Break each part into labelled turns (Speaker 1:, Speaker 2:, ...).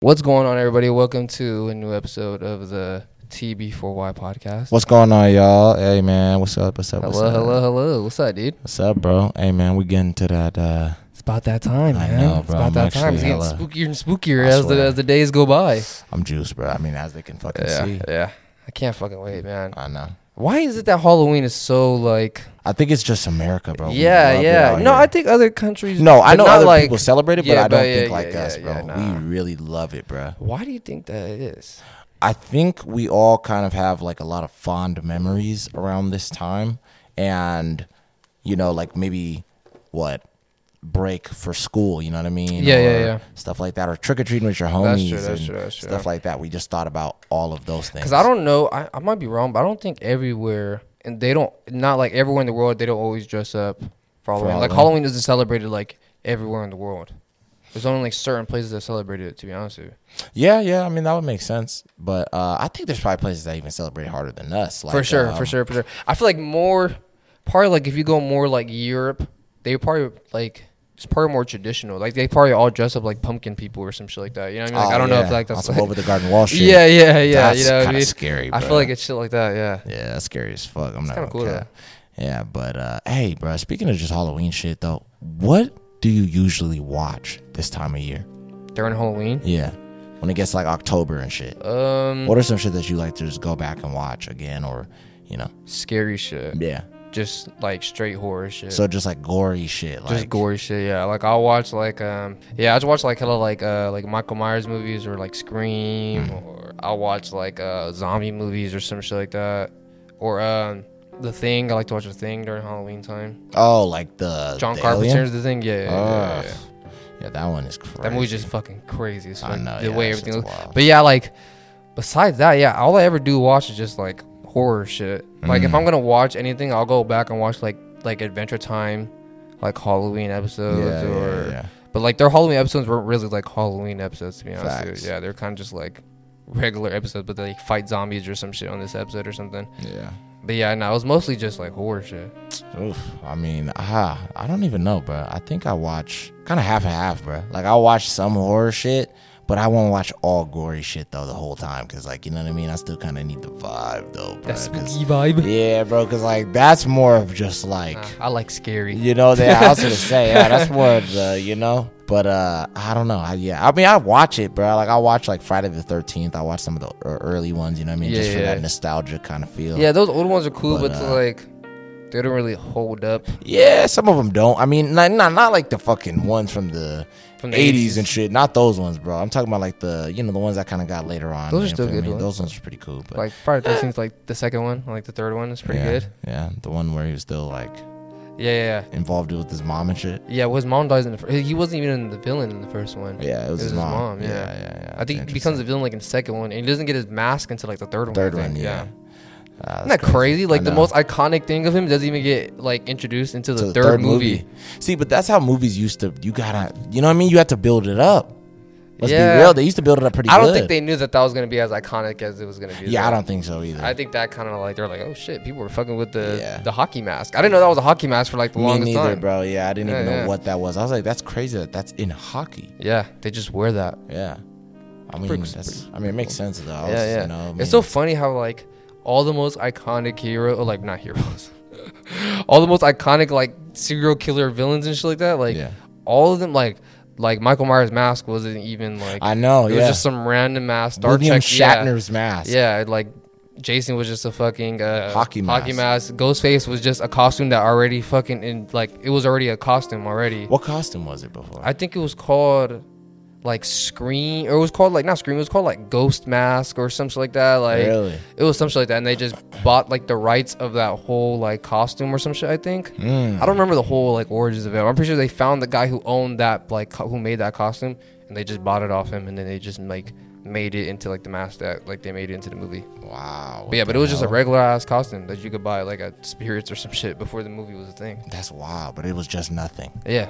Speaker 1: What's going on, everybody? Welcome to a new episode of the TB4Y podcast.
Speaker 2: What's going on, y'all? Hey, man. What's up? What's up? What's
Speaker 1: hello,
Speaker 2: up?
Speaker 1: hello, hello. What's up, dude?
Speaker 2: What's up, bro? Hey, man. We getting to that. Uh,
Speaker 1: It's about that time,
Speaker 2: I
Speaker 1: man.
Speaker 2: know,
Speaker 1: it's
Speaker 2: bro.
Speaker 1: about
Speaker 2: I'm
Speaker 1: that time. It's
Speaker 2: actually
Speaker 1: getting
Speaker 2: hella-
Speaker 1: spookier and spookier
Speaker 2: I
Speaker 1: as the,
Speaker 2: swear.
Speaker 1: as the days go by.
Speaker 2: I'm juiced, bro. I mean, as they can fucking
Speaker 1: Yeah,
Speaker 2: see.
Speaker 1: yeah. I can't fucking wait, man.
Speaker 2: I know.
Speaker 1: Why is it that Halloween is so like?
Speaker 2: I think it's just America, bro. We
Speaker 1: yeah,
Speaker 2: love it
Speaker 1: yeah.
Speaker 2: out
Speaker 1: No,
Speaker 2: here.
Speaker 1: I think other countries.
Speaker 2: No, I
Speaker 1: but
Speaker 2: know
Speaker 1: not
Speaker 2: other
Speaker 1: like,
Speaker 2: people celebrate it, but
Speaker 1: yeah,
Speaker 2: I don't
Speaker 1: yeah,
Speaker 2: think
Speaker 1: yeah,
Speaker 2: like
Speaker 1: yeah,
Speaker 2: us, bro.
Speaker 1: yeah, nah.
Speaker 2: We really love it, bro.
Speaker 1: Why do you think that it is?
Speaker 2: I think we all kind of have like a lot of fond memories around this time, and you know, like maybe what break for school, you know what I mean?
Speaker 1: Yeah, yeah,
Speaker 2: Or
Speaker 1: yeah.
Speaker 2: Stuff like that, or trick or treating with your
Speaker 1: That's
Speaker 2: homies
Speaker 1: true, that's
Speaker 2: and
Speaker 1: true, that's true.
Speaker 2: stuff like that. We just thought about all of those things.
Speaker 1: Because I don't know. I, I might be wrong, but I don't think everywhere, and they don't, not like everywhere in the world, they don't always dress up for Halloween. Like
Speaker 2: Halloween.
Speaker 1: Halloween isn't celebrated like everywhere in the world. There's only like certain places that celebrate it, to be honest with you.
Speaker 2: Yeah, yeah. I mean, that would make sense, but uh, I think there's probably places that even celebrate harder than us. Like,
Speaker 1: for sure,
Speaker 2: um,
Speaker 1: for sure, for sure. I feel like more, probably like if you go more like Europe, they probably like, it's probably more traditional. Like they probably all dress up like pumpkin people or some shit like that. You know what I mean? Like
Speaker 2: oh,
Speaker 1: I don't know if
Speaker 2: yeah,
Speaker 1: like
Speaker 2: on
Speaker 1: that's
Speaker 2: some
Speaker 1: like,
Speaker 2: over the Garden Wall shit.
Speaker 1: yeah, yeah, yeah.
Speaker 2: That's
Speaker 1: you know, what I
Speaker 2: kinda
Speaker 1: mean?
Speaker 2: scary,
Speaker 1: I feel
Speaker 2: bro.
Speaker 1: like it's shit like that. Yeah.
Speaker 2: Yeah, that's scary as fuck. I'm not
Speaker 1: kinda
Speaker 2: gonna
Speaker 1: cool,
Speaker 2: cap. Yeah, but uh, hey, bro. Speaking of just Halloween shit, though, what do you usually watch this time of year?
Speaker 1: During Halloween.
Speaker 2: Yeah, when it gets like October and shit.
Speaker 1: Um,
Speaker 2: What are some shit that you like to just go back and watch again, or you know?
Speaker 1: scary shit.
Speaker 2: Yeah.
Speaker 1: just like straight horror shit.
Speaker 2: So just like gory shit, like
Speaker 1: just gory shit, yeah. Like I'll watch like um yeah, I just watch like hella like uh like Michael Myers movies or like Scream
Speaker 2: Mm.
Speaker 1: or I'll watch like uh zombie movies or some shit like that. Or um the thing, I like to watch the thing during Halloween time.
Speaker 2: oh, like the
Speaker 1: John
Speaker 2: the Alien?
Speaker 1: Carpenter's the thing, yeah. yeah, yeah,
Speaker 2: Ugh.
Speaker 1: yeah.
Speaker 2: Yeah, that one is crazy.
Speaker 1: That movie's just fucking crazy as
Speaker 2: I
Speaker 1: fuck.
Speaker 2: know,
Speaker 1: the
Speaker 2: yeah,
Speaker 1: way
Speaker 2: that
Speaker 1: everything
Speaker 2: shit's
Speaker 1: looks.
Speaker 2: wild.
Speaker 1: But yeah, like besides that, yeah, all I ever do watch is just like horror shit. Like
Speaker 2: Mm.
Speaker 1: if I'm gonna watch anything, I'll go back and watch like like Adventure Time, like Halloween episodes
Speaker 2: yeah,
Speaker 1: or
Speaker 2: yeah, yeah.
Speaker 1: but like their Halloween episodes weren't really like Halloween episodes to be honest. with
Speaker 2: Facts.
Speaker 1: you. Yeah, they're kind of just like regular episodes, but they like fight zombies or some shit on this episode or something.
Speaker 2: yeah.
Speaker 1: But yeah, no, it was mostly just like horror shit.
Speaker 2: Oof. I mean, ah, I don't even know, bro. I think I watch kind of half and half, bro. Like I watch some horror shit, but I won't watch all gory shit though the whole time, cause like you know what I mean. I still kind of need the vibe though, bro.
Speaker 1: That
Speaker 2: 'cause-
Speaker 1: spooky vibe. Uh-huh.
Speaker 2: yeah, bro, cause like that's more of just like
Speaker 1: Nah, I like scary.
Speaker 2: you know that I was gonna say yeah, that's more of the you know. But uh, I don't know. I, yeah, I mean, I watch it, bro. Like I watch like Friday the Thirteenth. I watch some of the ear- early ones. You know what I mean?
Speaker 1: Yeah,
Speaker 2: just for
Speaker 1: yeah.
Speaker 2: that nostalgia kind of feel.
Speaker 1: Yeah, those old ones are cool, but,
Speaker 2: But, uh,
Speaker 1: like they don't really hold up.
Speaker 2: Yeah, some of them don't. I mean, not not, not like the fucking ones from the
Speaker 1: From the
Speaker 2: eighties
Speaker 1: 80s.
Speaker 2: and shit. Not those ones, bro. I'm talking about like the you know the ones I kind of got later on.
Speaker 1: Those are
Speaker 2: you
Speaker 1: still
Speaker 2: feel
Speaker 1: good
Speaker 2: me?
Speaker 1: ones.
Speaker 2: Those ones are pretty cool. But
Speaker 1: Like Friday Thirteenth, like the second one, like the third one is pretty
Speaker 2: yeah,
Speaker 1: good.
Speaker 2: Yeah, the one where he was still like
Speaker 1: Yeah, yeah, yeah.
Speaker 2: involved with his mom and shit.
Speaker 1: Yeah, well, his mom dies in the. Fir- he wasn't even in the villain in the first one.
Speaker 2: Yeah, it was, his, mom.
Speaker 1: yeah.
Speaker 2: yeah, yeah. yeah.
Speaker 1: I think he becomes a villain like in the second one, and he doesn't get his mask until like the third one. I
Speaker 2: third
Speaker 1: think,
Speaker 2: one. Yeah. Ah,
Speaker 1: Isn't
Speaker 2: that's
Speaker 1: that crazy? Like
Speaker 2: I
Speaker 1: the
Speaker 2: know.
Speaker 1: most iconic thing of him doesn't even get like introduced until the,
Speaker 2: To the
Speaker 1: third, movie.
Speaker 2: See, but that's how movies used to. You gotta, you know what I mean? You have to build it up. Let's
Speaker 1: Yeah.
Speaker 2: be real. They used to build it up pretty.
Speaker 1: I don't
Speaker 2: good.
Speaker 1: think they knew that that was gonna be as iconic as it was gonna be.
Speaker 2: Yeah, I
Speaker 1: though.
Speaker 2: don't think so either.
Speaker 1: I think that kind of like they're like, oh shit, people were fucking with the
Speaker 2: Yeah.
Speaker 1: the hockey mask. I didn't know that was a hockey mask for like the
Speaker 2: Me
Speaker 1: longest
Speaker 2: neither,
Speaker 1: time.
Speaker 2: bro. Yeah, I didn't
Speaker 1: Yeah,
Speaker 2: even know
Speaker 1: yeah.
Speaker 2: what that was. I was like, that's crazy that that's in hockey.
Speaker 1: Yeah, they just wear that.
Speaker 2: Yeah. I mean,
Speaker 1: pretty-
Speaker 2: that's, I mean, it makes sense though. I was,
Speaker 1: Yeah, yeah.
Speaker 2: You know, I mean,
Speaker 1: It's so funny how like all the most iconic hero, or, like not heroes, all the most iconic like serial killer villains and shit like that. Like
Speaker 2: Yeah.
Speaker 1: all of them, like like Michael Myers' mask wasn't even like
Speaker 2: I know.
Speaker 1: it
Speaker 2: yeah.
Speaker 1: was just some random mask. Star
Speaker 2: William
Speaker 1: Trek, yeah.
Speaker 2: Shatner's mask.
Speaker 1: Yeah, like Jason was just a fucking uh,
Speaker 2: Hockey
Speaker 1: Hockey mask. Ghostface was just a costume that already fucking in like it was already a costume already.
Speaker 2: What costume was it before?
Speaker 1: I think it was called like Scream, or it was called like not Scream. It was called like Ghost Mask or something like that. Like
Speaker 2: Really?
Speaker 1: it was some shit like that, and they just bought like the rights of that whole like costume or some shit. I think
Speaker 2: Hmm.
Speaker 1: I don't remember the whole like origins of it. I'm pretty sure they found the guy who owned that like co- who made that costume, and they just bought it off him, and then they just like made it into like the mask that like they made it into the movie.
Speaker 2: wow.
Speaker 1: But yeah, but it was just a regular ass costume that you could buy like at Spirits or some shit before the movie was a thing.
Speaker 2: That's wild, but it was just nothing.
Speaker 1: Yeah.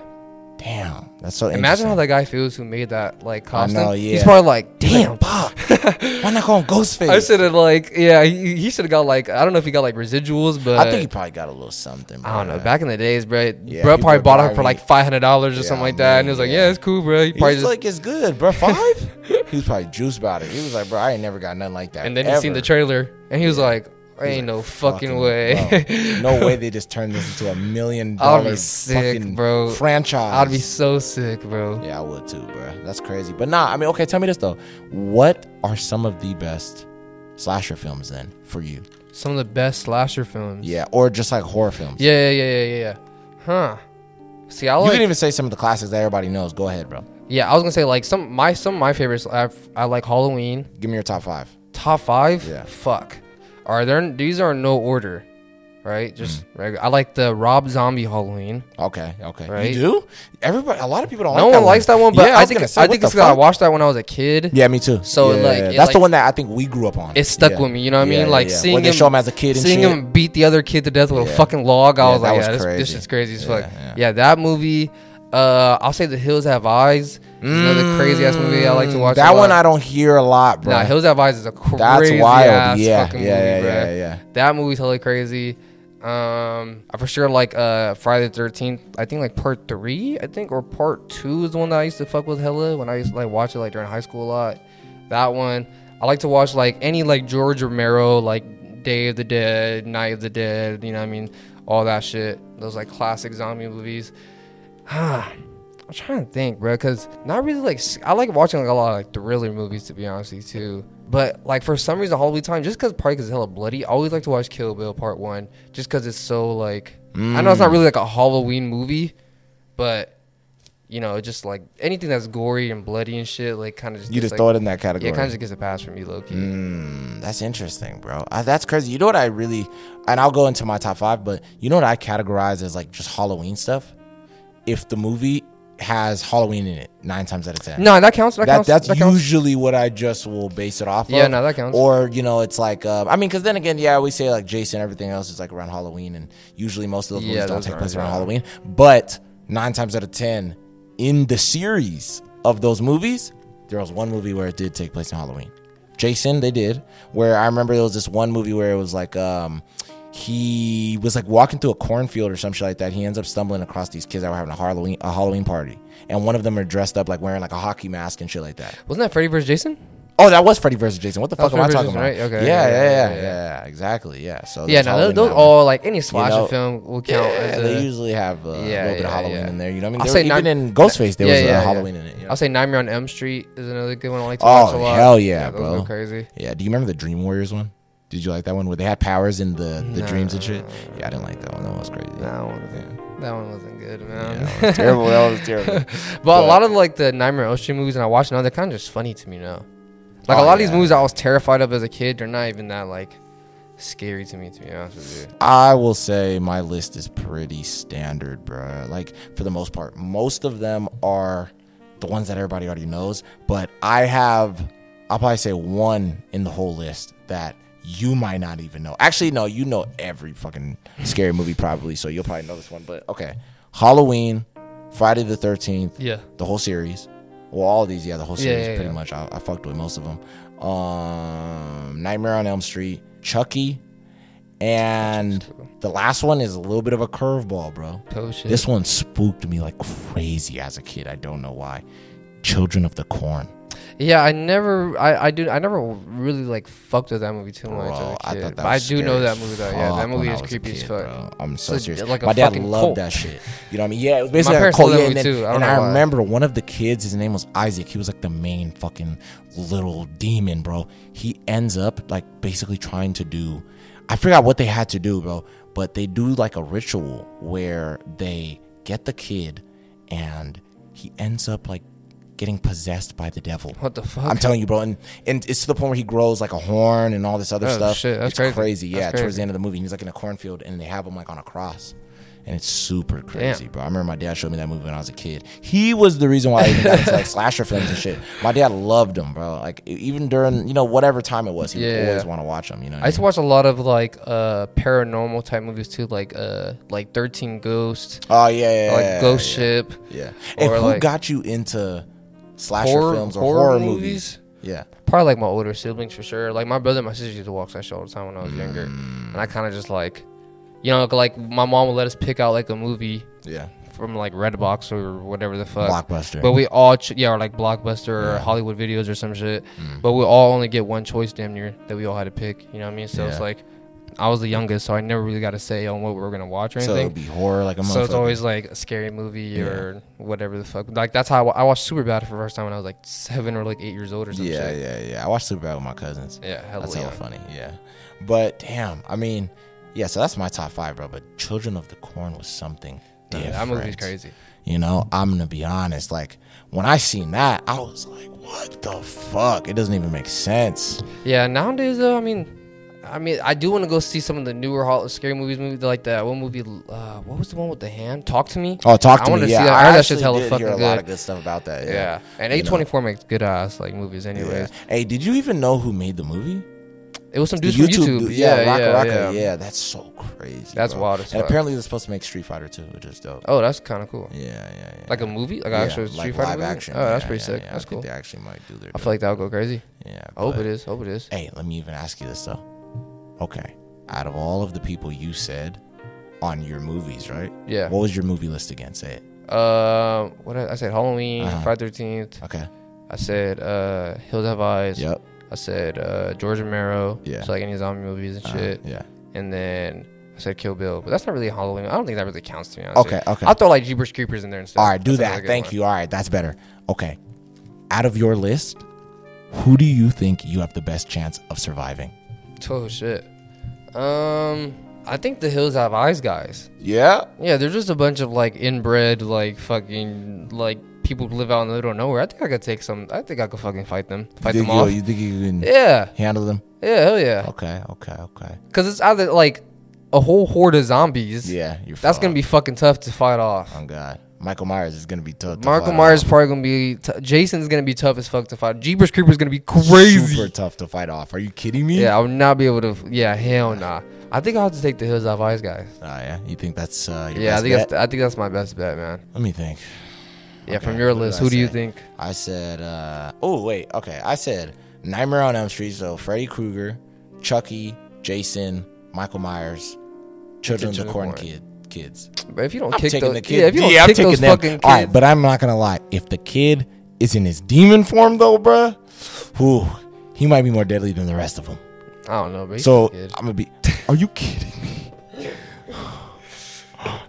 Speaker 2: Damn. That's so
Speaker 1: Imagine how
Speaker 2: interesting.
Speaker 1: that guy feels who made that like costume.
Speaker 2: know,
Speaker 1: He's
Speaker 2: yeah.
Speaker 1: probably like,
Speaker 2: Damn,
Speaker 1: damn.
Speaker 2: Pop. Why not call him Ghostface?
Speaker 1: I should have like, yeah, he, he should have got like, I don't know if he got like residuals, but
Speaker 2: I think he probably got a little something.
Speaker 1: I don't know.
Speaker 2: bruh.
Speaker 1: Back in the days, bro,
Speaker 2: Yeah,
Speaker 1: bro
Speaker 2: people
Speaker 1: probably
Speaker 2: are
Speaker 1: bought it for
Speaker 2: driving-
Speaker 1: like five hundred dollars or
Speaker 2: Yeah,
Speaker 1: something like that, and
Speaker 2: man,
Speaker 1: it was like, yeah,
Speaker 2: yeah.
Speaker 1: it's cool, bro. He
Speaker 2: He
Speaker 1: probably
Speaker 2: was
Speaker 1: just
Speaker 2: like, it's good, bro. Five? He was probably juiced about it. He was like, bro, I ain't never got nothing like that.
Speaker 1: And then he seen
Speaker 2: ever."
Speaker 1: the trailer and he was like, "Ain't no fucking, way."
Speaker 2: bro, no way they just turned this into a million
Speaker 1: I'll
Speaker 2: dollar
Speaker 1: be sick,
Speaker 2: fucking
Speaker 1: bro.
Speaker 2: franchise.
Speaker 1: I'd be so sick, bro.
Speaker 2: yeah, I would too, bro. That's crazy. But nah, I mean, okay, tell me this though. What are some of the best slasher films then for you?
Speaker 1: Some of the best slasher films.
Speaker 2: Yeah, or just like horror films.
Speaker 1: Yeah, yeah, yeah, yeah, yeah. yeah. Huh. See, I
Speaker 2: you
Speaker 1: like.
Speaker 2: can even say some of the classics that everybody knows. Go ahead, bro.
Speaker 1: yeah, I was gonna say like some my some of my favorites. I, I like Halloween.
Speaker 2: Give me your top five.
Speaker 1: Top five.
Speaker 2: Yeah.
Speaker 1: Fuck. Are there? These are in no order, right? Just
Speaker 2: Mm.
Speaker 1: regu- I like the Rob Zombie Halloween.
Speaker 2: Okay, okay.
Speaker 1: Right.
Speaker 2: You do? Everybody, a lot of people don't.
Speaker 1: No
Speaker 2: like
Speaker 1: one
Speaker 2: that
Speaker 1: likes that one, but
Speaker 2: Yeah,
Speaker 1: I,
Speaker 2: was
Speaker 1: think
Speaker 2: gonna say,
Speaker 1: I
Speaker 2: what
Speaker 1: think
Speaker 2: the
Speaker 1: it's because I
Speaker 2: fuck?
Speaker 1: watched that when I was a kid.
Speaker 2: Yeah, me too.
Speaker 1: So,
Speaker 2: Yeah,
Speaker 1: like,
Speaker 2: that's
Speaker 1: it,
Speaker 2: the
Speaker 1: like-
Speaker 2: one that I think we grew up on.
Speaker 1: It stuck
Speaker 2: Yeah.
Speaker 1: with me. You know what I
Speaker 2: Yeah,
Speaker 1: mean?
Speaker 2: yeah,
Speaker 1: Like
Speaker 2: yeah.
Speaker 1: seeing
Speaker 2: when they
Speaker 1: him,
Speaker 2: show him as a kid and
Speaker 1: seeing
Speaker 2: shit.
Speaker 1: him beat the other kid to death with
Speaker 2: Yeah.
Speaker 1: a fucking log. I
Speaker 2: Yeah,
Speaker 1: was
Speaker 2: that
Speaker 1: like,
Speaker 2: was
Speaker 1: yeah, this, this
Speaker 2: crazy.
Speaker 1: shit's crazy as
Speaker 2: Yeah,
Speaker 1: fuck.
Speaker 2: yeah.
Speaker 1: Yeah. that movie. Uh, I'll say the Hills Have Eyes. is Another crazy ass movie I like to
Speaker 2: Mm,
Speaker 1: watch.
Speaker 2: That one I don't hear a lot, bro.
Speaker 1: Nah, Hills Have Eyes is a crazy
Speaker 2: That's wild.
Speaker 1: ass
Speaker 2: yeah,
Speaker 1: fucking
Speaker 2: yeah, yeah,
Speaker 1: movie, bruh.
Speaker 2: yeah, yeah.
Speaker 1: That movie's totally crazy. Um, I for sure like uh Friday the Thirteenth. I think like part three, I think, or part two is the one that I used to fuck with hella when I used to like watch it like during high school a lot. That one. I like to watch like any like George Romero like Day of the Dead, Night of the Dead. You know what I mean? All that shit. Those like classic zombie movies. I'm trying to think, bro, because not really like s- I like watching like a lot of like thriller movies to be honest with you too. But like for some reason, Halloween time, just because probably because it's hella bloody, I always like to watch Kill Bill Part One, just because it's so like I know it's
Speaker 2: Mm.
Speaker 1: not really like a Halloween movie, but you know, just like anything that's gory and bloody and shit, like kind of just
Speaker 2: You
Speaker 1: gets,
Speaker 2: just
Speaker 1: like,
Speaker 2: throw it in that category.
Speaker 1: yeah, kind of just gets a pass from me, low key.
Speaker 2: Mm, that's interesting, bro. Uh, that's crazy. You know what I really, and I'll go into my top five, but you know what I categorize as like just Halloween stuff? If the movie has Halloween in it, nine times out of ten.
Speaker 1: No, that counts. That,
Speaker 2: that,
Speaker 1: counts.
Speaker 2: that's
Speaker 1: that counts.
Speaker 2: usually what I just will base it off
Speaker 1: Yeah,
Speaker 2: of.
Speaker 1: no, that counts.
Speaker 2: Or you know, it's like uh, I mean, because then again, yeah, we say like Jason, everything else is like around Halloween, and usually most of those
Speaker 1: Yeah,
Speaker 2: movies don't
Speaker 1: those
Speaker 2: take
Speaker 1: are
Speaker 2: place around
Speaker 1: around.
Speaker 2: Halloween. But nine times out of ten, in the series of those movies, there was one movie where it did take place on Halloween. Jason, they did. Where I remember there was this one movie where it was like um he was like walking through a cornfield or some shit like that. He ends up stumbling across these kids that were having a Halloween a Halloween party, and one of them are dressed up like wearing like a hockey mask and shit like that.
Speaker 1: Wasn't that Freddy vs. Jason?
Speaker 2: Oh, that was Freddy versus Jason. What the
Speaker 1: That
Speaker 2: fuck am I
Speaker 1: was
Speaker 2: talking
Speaker 1: Freddy
Speaker 2: about?
Speaker 1: versus Jason, right? Okay,
Speaker 2: Yeah, yeah,
Speaker 1: yeah,
Speaker 2: yeah, yeah,
Speaker 1: yeah, yeah,
Speaker 2: Exactly. Yeah. So
Speaker 1: Yeah,
Speaker 2: that's
Speaker 1: no, those,
Speaker 2: Halloween
Speaker 1: those
Speaker 2: that one.
Speaker 1: all like any slasher
Speaker 2: know,
Speaker 1: film will
Speaker 2: Yeah,
Speaker 1: count. as
Speaker 2: they
Speaker 1: a-
Speaker 2: usually have uh, a little
Speaker 1: Yeah,
Speaker 2: bit of
Speaker 1: yeah,
Speaker 2: Halloween
Speaker 1: yeah.
Speaker 2: in there. You know what I mean?
Speaker 1: I'll
Speaker 2: There-
Speaker 1: say
Speaker 2: even
Speaker 1: nine-
Speaker 2: in Ghostface, there
Speaker 1: yeah,
Speaker 2: was
Speaker 1: yeah,
Speaker 2: a
Speaker 1: yeah.
Speaker 2: Halloween in it. you know?
Speaker 1: I'll say Nightmare on Elm Street is another good one I like to
Speaker 2: Oh,
Speaker 1: watch a lot.
Speaker 2: hell yeah,
Speaker 1: those
Speaker 2: bro.
Speaker 1: go crazy.
Speaker 2: yeah. Do you remember the Dream Warriors one? Did you like that one where they had powers in the, the dreams and shit? Yeah, I didn't like that one. That was crazy.
Speaker 1: That one, wasn't- that one wasn't good, man.
Speaker 2: That was terrible. That was terrible.
Speaker 1: but, a lot of like the Nightmare on Elm Street movies, and I watch now, they're kind of just funny to me now. Like a
Speaker 2: Oh,
Speaker 1: lot of these
Speaker 2: yeah.
Speaker 1: movies I was terrified of as a kid, they're not even that like scary to me. To be honest with you,
Speaker 2: I will say my list is pretty standard, bruh. Like for the most part, most of them are the ones that everybody already knows. But I have, I'll probably say one in the whole list that you might not even know. Actually, no, you know every fucking scary movie probably, so you'll probably know this one. But okay, Halloween, Friday the Thirteenth,
Speaker 1: yeah.
Speaker 2: the whole series. Well, all of these, yeah, the whole
Speaker 1: Yeah,
Speaker 2: series,
Speaker 1: yeah,
Speaker 2: pretty
Speaker 1: yeah.
Speaker 2: much. I, I fucked with most of them. Um, Nightmare on Elm Street, Chucky, and the last one is a little bit of a curveball, bro.
Speaker 1: Oh, shit.
Speaker 2: This one spooked me like crazy as a kid. I don't know why. Children of the Corn,
Speaker 1: Yeah, I never, I, I do, I never really like fucked with that movie too much.
Speaker 2: bro.
Speaker 1: as a
Speaker 2: I
Speaker 1: kid.
Speaker 2: thought that
Speaker 1: But I
Speaker 2: was
Speaker 1: do know
Speaker 2: scary
Speaker 1: that
Speaker 2: as
Speaker 1: movie though. Yeah,
Speaker 2: fuck
Speaker 1: that
Speaker 2: when
Speaker 1: movie
Speaker 2: I
Speaker 1: is
Speaker 2: was a
Speaker 1: creepy as
Speaker 2: kid,
Speaker 1: fuck.
Speaker 2: bro. I'm so
Speaker 1: It's a-
Speaker 2: serious.
Speaker 1: like a
Speaker 2: My dad
Speaker 1: fucking
Speaker 2: loved
Speaker 1: cult.
Speaker 2: that shit. You know what I mean? Yeah, it was basically like a
Speaker 1: parents
Speaker 2: cult.
Speaker 1: loved that
Speaker 2: Yeah, and
Speaker 1: movie
Speaker 2: then-
Speaker 1: too. I don't
Speaker 2: and
Speaker 1: know
Speaker 2: I
Speaker 1: why.
Speaker 2: remember one of the kids. His name was Isaac. He was like the main fucking little demon, bro. He ends up like basically trying to do. I forgot what they had to do, bro. But they do like a ritual where they get the kid, and he ends up like getting possessed by the devil.
Speaker 1: What the fuck?
Speaker 2: I'm telling you, bro, and, and it's to the point where he grows like a horn and all this other
Speaker 1: Oh,
Speaker 2: stuff.
Speaker 1: shit, that's
Speaker 2: it's
Speaker 1: crazy.
Speaker 2: Yeah,
Speaker 1: That's
Speaker 2: towards
Speaker 1: crazy.
Speaker 2: the end of the movie, and he's like in a cornfield, and they have him like on a cross, and it's super crazy, bro. I remember my dad showed me that movie when I was a kid. He was the reason why I even got into like slasher films and shit. My dad loved them, bro. Like e- even during you know whatever time it was, he would
Speaker 1: Yeah.
Speaker 2: always want to watch them. You know, what
Speaker 1: I
Speaker 2: I
Speaker 1: used to
Speaker 2: mean?
Speaker 1: watch a lot of like uh paranormal type movies too, like uh like Thirteen Ghosts,
Speaker 2: oh yeah, yeah, yeah,
Speaker 1: like
Speaker 2: yeah,
Speaker 1: Ghost
Speaker 2: yeah,
Speaker 1: Ship,
Speaker 2: Yeah, and
Speaker 1: or,
Speaker 2: who
Speaker 1: like-
Speaker 2: got you into slasher
Speaker 1: horror
Speaker 2: films or
Speaker 1: horror, movies.
Speaker 2: movies? Yeah,
Speaker 1: Probably like my older siblings for sure. Like my brother, and my sister used to watch that show all the time when I was younger,
Speaker 2: Mm.
Speaker 1: and I kind of just like, you know, like my mom would let us pick out like a movie
Speaker 2: yeah.
Speaker 1: from like Redbox or whatever the fuck.
Speaker 2: Blockbuster.
Speaker 1: But we all, ch- yeah, or like Blockbuster or Hollywood videos or some shit.
Speaker 2: Mm.
Speaker 1: But we all only get one choice damn near that we all had to pick. You know what I mean? So
Speaker 2: Yeah.
Speaker 1: it's like, I was the youngest, so I never really got to say on what we were going to watch or
Speaker 2: so it'd
Speaker 1: anything.
Speaker 2: be horror like a
Speaker 1: So it's
Speaker 2: motherfucker.
Speaker 1: always like a scary movie or whatever the fuck. Like that's how I, wa- I watched Superbad for the first time when I was like seven or like eight years old or something.
Speaker 2: yeah, yeah, yeah. I watched Superbad with my cousins.
Speaker 1: yeah, hella
Speaker 2: That's hella
Speaker 1: young.
Speaker 2: funny. Yeah, but damn, I mean, yeah. So that's my top five, bro. But Children of the Corn was something
Speaker 1: Yeah,
Speaker 2: different.
Speaker 1: that movie's crazy.
Speaker 2: You know, I'm gonna be honest. Like when I seen that, I was like, "What the fuck?" It doesn't even make sense.
Speaker 1: Yeah, nowadays though, I mean, I mean, I do want to go see some of the newer hol- scary movies, movie like that one movie. Uh, what was the one with the hand? Talk to me.
Speaker 2: Oh, talk
Speaker 1: I
Speaker 2: to
Speaker 1: wanna
Speaker 2: me.
Speaker 1: see
Speaker 2: Yeah,
Speaker 1: that. I heard that
Speaker 2: actually
Speaker 1: shit's hella
Speaker 2: did
Speaker 1: fucking
Speaker 2: hear a lot
Speaker 1: good.
Speaker 2: of good stuff about that.
Speaker 1: Yeah,
Speaker 2: Yeah,
Speaker 1: and
Speaker 2: You
Speaker 1: A
Speaker 2: know.
Speaker 1: twenty four makes good ass like movies, anyways.
Speaker 2: Hey, did you even know who made the movie?
Speaker 1: It was some
Speaker 2: The
Speaker 1: dudes from YouTube.
Speaker 2: dude-
Speaker 1: Yeah, yeah,
Speaker 2: Rocka
Speaker 1: yeah,
Speaker 2: Rocka. Yeah. that's so crazy.
Speaker 1: That's
Speaker 2: bro.
Speaker 1: wild as
Speaker 2: And
Speaker 1: fuck.
Speaker 2: apparently they're supposed to make Street Fighter too, which is dope.
Speaker 1: Oh, that's kind of cool.
Speaker 2: Yeah, yeah, yeah.
Speaker 1: Like a movie, like
Speaker 2: yeah,
Speaker 1: an actual Street Fighter
Speaker 2: live
Speaker 1: movie.
Speaker 2: action.
Speaker 1: Oh, that's
Speaker 2: Yeah,
Speaker 1: pretty
Speaker 2: yeah,
Speaker 1: sick.
Speaker 2: yeah.
Speaker 1: That's
Speaker 2: I
Speaker 1: cool.
Speaker 2: Think they actually might do their.
Speaker 1: I feel like that would go crazy.
Speaker 2: yeah.
Speaker 1: I hope
Speaker 2: but-
Speaker 1: it is. Hope it is.
Speaker 2: Hey, let me even ask you this though. Okay, out of all of the people you said on your movies, right?
Speaker 1: Yeah.
Speaker 2: What was your movie list again? Say it.
Speaker 1: Um, what I, I said, Halloween,
Speaker 2: Uh-huh.
Speaker 1: Friday Thirteenth.
Speaker 2: Okay.
Speaker 1: I said, uh, Hills Have Eyes.
Speaker 2: Yep.
Speaker 1: I said, uh, George Romero.
Speaker 2: Yeah.
Speaker 1: So like any zombie movies and
Speaker 2: Uh-huh.
Speaker 1: shit.
Speaker 2: Yeah.
Speaker 1: and then I said Kill Bill, but that's not really Halloween. I don't think that really counts to me. Honestly.
Speaker 2: Okay. Okay.
Speaker 1: I'll throw like Jeepers Creepers in there instead.
Speaker 2: All right, do
Speaker 1: That's
Speaker 2: that.
Speaker 1: another good
Speaker 2: Thank
Speaker 1: one.
Speaker 2: you. All right, that's better. Okay. Out of your list, who do you think you have the best chance of surviving?
Speaker 1: Oh shit. Um, I think the Hills Have Eyes guys.
Speaker 2: Yeah.
Speaker 1: Yeah, they're just a bunch of like inbred, like fucking, like people who live out in the middle of nowhere. I think I could take some. I think I could fucking fight them. Fight them off.
Speaker 2: You think you can
Speaker 1: yeah,
Speaker 2: handle them?
Speaker 1: yeah, hell yeah.
Speaker 2: Okay, okay, okay.
Speaker 1: Because it's either like a whole horde of zombies.
Speaker 2: Yeah, you're
Speaker 1: That's gonna be fucking tough to fight off.
Speaker 2: Oh god. Michael Myers is gonna be tough. to
Speaker 1: Michael
Speaker 2: fight
Speaker 1: Myers
Speaker 2: off.
Speaker 1: probably gonna be. T- Jason's gonna be tough as fuck to fight. Jeepers Creepers gonna be crazy.
Speaker 2: Super tough to fight off. Are you kidding me?
Speaker 1: Yeah, I would not be able to. Yeah, hell nah. I think I will have to take the hills off ice guys.
Speaker 2: Oh yeah. You think that's uh your
Speaker 1: Yeah, I
Speaker 2: best
Speaker 1: think
Speaker 2: bet?
Speaker 1: that's, I think that's my best bet, man.
Speaker 2: Let me think.
Speaker 1: Yeah,
Speaker 2: Okay,
Speaker 1: from your
Speaker 2: what did
Speaker 1: list,
Speaker 2: I
Speaker 1: who do you
Speaker 2: say?
Speaker 1: think?
Speaker 2: I said, uh, oh, wait, okay. I said Nightmare on Elm Street, so Freddy Krueger, Chucky, Jason, Michael Myers, Children of the
Speaker 1: Children of
Speaker 2: Corn
Speaker 1: Corn.
Speaker 2: Kid, kids.
Speaker 1: But if you don't
Speaker 2: I'm
Speaker 1: kick
Speaker 2: taking
Speaker 1: those,
Speaker 2: the kid.
Speaker 1: yeah, if you don't
Speaker 2: I'm
Speaker 1: kick
Speaker 2: taking
Speaker 1: those
Speaker 2: them.
Speaker 1: fucking kids,
Speaker 2: All right, but I'm not going to lie. If the kid is in his demon form, though, bruh, whew, he might be more deadly than the rest of them.
Speaker 1: I don't know, but he's
Speaker 2: So
Speaker 1: a kid.
Speaker 2: I'm gonna be. Are you kidding me?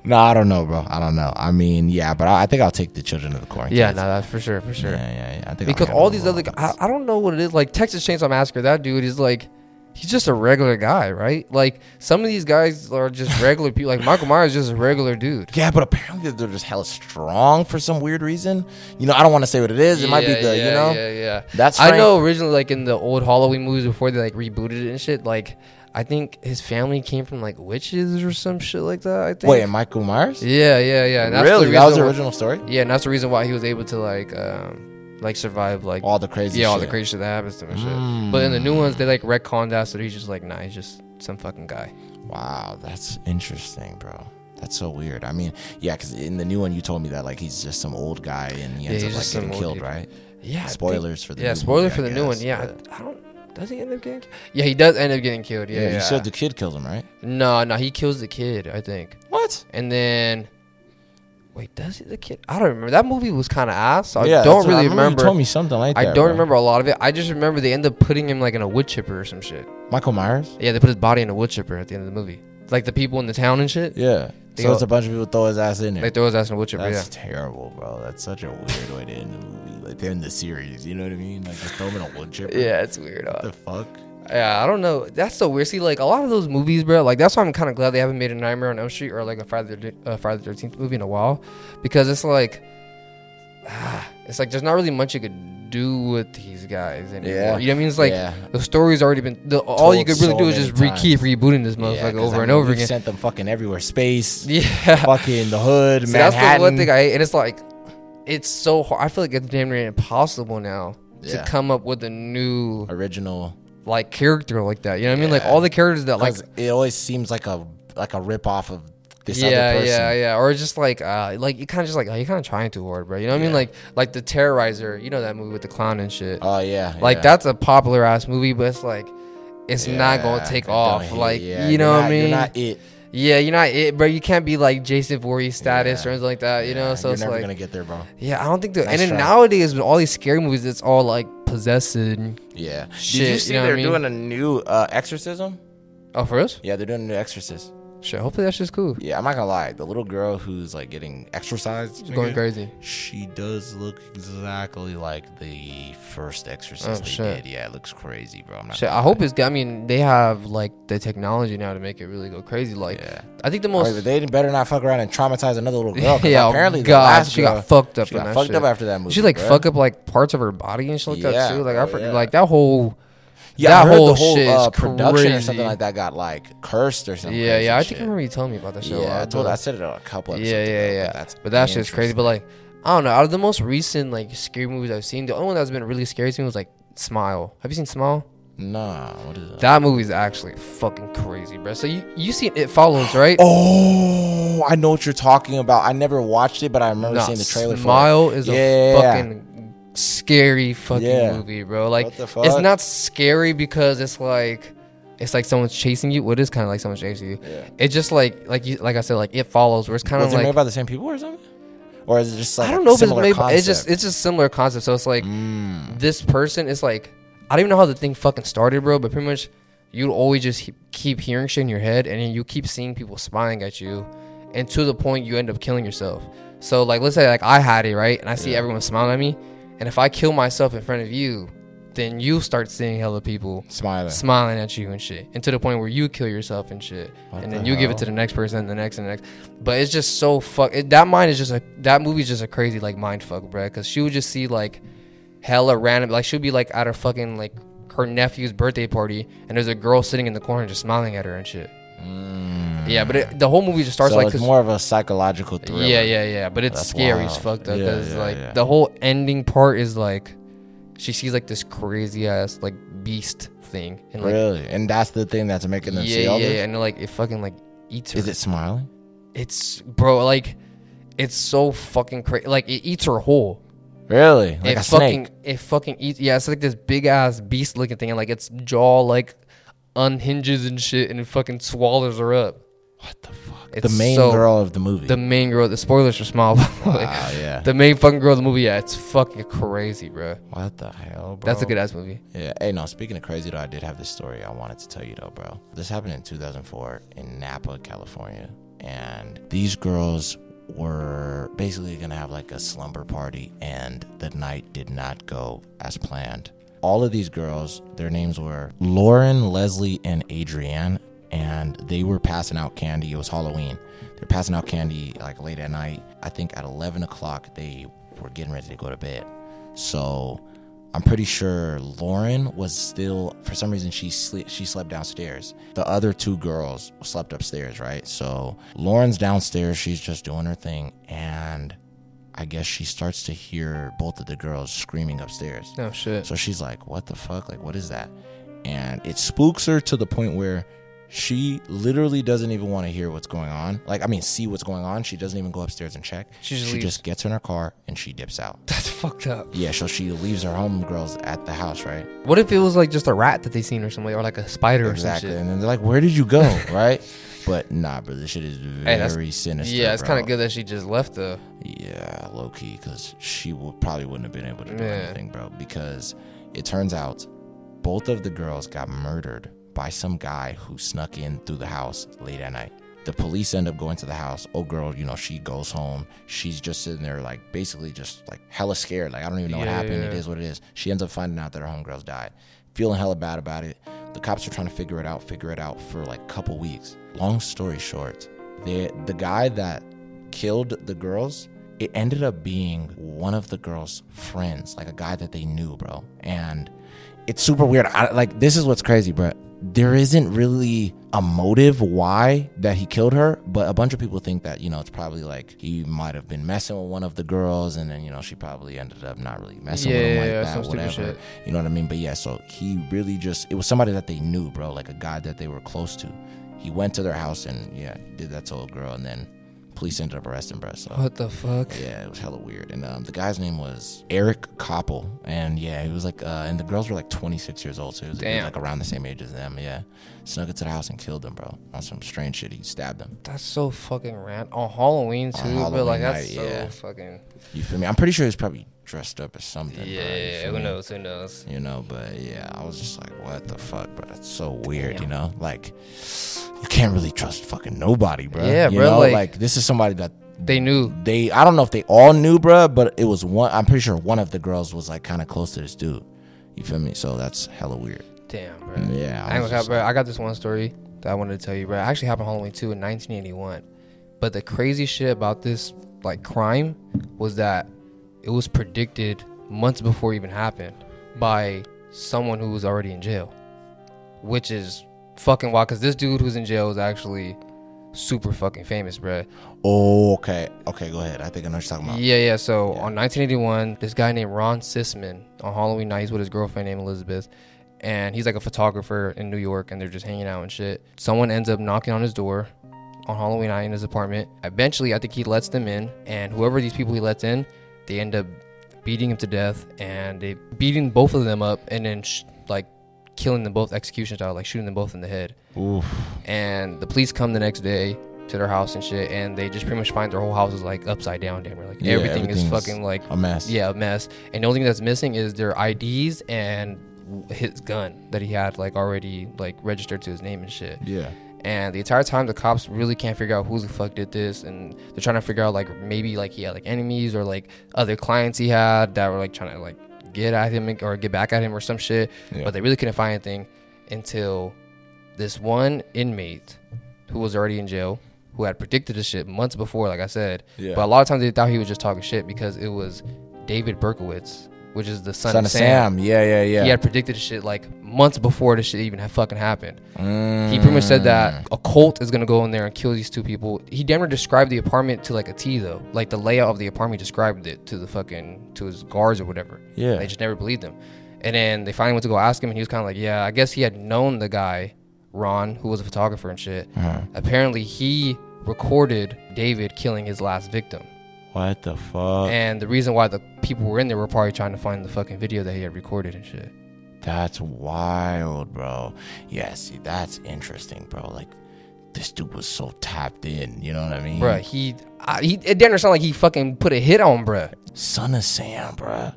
Speaker 2: no, I don't know, bro. I don't know. I mean, yeah, but I, I think I'll take the children of the corn.
Speaker 1: yeah,
Speaker 2: kids.
Speaker 1: no, that's for sure, for sure.
Speaker 2: yeah, yeah, yeah. I think I'll
Speaker 1: because
Speaker 2: handle
Speaker 1: all these
Speaker 2: them
Speaker 1: other, gu- I, I don't know what it is. Like Texas Chainsaw Massacre, that dude is like, he's just a regular guy, right? Like some of these guys are just regular people. Like Michael Myers is just a regular dude.
Speaker 2: Yeah, but apparently they're just hella strong for some weird reason. You know, I don't want to say what it is. It might be
Speaker 1: Yeah,
Speaker 2: the, you
Speaker 1: yeah,
Speaker 2: know.
Speaker 1: yeah, yeah.
Speaker 2: That's
Speaker 1: I
Speaker 2: Frank-
Speaker 1: know originally, like in the old Halloween movies before they like rebooted it and shit. Like, I think his family came from like witches or some shit like that. I think.
Speaker 2: Wait, Michael Myers?
Speaker 1: Yeah, yeah, yeah. And that's the
Speaker 2: really? That was
Speaker 1: reason
Speaker 2: the
Speaker 1: why-
Speaker 2: original story.
Speaker 1: Yeah, and that's the reason why he was able to like, um, like survive like
Speaker 2: All the crazy.
Speaker 1: yeah all
Speaker 2: shit. Mm.
Speaker 1: the crazy shit that happens to him and shit. But in the new ones, they like retconned that, so he's just like, nah, he's just some fucking guy.
Speaker 2: Wow, that's interesting, bro. That's so weird. I mean, yeah, because in the new one you told me that like he's just some old guy and he ends
Speaker 1: he's
Speaker 2: up like
Speaker 1: just some
Speaker 2: getting
Speaker 1: old
Speaker 2: killed,
Speaker 1: dude.
Speaker 2: right?
Speaker 1: Yeah. I think-
Speaker 2: Spoilers for the
Speaker 1: yeah,
Speaker 2: new
Speaker 1: spoiler
Speaker 2: movie,
Speaker 1: for
Speaker 2: I
Speaker 1: the new one.
Speaker 2: guess,
Speaker 1: Yeah,
Speaker 2: but-
Speaker 1: I, I don't. Does he end up getting? ki- Yeah, he does end up getting killed. Yeah,
Speaker 2: yeah,
Speaker 1: yeah.
Speaker 2: you said the kid kills him, right?
Speaker 1: no, no, he kills the kid. I think.
Speaker 2: What?
Speaker 1: And then, wait, does he the kid? I don't remember. That movie was kind of ass. So
Speaker 2: yeah,
Speaker 1: I
Speaker 2: that's
Speaker 1: don't
Speaker 2: what-
Speaker 1: really
Speaker 2: I
Speaker 1: remember.
Speaker 2: You told me something like
Speaker 1: I
Speaker 2: that.
Speaker 1: don't
Speaker 2: bro.
Speaker 1: remember a lot of it. I just remember they end up putting him like in a wood chipper or some shit.
Speaker 2: Michael Myers.
Speaker 1: Yeah, they put his body in a wood chipper at the end of the movie. Like the people in the town and shit.
Speaker 2: Yeah.
Speaker 1: They
Speaker 2: so
Speaker 1: all-
Speaker 2: it's a bunch of people throw his ass in there.
Speaker 1: They throw his ass in a wood chipper.
Speaker 2: That's terrible, bro. That's such a weird way to end the movie. Like they're in the series, you know what I mean? Like just throw them in a wood chipper.
Speaker 1: yeah. Yeah, it's weird.
Speaker 2: What
Speaker 1: uh,
Speaker 2: the fuck?
Speaker 1: Yeah, I don't know. That's so weird. See, like a lot of those movies, bro. Like that's why I'm kind of glad they haven't made a Nightmare on Elm Street or like a Friday the uh, Friday the 13th movie in a while, because it's like, ah, it's like there's not really much you could do with these guys anymore.
Speaker 2: Yeah.
Speaker 1: You know what I mean? It's like
Speaker 2: Yeah.
Speaker 1: the story's already been. The, all you
Speaker 2: Told
Speaker 1: could really
Speaker 2: so
Speaker 1: do is
Speaker 2: many
Speaker 1: just re-
Speaker 2: times.
Speaker 1: keep rebooting this
Speaker 2: Yeah,
Speaker 1: motherfucker
Speaker 2: 'cause,
Speaker 1: over
Speaker 2: I
Speaker 1: and
Speaker 2: mean,
Speaker 1: over
Speaker 2: we've
Speaker 1: again.
Speaker 2: Sent them fucking everywhere. Space,
Speaker 1: yeah.
Speaker 2: fucking the hood,
Speaker 1: See, that's
Speaker 2: Manhattan.
Speaker 1: the one thing I hate, and it's like, it's so hard. I feel like it's damn near impossible now
Speaker 2: Yeah.
Speaker 1: to come up with a new
Speaker 2: Original.
Speaker 1: like character like that. You know what I mean? Like
Speaker 2: Yeah.
Speaker 1: all the characters that like
Speaker 2: Like it always seems like a like a rip off of this
Speaker 1: yeah,
Speaker 2: other person.
Speaker 1: yeah, yeah. Or just like, uh, like you kind of just like, oh, you're kind of trying too hard, bro. You know what I mean? Like, like the Terrorizer. You know that movie with the clown and shit.
Speaker 2: Oh yeah.
Speaker 1: like
Speaker 2: yeah.
Speaker 1: that's a popular ass movie, but it's like, it's not
Speaker 2: Yeah,
Speaker 1: gonna take
Speaker 2: they don't
Speaker 1: off.
Speaker 2: hit-
Speaker 1: Like
Speaker 2: yeah,
Speaker 1: you
Speaker 2: you're
Speaker 1: know what
Speaker 2: not-
Speaker 1: I
Speaker 2: You're
Speaker 1: mean?
Speaker 2: not it.
Speaker 1: Yeah, you're not it, bro. You can't be like Jason Voorhees status or anything like that, you know. So
Speaker 2: you're
Speaker 1: it's
Speaker 2: never
Speaker 1: like,
Speaker 2: gonna get there, bro.
Speaker 1: yeah, I don't think. The, and
Speaker 2: Nice
Speaker 1: then
Speaker 2: try.
Speaker 1: nowadays with all these scary movies, it's all like possessed. and-
Speaker 2: Yeah.
Speaker 1: Shit,
Speaker 2: Did
Speaker 1: you
Speaker 2: you see
Speaker 1: know what I
Speaker 2: they're
Speaker 1: mean?
Speaker 2: doing a new uh, exorcism?
Speaker 1: Oh, for us?
Speaker 2: Yeah, they're doing a new exorcist.
Speaker 1: Shit, hopefully that's just cool.
Speaker 2: Yeah, I'm not gonna lie. The little girl who's like getting exercised,
Speaker 1: It's going crazy.
Speaker 2: She does look exactly like the first exorcist
Speaker 1: Oh,
Speaker 2: they
Speaker 1: shit.
Speaker 2: did. Yeah, it looks crazy, bro. I'm not
Speaker 1: Shit,
Speaker 2: gonna
Speaker 1: I hope
Speaker 2: lie.
Speaker 1: it's. I mean, they have like the technology now to make it really go crazy. Like,
Speaker 2: Yeah.
Speaker 1: I think the
Speaker 2: All right,
Speaker 1: most.
Speaker 2: but they better not fuck around and traumatize another little girl. 'cause
Speaker 1: yeah, oh
Speaker 2: apparently the
Speaker 1: God,
Speaker 2: last
Speaker 1: she
Speaker 2: girl,
Speaker 1: got fucked up.
Speaker 2: She
Speaker 1: in
Speaker 2: got
Speaker 1: that
Speaker 2: fucked
Speaker 1: shit.
Speaker 2: up after that movie.
Speaker 1: She like
Speaker 2: bro.
Speaker 1: fuck up like parts of her body and shit like
Speaker 2: Yeah,
Speaker 1: that too. Like I
Speaker 2: bro,
Speaker 1: forget,
Speaker 2: yeah.
Speaker 1: like that whole.
Speaker 2: Yeah,
Speaker 1: that
Speaker 2: I heard
Speaker 1: whole
Speaker 2: the whole
Speaker 1: shit is
Speaker 2: uh, production or
Speaker 1: crazy.
Speaker 2: something like that got like cursed or something.
Speaker 1: Yeah, yeah. I think I remember you telling me about that uh, shit. a
Speaker 2: Yeah,
Speaker 1: while
Speaker 2: I told
Speaker 1: ago.
Speaker 2: I said it on a couple. Episodes
Speaker 1: yeah, yeah,
Speaker 2: ago,
Speaker 1: yeah.
Speaker 2: But, that's
Speaker 1: but that shit's crazy. But like, I don't know. Out of the most recent like scary movies I've seen, the only one that's been really scary to me was like Smile. Have you seen Smile?
Speaker 2: nah, what is that?
Speaker 1: That movie's actually fucking crazy, bro. So you you seen It Follows, right?
Speaker 2: Oh, I know what you're talking about. I never watched it, but I remember
Speaker 1: Nah,
Speaker 2: seeing the trailer
Speaker 1: Smile
Speaker 2: for it.
Speaker 1: is
Speaker 2: yeah.
Speaker 1: a fucking scary fucking
Speaker 2: Yeah.
Speaker 1: movie, bro. Like
Speaker 2: What the
Speaker 1: it's
Speaker 2: fuck?
Speaker 1: not scary because it's like it's like someone's chasing you. Well, it is kind of like someone's chasing you.
Speaker 2: Yeah.
Speaker 1: It's just like like you like I said, like it follows where it's kind of
Speaker 2: Was it
Speaker 1: like
Speaker 2: made by the same people or something? Or is it just like
Speaker 1: I don't know if it's
Speaker 2: similar
Speaker 1: made.
Speaker 2: concept?
Speaker 1: It's just it's just similar concept. So it's like
Speaker 2: Mm.
Speaker 1: this person is like I don't even know how the thing fucking started, bro. But pretty much you always just he- keep hearing shit in your head, and then you keep seeing people smiling at you, and to the point you end up killing yourself. So like let's say like I had it right, and I see everyone smiling at me, and if I kill myself in front of you, then you start seeing hella people
Speaker 2: smiling.
Speaker 1: smiling at you and shit, and to the point where you kill yourself and shit,
Speaker 2: What
Speaker 1: and
Speaker 2: the
Speaker 1: then you give it
Speaker 2: hell?
Speaker 1: to the next person, and the next, and the next. But it's just so fuck. It, that mind is just a that movie's just a crazy like mind fuck, bruh. Because she would just see like hella random, like she'd be like at her fucking like her nephew's birthday party, and there's a girl sitting in the corner just smiling at her and shit. Yeah, but it, the whole movie just starts
Speaker 2: Mm. so
Speaker 1: like
Speaker 2: it's
Speaker 1: 'cause-
Speaker 2: more of a psychological thriller.
Speaker 1: yeah, yeah, yeah. But it's
Speaker 2: That's
Speaker 1: scary as
Speaker 2: wild.
Speaker 1: fuck though,
Speaker 2: Yeah,
Speaker 1: because
Speaker 2: yeah,
Speaker 1: like
Speaker 2: yeah.
Speaker 1: the whole ending part is like she sees like this crazy ass like beast thing, and like
Speaker 2: really, and that's the thing that's making them see
Speaker 1: yeah, yeah,
Speaker 2: all this.
Speaker 1: yeah, and like it fucking like eats her.
Speaker 2: Is it smiling?
Speaker 1: It's bro, like it's so fucking crazy. Like it eats her whole.
Speaker 2: Really, like
Speaker 1: it
Speaker 2: a
Speaker 1: fucking,
Speaker 2: snake?
Speaker 1: It fucking eats. Yeah, it's like this big ass beast looking thing, and like its jaw like unhinges and shit, and it fucking swallows her up.
Speaker 2: What the fuck?
Speaker 1: It's
Speaker 2: the main
Speaker 1: so-
Speaker 2: girl of the movie.
Speaker 1: The main girl. The spoilers for Smile. by the way.
Speaker 2: Wow, yeah.
Speaker 1: The main fucking girl of the movie. Yeah, it's fucking crazy, bro.
Speaker 2: what the hell, bro?
Speaker 1: That's a good ass movie.
Speaker 2: Yeah. Hey, no. Speaking of crazy though, I did have this story I wanted to tell you though, bro. This happened in 2004 in Napa, California, and these girls were basically gonna have like a slumber party, and the night did not go as planned. All of these girls, their names were Lauren, Leslie, and Adrienne, and they were passing out candy. It was Halloween. They're passing out candy like late at night. I think at 11 o'clock they were getting ready to go to bed. So I'm pretty sure Lauren was still for some reason she sleep she slept downstairs. The other two girls slept upstairs, right? So Lauren's downstairs, she's just doing her thing and I guess she starts to hear both of the girls screaming upstairs.
Speaker 1: No shit.
Speaker 2: So she's like, "What the fuck? Like what is that?" And it spooks her to the point where she literally doesn't even want to hear what's going on. Like I mean, see what's going on. She doesn't even go upstairs and check.
Speaker 1: She just
Speaker 2: she
Speaker 1: leaves.
Speaker 2: just gets in her car and she dips out.
Speaker 1: That's fucked up.
Speaker 2: Yeah, so she leaves her homegirls at the house, right?
Speaker 1: What if it was like just a rat that they seen or something, or like a spider
Speaker 2: Exactly.
Speaker 1: or some shit?
Speaker 2: And then they're like, "Where did you go?" right? But nah, bro, this shit is
Speaker 1: that's-
Speaker 2: very sinister.
Speaker 1: Yeah, it's
Speaker 2: bro.
Speaker 1: kind of good that she just left though.
Speaker 2: Yeah, low key, because she w- probably wouldn't have been able to do
Speaker 1: Yeah.
Speaker 2: anything, bro. Because it turns out both of the girls got murdered by some guy who snuck in through the house late at night. The police end up going to the house. Oh, girl, you know, she goes home. She's just sitting there, like, basically just like hella scared. Like, I don't even know what
Speaker 1: Yeah,
Speaker 2: happened. It
Speaker 1: yeah.
Speaker 2: is what it is. She ends up finding out that her homegirls died, feeling hella bad about it. The cops are trying to figure it out, figure it out for like a couple weeks. Long story short, the the guy that killed the girls, it ended up being one of the girls' friends, like a guy that they knew, bro. And it's super weird. I, like this is what's crazy, bro. There isn't really a motive why that he killed her, but a bunch of people think that you know it's probably like he might have been messing with one of the girls, and then you know she probably ended up not really messing with him
Speaker 1: Yeah,
Speaker 2: like
Speaker 1: yeah,
Speaker 2: that,
Speaker 1: some stupid
Speaker 2: whatever.
Speaker 1: shit.
Speaker 2: You know what I mean? But yeah, so he really just it was somebody that they knew, bro, like a guy that they were close to. He went to their house and yeah, did that to a girl, and then police ended up arresting Brett. So
Speaker 1: What the fuck?
Speaker 2: Oh. yeah, it was hella weird. And um, the guy's name was Eric Koppel. And yeah, he was like, uh, and the girls were like 26 years old. So he was, he was,
Speaker 1: Damn.
Speaker 2: like around the same age as them. Yeah. Snuck into the house and killed them, bro. On some strange shit. He stabbed them.
Speaker 1: That's so fucking rant on Halloween too. but
Speaker 2: Halloween
Speaker 1: like that's
Speaker 2: night,
Speaker 1: so
Speaker 2: yeah.
Speaker 1: fucking
Speaker 2: You feel me? I'm pretty sure he's probably dressed up as something. bro. You
Speaker 1: yeah.
Speaker 2: feel
Speaker 1: Who
Speaker 2: me?
Speaker 1: knows? Who knows?
Speaker 2: You know, but yeah, I was just like, what the fuck, bro? That's so weird, you know? Like, you can't really trust fucking nobody, bro.
Speaker 1: Yeah,
Speaker 2: you
Speaker 1: bro,
Speaker 2: Know?
Speaker 1: like-
Speaker 2: like, this is somebody that
Speaker 1: They knew.
Speaker 2: they I don't know if they all knew, bruh, but it was one. I'm pretty sure one of the girls was like kind of close to this dude. You feel me? So that's hella weird.
Speaker 1: Damn, bro.
Speaker 2: Yeah,
Speaker 1: I,
Speaker 2: I
Speaker 1: ain't gonna cap,
Speaker 2: was just
Speaker 1: bro. I got this one story that I wanted to tell you, bro. It actually happened Halloween too in 1981. But the crazy shit about this like crime was that it was predicted months before it even happened by someone who was already in jail, which is fucking wild. Cause this dude who's in jail is actually super fucking famous, bro.
Speaker 2: Oh, okay, okay, go ahead. I think I know what you're talking about.
Speaker 1: Yeah, yeah. So on 1981, this guy named Ron Sisman on Halloween night, he's with his girlfriend named Elizabeth, and he's like a photographer in New York, and they're just hanging out and shit. Someone ends up knocking on his door on Halloween night in his apartment. Eventually, I think he lets them in, and whoever these people he lets in, they end up beating him to death, and they beating both of them up, and then sh- like killing them both execution style, like shooting them both in the head
Speaker 2: Oof.
Speaker 1: and the police come the next day to their house and shit, and they just pretty much find their whole house is like upside down, damn near. Like
Speaker 2: Yeah,
Speaker 1: everything is
Speaker 2: everything's-
Speaker 1: fucking like
Speaker 2: A mess.
Speaker 1: yeah, a mess. And the only thing that's missing is their IDs and his gun that he had like already like registered to his name and shit.
Speaker 2: Yeah.
Speaker 1: And the entire time, the cops really can't figure out who the fuck did this, and they're trying to figure out like maybe like he had like enemies or like other clients he had that were like trying to like get at him or get back at him or some shit.
Speaker 2: Yeah.
Speaker 1: But they really couldn't find anything until this one inmate who was already in jail, who had predicted this shit months before, like I said.
Speaker 2: Yeah.
Speaker 1: But a lot of times they thought he was just talking shit because it was David Berkowitz, which is the son,
Speaker 2: Son of Sam. Yeah, yeah, yeah.
Speaker 1: He had predicted this shit like months before this shit even had fucking happened.
Speaker 2: Mm.
Speaker 1: He pretty much said that a cult is gonna go in there and kill these two people. He damn near described the apartment to like a T though, like the layout of the apartment he described it to the fucking to his guards or whatever.
Speaker 2: Mm, Yeah.
Speaker 1: they just never believed him. And then they finally went to go ask him, and he was kind of like, "Yeah, I guess he had known the guy, Ron, who was a photographer and shit.
Speaker 2: Uh-huh.
Speaker 1: Apparently, he recorded David killing his last victim."
Speaker 2: What the fuck?
Speaker 1: And the reason why the people were in there were probably trying to find the fucking video that he had recorded and shit.
Speaker 2: That's wild, bro. Yeah, see, that's interesting, bro. Like, this dude was so tapped in. You know what I mean?
Speaker 1: Bruh, he, I, he, it damn near sounded like he fucking put a hit on, bruh,
Speaker 2: Son of Sam, bro.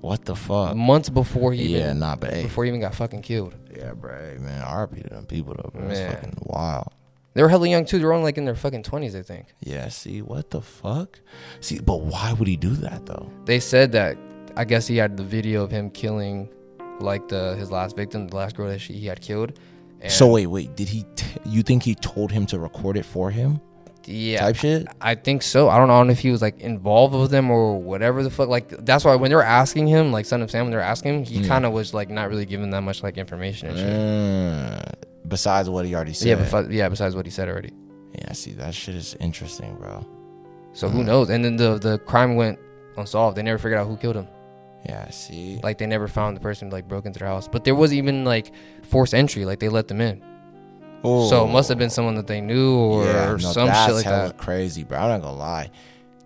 Speaker 2: What the fuck?
Speaker 1: months before he
Speaker 2: yeah,
Speaker 1: even,
Speaker 2: nah, but hey,
Speaker 1: before he even got fucking killed.
Speaker 2: Yeah, bro. Hey, man, RP to them people though, bro. That's
Speaker 1: Man.
Speaker 2: fucking wild.
Speaker 1: They were hella young too. They were only like in their fucking twenties, I think.
Speaker 2: Yeah, see, what the fuck? See, but why would he do that though?
Speaker 1: They said that I guess he had the video of him killing, like the his last victim, the last girl that she, he had killed. And
Speaker 2: So wait, wait, did he t- you think he told him to record it for him?
Speaker 1: yeah,
Speaker 2: Type shit?
Speaker 1: I think so. I don't know I don't know if he was like involved with them or whatever the fuck. Like that's why when they were asking him, like Son of Sam, when they were asking him, he kind of was like not really giving that much like information and shit.
Speaker 2: Mm, besides what he already said.
Speaker 1: Yeah, bef- yeah. Besides what he said already,
Speaker 2: yeah, see, that shit is interesting, bro.
Speaker 1: so
Speaker 2: Mm.
Speaker 1: who knows? And then the the crime went unsolved. They never figured out who killed him.
Speaker 2: Yeah, see.
Speaker 1: Like they never found the person who like broke into their house. But there was even like forced entry. Like they let them in. So it must have been someone that they knew or
Speaker 2: Yeah, no,
Speaker 1: some
Speaker 2: that's
Speaker 1: shit like
Speaker 2: hella
Speaker 1: that.
Speaker 2: Crazy, bro. I'm not gonna lie,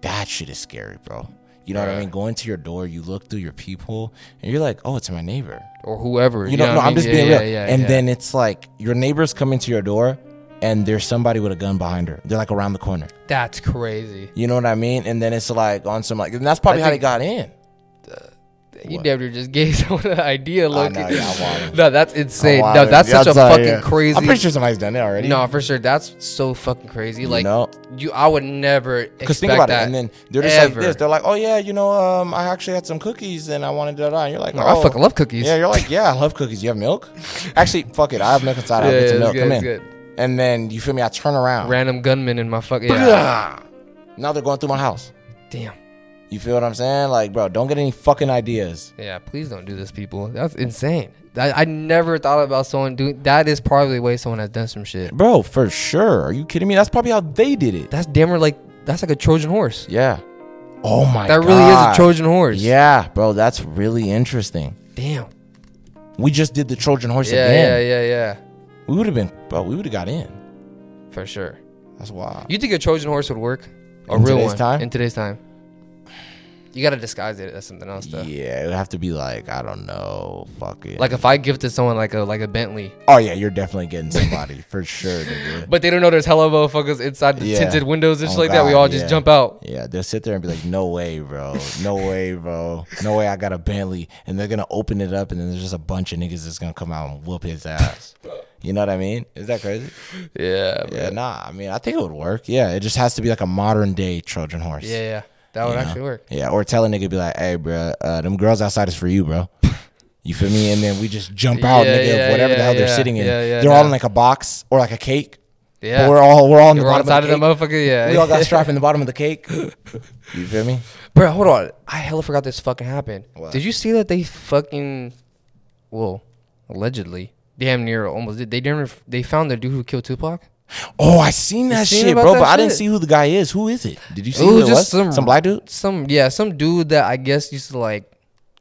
Speaker 2: that shit is scary, bro. You know what I
Speaker 1: Yeah.
Speaker 2: mean? Going to your door, you look through your peephole, and you're like, "Oh, it's my neighbor."
Speaker 1: Or whoever.
Speaker 2: You know, no,
Speaker 1: what I
Speaker 2: I'm
Speaker 1: mean?
Speaker 2: just
Speaker 1: Yeah,
Speaker 2: being
Speaker 1: yeah,
Speaker 2: real.
Speaker 1: yeah,
Speaker 2: and
Speaker 1: yeah.
Speaker 2: then it's like your neighbors come into your door and there's somebody with a gun behind her. They're like around the corner.
Speaker 1: That's crazy.
Speaker 2: You know what I mean? And then it's like on some like and that's probably
Speaker 1: I
Speaker 2: how
Speaker 1: think-
Speaker 2: they got in.
Speaker 1: You
Speaker 2: What?
Speaker 1: never just gave someone an idea look.
Speaker 2: know, yeah, I want it.
Speaker 1: no, that's insane.
Speaker 2: I
Speaker 1: No,
Speaker 2: wanted-
Speaker 1: that's such a
Speaker 2: how-
Speaker 1: fucking
Speaker 2: Oh, yeah.
Speaker 1: crazy.
Speaker 2: I'm pretty sure somebody's done it already.
Speaker 1: No, for sure. That's so fucking crazy.
Speaker 2: You
Speaker 1: Like
Speaker 2: know?
Speaker 1: you, I would never expect
Speaker 2: Because think about
Speaker 1: that.
Speaker 2: it, and then they're just
Speaker 1: ever.
Speaker 2: like this. They're like, "Oh yeah, you know, um, I actually had some cookies, and I wanted that." And you're like,
Speaker 1: No,
Speaker 2: oh.
Speaker 1: I fucking love cookies.
Speaker 2: Yeah, you're like, "Yeah, I love cookies. You have milk? actually, fuck it, I have milk inside. I'll
Speaker 1: Yeah,
Speaker 2: get
Speaker 1: yeah,
Speaker 2: some
Speaker 1: it's
Speaker 2: milk.
Speaker 1: good,
Speaker 2: Come
Speaker 1: it's
Speaker 2: in."
Speaker 1: good.
Speaker 2: And then you feel me? I turn around.
Speaker 1: Random gunman in my fucking. Yeah.
Speaker 2: Now they're going through my house.
Speaker 1: Damn.
Speaker 2: You feel what I'm saying? Like, bro, don't get any fucking ideas.
Speaker 1: Yeah. Please don't do this, people. That's insane. I, I never thought about someone doing. That is probably the way someone has done some shit.
Speaker 2: Bro, for sure. Are you kidding me? That's probably how they did it.
Speaker 1: That's damn near like that's like a Trojan horse.
Speaker 2: Yeah. Oh my
Speaker 1: That
Speaker 2: god.
Speaker 1: really is a Trojan horse.
Speaker 2: Yeah, bro, that's really interesting.
Speaker 1: Damn.
Speaker 2: We just did the Trojan horse
Speaker 1: Yeah,
Speaker 2: again.
Speaker 1: yeah, yeah, yeah.
Speaker 2: We would have been bro, we would have got in.
Speaker 1: For sure.
Speaker 2: That's wild.
Speaker 1: You think a Trojan horse would work? A
Speaker 2: In
Speaker 1: real
Speaker 2: today's
Speaker 1: one
Speaker 2: time?
Speaker 1: in today's time. You gotta disguise it as something else though.
Speaker 2: Yeah, it would have to be like I don't know, fucking
Speaker 1: Like if I gifted someone like a like a Bentley,
Speaker 2: oh yeah, you're definitely getting somebody for sure. Nigga.
Speaker 1: but they don't know there's hella motherfuckers inside the
Speaker 2: Yeah.
Speaker 1: tinted windows and shit
Speaker 2: Oh,
Speaker 1: like that. We
Speaker 2: God,
Speaker 1: all just
Speaker 2: yeah.
Speaker 1: jump out.
Speaker 2: Yeah, they'll sit there and be like, "No way, bro! No way, bro! No way! I got a Bentley!" And they're gonna open it up, and then there's just a bunch of niggas that's gonna come out and whoop his ass. You know what I mean? Is that crazy?
Speaker 1: Yeah,
Speaker 2: Yeah, nah. I mean, I think it would work. Yeah, it just has to be like a modern day Trojan horse.
Speaker 1: yeah, yeah. That would
Speaker 2: you know?
Speaker 1: actually work.
Speaker 2: Yeah, or tell a nigga be like, "Hey, bro, uh, them girls outside is for you, bro." You feel me? And then we just jump out,
Speaker 1: Yeah,
Speaker 2: nigga,
Speaker 1: yeah,
Speaker 2: of whatever the
Speaker 1: yeah,
Speaker 2: hell they're
Speaker 1: yeah,
Speaker 2: sitting in.
Speaker 1: yeah, yeah,
Speaker 2: they're all
Speaker 1: nah.
Speaker 2: in like a box or like a cake.
Speaker 1: Yeah,
Speaker 2: But we're all we're all in the
Speaker 1: We're on
Speaker 2: bottom
Speaker 1: the side of the
Speaker 2: of the cake.
Speaker 1: motherfucker. Yeah,
Speaker 2: We all got strapped in the bottom of the cake. You feel me?
Speaker 1: Bro, hold on. I hella forgot this fucking happened.
Speaker 2: What?
Speaker 1: Did you see that they fucking, well, allegedly, damn near almost did. They damn near, they found the dude who killed Tupac.
Speaker 2: Oh, I seen that
Speaker 1: seen
Speaker 2: shit,
Speaker 1: about
Speaker 2: bro.
Speaker 1: that
Speaker 2: but I didn't
Speaker 1: shit?
Speaker 2: see who the guy is. Who is it? Did you see
Speaker 1: It
Speaker 2: who
Speaker 1: was
Speaker 2: it
Speaker 1: just
Speaker 2: was?
Speaker 1: some-
Speaker 2: Some, black dude.
Speaker 1: Some yeah, some dude that I guess used to like,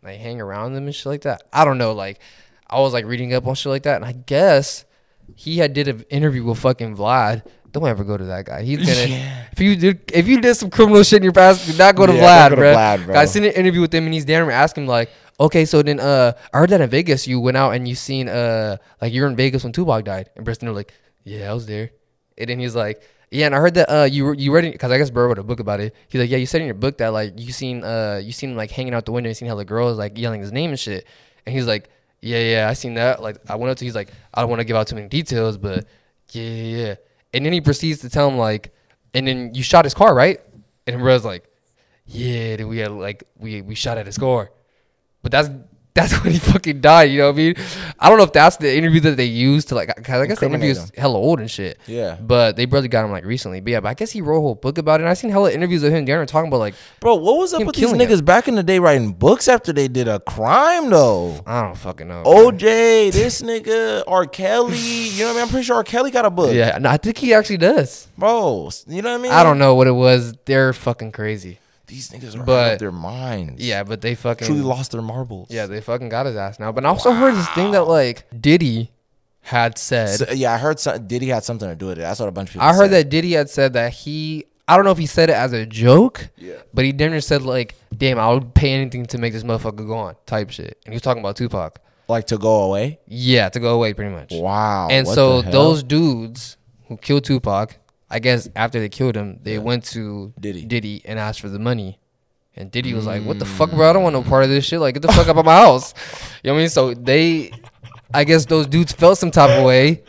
Speaker 1: like hang around them and shit like that. I don't know. Like, I was like reading up on shit like that, and I guess he had did an interview with fucking Vlad. Don't ever go to that guy. He's gonna
Speaker 2: Yeah.
Speaker 1: if you did if you did some criminal shit in your past, do not go to
Speaker 2: Yeah,
Speaker 1: Vlad,
Speaker 2: don't go to
Speaker 1: bro.
Speaker 2: Vlad, bro.
Speaker 1: I seen an interview with him, and he's damn near asking like, okay, so then uh, I heard that in Vegas you went out and you seen uh, like you were in Vegas when Tupac died, and Briston was like, yeah, I was there, and then he's like. Yeah, and I heard that uh, you you read it because I guess Burr wrote a book about it. He's like, yeah, you said in your book that like you seen uh you seen him like hanging out the window, and seen how the girl is like yelling his name and shit. And he's like, yeah, yeah, I seen that. Like I went up to, he's like, I don't want to give out too many details, but yeah, yeah, yeah. And then he proceeds to tell him like, and then you shot his car, right? And Bro's like, yeah, then we had like we we shot at his car, but that's that's when he fucking died. You know what I mean? I don't know if that's the interview that they used to like. Cause I guess the
Speaker 2: Incriminate
Speaker 1: interview is
Speaker 2: him.
Speaker 1: hella old and shit.
Speaker 2: Yeah.
Speaker 1: But they barely got him like recently. But yeah, but I guess he wrote a whole book about it. And I seen hella interviews of him down there talking about like
Speaker 2: Bro, what was up
Speaker 1: Him
Speaker 2: with these
Speaker 1: killing
Speaker 2: niggas back in the day writing books after they did a crime though?
Speaker 1: I don't fucking know.
Speaker 2: Oh.
Speaker 1: bro.
Speaker 2: OJ, this nigga, R. Kelly, you know what I mean? I'm pretty sure R. Kelly got a book.
Speaker 1: yeah, no, I think he actually does.
Speaker 2: Bro, s- you know what I mean?
Speaker 1: I don't know what it was. They're fucking crazy.
Speaker 2: These niggas are out
Speaker 1: But-
Speaker 2: of their minds.
Speaker 1: Yeah, but they fucking
Speaker 2: Truly lost their marbles.
Speaker 1: Yeah, they fucking got his ass now. But I also heard this thing that like Diddy had said.
Speaker 2: So- yeah, I heard some, Diddy had something to do with it. That's what a bunch of people
Speaker 1: I heard
Speaker 2: said.
Speaker 1: that Diddy had said that he. I don't know if he said it as a joke,
Speaker 2: Yeah.
Speaker 1: but he damn near said like, "Damn, I would pay anything to make this motherfucker go on." Type shit, and he was talking about Tupac.
Speaker 2: like to go away.
Speaker 1: Yeah, to go away, pretty much.
Speaker 2: Wow.
Speaker 1: and
Speaker 2: what
Speaker 1: so
Speaker 2: the hell?
Speaker 1: those dudes who killed Tupac, I guess after they killed him, they went to
Speaker 2: Diddy.
Speaker 1: Diddy and asked for the money. And Diddy was like, "What the fuck, bro? I don't want no part of this shit. Like, get the fuck up out my house." You know what I mean? So they, I guess those dudes felt some type of way,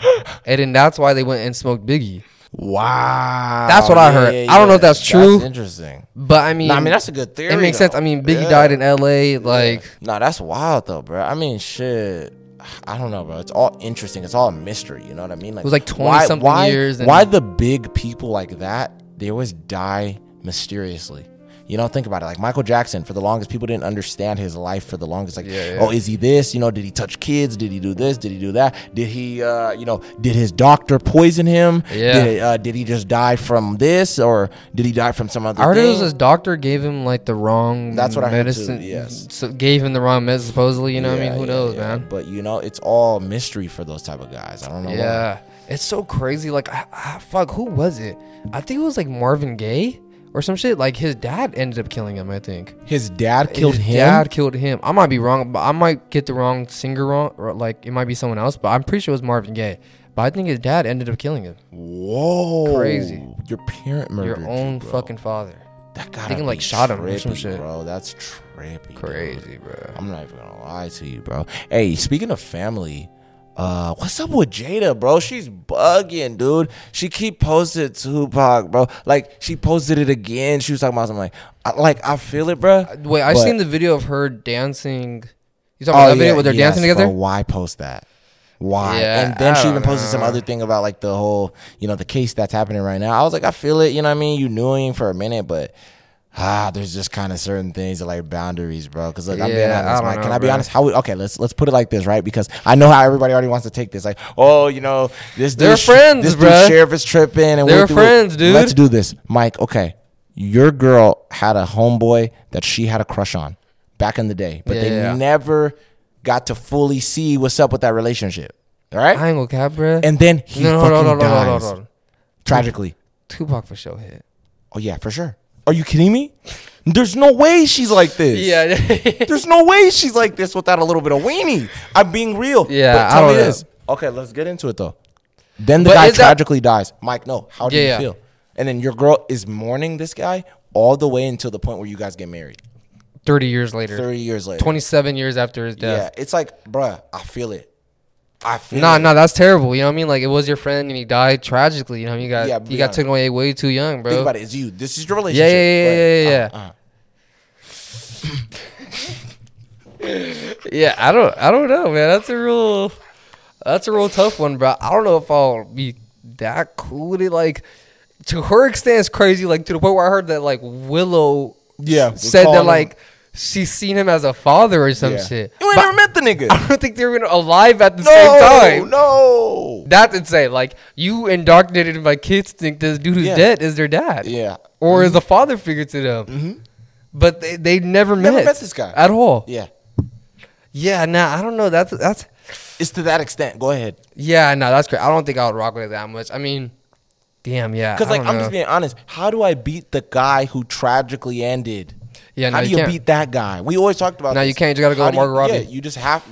Speaker 1: and then that's why they went and smoked Biggie.
Speaker 2: Wow.
Speaker 1: That's what I heard. I don't know if that's true.
Speaker 2: interesting.
Speaker 1: But I mean,
Speaker 2: Nah, I mean, that's a good theory.
Speaker 1: It makes sense. I mean, Biggie died in L.A. Like,
Speaker 2: No, that's wild though, bro. I mean, shit. I don't know, bro. It's all interesting. It's all a mystery. You know what I mean? Like, it
Speaker 1: was like 20 something years and-
Speaker 2: why the big people like that? They always die mysteriously. You know, think about it. Like Michael Jackson, for the longest, people didn't understand his life. For the longest, like,
Speaker 1: Yeah, yeah.
Speaker 2: oh, is he this? You know, did he touch kids? Did he do this? Did he do that? Did he, uh, you know, did his doctor poison him?
Speaker 1: Yeah.
Speaker 2: Did, uh, did he just die from this, or did he die from some other?
Speaker 1: I heard it was
Speaker 2: thing?
Speaker 1: his doctor gave him like the wrong.
Speaker 2: That's what I heard, too,
Speaker 1: medicine.
Speaker 2: yes.
Speaker 1: so gave him the wrong medicine. Supposedly, you know what I
Speaker 2: Yeah,
Speaker 1: mean? Who
Speaker 2: yeah,
Speaker 1: knows,
Speaker 2: yeah.
Speaker 1: man?
Speaker 2: But you know, it's all mystery for those type of guys. I don't know. why.
Speaker 1: Yeah, it's so crazy. Like, I, I, fuck, who was it? I think it was like Marvin Gaye or some shit. Like his dad ended up killing him. I think
Speaker 2: His dad killed
Speaker 1: his
Speaker 2: him.
Speaker 1: Dad killed him. I might be wrong, but I might get the wrong singer wrong. Or like it might be someone else, but I'm pretty sure it was Marvin Gaye. But I think his dad ended up killing him.
Speaker 2: Whoa.
Speaker 1: Crazy.
Speaker 2: Your parent murdered
Speaker 1: Your own
Speaker 2: you, bro.
Speaker 1: fucking father.
Speaker 2: That got
Speaker 1: think he, like, shot him or some shit.
Speaker 2: bro. That's trippy. dude.
Speaker 1: Crazy, bro.
Speaker 2: I'm not even gonna lie to you, bro. Hey, speaking of family, uh, what's up with Jada, bro? She's bugging, dude. She keep posted Tupac, bro. Like she posted it again. She was talking about something like, I, like I feel it, bro.
Speaker 1: Wait, I
Speaker 2: But- Oh,
Speaker 1: seen the video of her dancing. You talking about that video where they're dancing
Speaker 2: yes,
Speaker 1: together?
Speaker 2: Bro, why post that? Why?
Speaker 1: Yeah,
Speaker 2: and then
Speaker 1: I
Speaker 2: she even
Speaker 1: don't
Speaker 2: posted some
Speaker 1: know.
Speaker 2: other thing about like the whole, you know, the case that's happening right now. I was like, I feel it, you know what I mean? You knew him for a minute, but ah, there's just kind of certain things that like boundaries, bro. Because look, I'm being
Speaker 1: Yeah, I
Speaker 2: honest.
Speaker 1: don't
Speaker 2: Like,
Speaker 1: know,
Speaker 2: can I be
Speaker 1: bro.
Speaker 2: honest? How we, okay, let's let's put it like this, right? Because I know how everybody already wants to take this. Like, oh, you know, this
Speaker 1: They're
Speaker 2: dude sh-
Speaker 1: friends,
Speaker 2: this dude
Speaker 1: bruh.
Speaker 2: sheriff is tripping, and
Speaker 1: They're
Speaker 2: we're through it.
Speaker 1: friends, dude.
Speaker 2: Let's do this, Mike. Okay, your girl had a homeboy that she had a crush on back in the day, but they
Speaker 1: Yeah.
Speaker 2: never got to fully see what's up with that relationship. All right,
Speaker 1: I ain't gonna cap, bro.
Speaker 2: and then he
Speaker 1: no, no,
Speaker 2: fucking
Speaker 1: no, no, no, no,
Speaker 2: dies
Speaker 1: no, no.
Speaker 2: tragically.
Speaker 1: Tupac for sure hit.
Speaker 2: Oh yeah, for sure. Are you kidding me? There's no way she's like this.
Speaker 1: Yeah.
Speaker 2: There's no way she's like this without a little bit of weenie. I'm being real.
Speaker 1: Yeah,
Speaker 2: But
Speaker 1: I
Speaker 2: tell me
Speaker 1: don't know.
Speaker 2: this. Okay, let's get into it though. Then the
Speaker 1: But
Speaker 2: guy
Speaker 1: is that-
Speaker 2: tragically dies. Mike, no. How do
Speaker 1: Yeah,
Speaker 2: you
Speaker 1: yeah.
Speaker 2: feel? And then your girl is mourning this guy all the way until the point where you guys get married.
Speaker 1: 30 years later.
Speaker 2: Thirty years later.
Speaker 1: 27 years after his
Speaker 2: Yeah.
Speaker 1: death.
Speaker 2: It's like, bruh, I feel it. I feel
Speaker 1: Nah,
Speaker 2: it.
Speaker 1: nah, that's terrible. You know what I mean? Like it was your friend and he died tragically. You know, you got
Speaker 2: Yeah,
Speaker 1: you got
Speaker 2: beyond.
Speaker 1: taken away way too young, bro.
Speaker 2: Think about it. It's you. This is your
Speaker 1: Yeah, yeah,
Speaker 2: relationship.
Speaker 1: yeah,
Speaker 2: Like, uh,
Speaker 1: yeah, yeah, yeah. yeah, I don't, I don't know, man. That's a real, that's a real tough one, bro. I don't know if I'll be that cool with it. Like, to her extent, it's crazy. Like to the point where I heard that like Willow,
Speaker 2: Yeah, we
Speaker 1: said
Speaker 2: call
Speaker 1: that
Speaker 2: him-
Speaker 1: like she's seen him as a father or some
Speaker 2: Yeah.
Speaker 1: shit.
Speaker 2: You ain't
Speaker 1: But
Speaker 2: never met the nigga.
Speaker 1: I don't think they were even alive at the same
Speaker 2: No,
Speaker 1: time.
Speaker 2: no.
Speaker 1: That's insane. Like you indoctrinated my kids think this dude who's
Speaker 2: Yeah.
Speaker 1: dead is their dad.
Speaker 2: Yeah. Mm-hmm.
Speaker 1: Or is a father figure to them. But they, they never,
Speaker 2: Never
Speaker 1: met,
Speaker 2: met this guy.
Speaker 1: at all.
Speaker 2: Yeah.
Speaker 1: Yeah, nah, I don't know. That's that's
Speaker 2: It's to that extent. Go ahead.
Speaker 1: yeah, nah, that's great. I don't think I would rock with it that much. I mean, damn, yeah.
Speaker 2: Because
Speaker 1: I
Speaker 2: like
Speaker 1: don't
Speaker 2: I'm
Speaker 1: know.
Speaker 2: just being honest. How do I beat the guy who tragically ended?
Speaker 1: Yeah, no,
Speaker 2: How do
Speaker 1: you
Speaker 2: you
Speaker 1: can't.
Speaker 2: beat that guy? We always talked about.
Speaker 1: No,
Speaker 2: this.
Speaker 1: you can't. You gotta go
Speaker 2: How
Speaker 1: with
Speaker 2: do you-
Speaker 1: Margot Robbie.
Speaker 2: Yeah, you just have.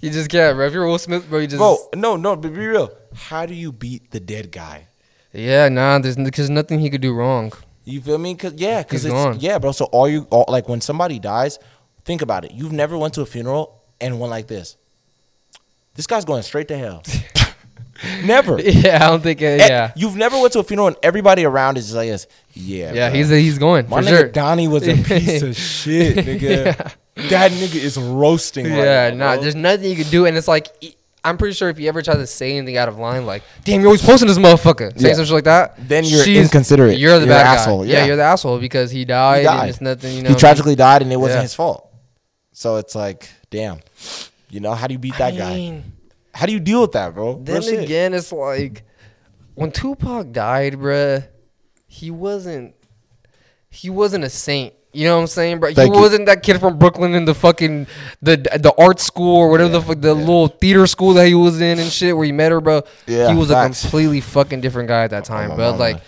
Speaker 1: you just can't, bro. If you're Will Smith, bro, you just
Speaker 2: Bro, no, no. But be real. How do you beat the dead guy?
Speaker 1: yeah, nah. There's because nothing he could do wrong.
Speaker 2: You feel me? Cause yeah, cause
Speaker 1: He's
Speaker 2: it's
Speaker 1: gone.
Speaker 2: yeah, bro. So all you all, like when somebody dies, think about it. You've never went to a funeral and went like this. This guy's going straight to hell. never.
Speaker 1: yeah, I don't think. Uh,
Speaker 2: Eh,
Speaker 1: yeah,
Speaker 2: You've never went to a funeral and everybody around is just like this. Yeah.
Speaker 1: yeah.
Speaker 2: bro.
Speaker 1: He's he's going
Speaker 2: My
Speaker 1: for
Speaker 2: nigga
Speaker 1: sure.
Speaker 2: Donnie was a piece of shit, nigga. That nigga is roasting. right
Speaker 1: Yeah,
Speaker 2: now,
Speaker 1: nah,
Speaker 2: bro.
Speaker 1: there's nothing you can do, and it's like e- I'm pretty sure if you ever try to say anything out of line, like "damn, you're always posting this motherfucker," say
Speaker 2: Yeah.
Speaker 1: something like that,
Speaker 2: Then you're
Speaker 1: she's-
Speaker 2: inconsiderate.
Speaker 1: You're the
Speaker 2: You're
Speaker 1: bad
Speaker 2: an
Speaker 1: guy.
Speaker 2: asshole,
Speaker 1: Yeah.
Speaker 2: yeah.
Speaker 1: you're the asshole because he died.
Speaker 2: He died.
Speaker 1: And it's nothing, you know.
Speaker 2: he tragically died, and it wasn't
Speaker 1: Yeah.
Speaker 2: his fault. So it's like, damn. You know, how do you beat that guy? How do you deal with that, bro? Real
Speaker 1: Then
Speaker 2: shit.
Speaker 1: again, it's like when Tupac died, bruh, he wasn't he wasn't a saint. You know what I'm saying, bro?
Speaker 2: Thank
Speaker 1: he
Speaker 2: you.
Speaker 1: wasn't that kid from Brooklyn in the fucking the the art school or whatever the fuck the little theater school that he was in and shit where he met her, bro.
Speaker 2: Yeah,
Speaker 1: he was
Speaker 2: facts. Oh,
Speaker 1: a completely fucking different guy at that time,
Speaker 2: my
Speaker 1: bro.
Speaker 2: mama.
Speaker 1: Like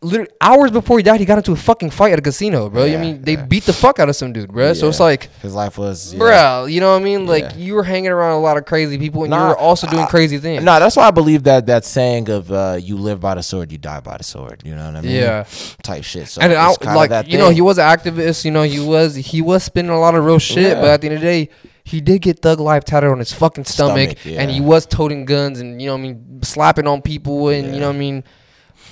Speaker 1: literally hours before he died, he got into a fucking fight at a casino, bro.
Speaker 2: Yeah,
Speaker 1: I mean, they
Speaker 2: yeah.
Speaker 1: beat the fuck out of some dude, bro. So it's
Speaker 2: Yeah.
Speaker 1: like.
Speaker 2: his life was, yeah.
Speaker 1: Bro, you know what I mean? Like
Speaker 2: Yeah.
Speaker 1: you were hanging around a lot of crazy people, and you
Speaker 2: Nah,
Speaker 1: were also doing
Speaker 2: I-
Speaker 1: crazy things.
Speaker 2: No, that's why I believe that that saying of uh, "you live by the sword, you die by the sword." You know what I mean?
Speaker 1: Yeah.
Speaker 2: type shit. So
Speaker 1: and I,
Speaker 2: it's kinda
Speaker 1: like
Speaker 2: that
Speaker 1: you know
Speaker 2: thing.
Speaker 1: he was an activist you know he was he was spinning a lot of real shit
Speaker 2: Yeah.
Speaker 1: but at the end of the day he did get thug life tatted on his fucking stomach,
Speaker 2: Stomach, yeah.
Speaker 1: and he was toting guns and you know what i mean slapping on people and you
Speaker 2: Yeah.
Speaker 1: know what i mean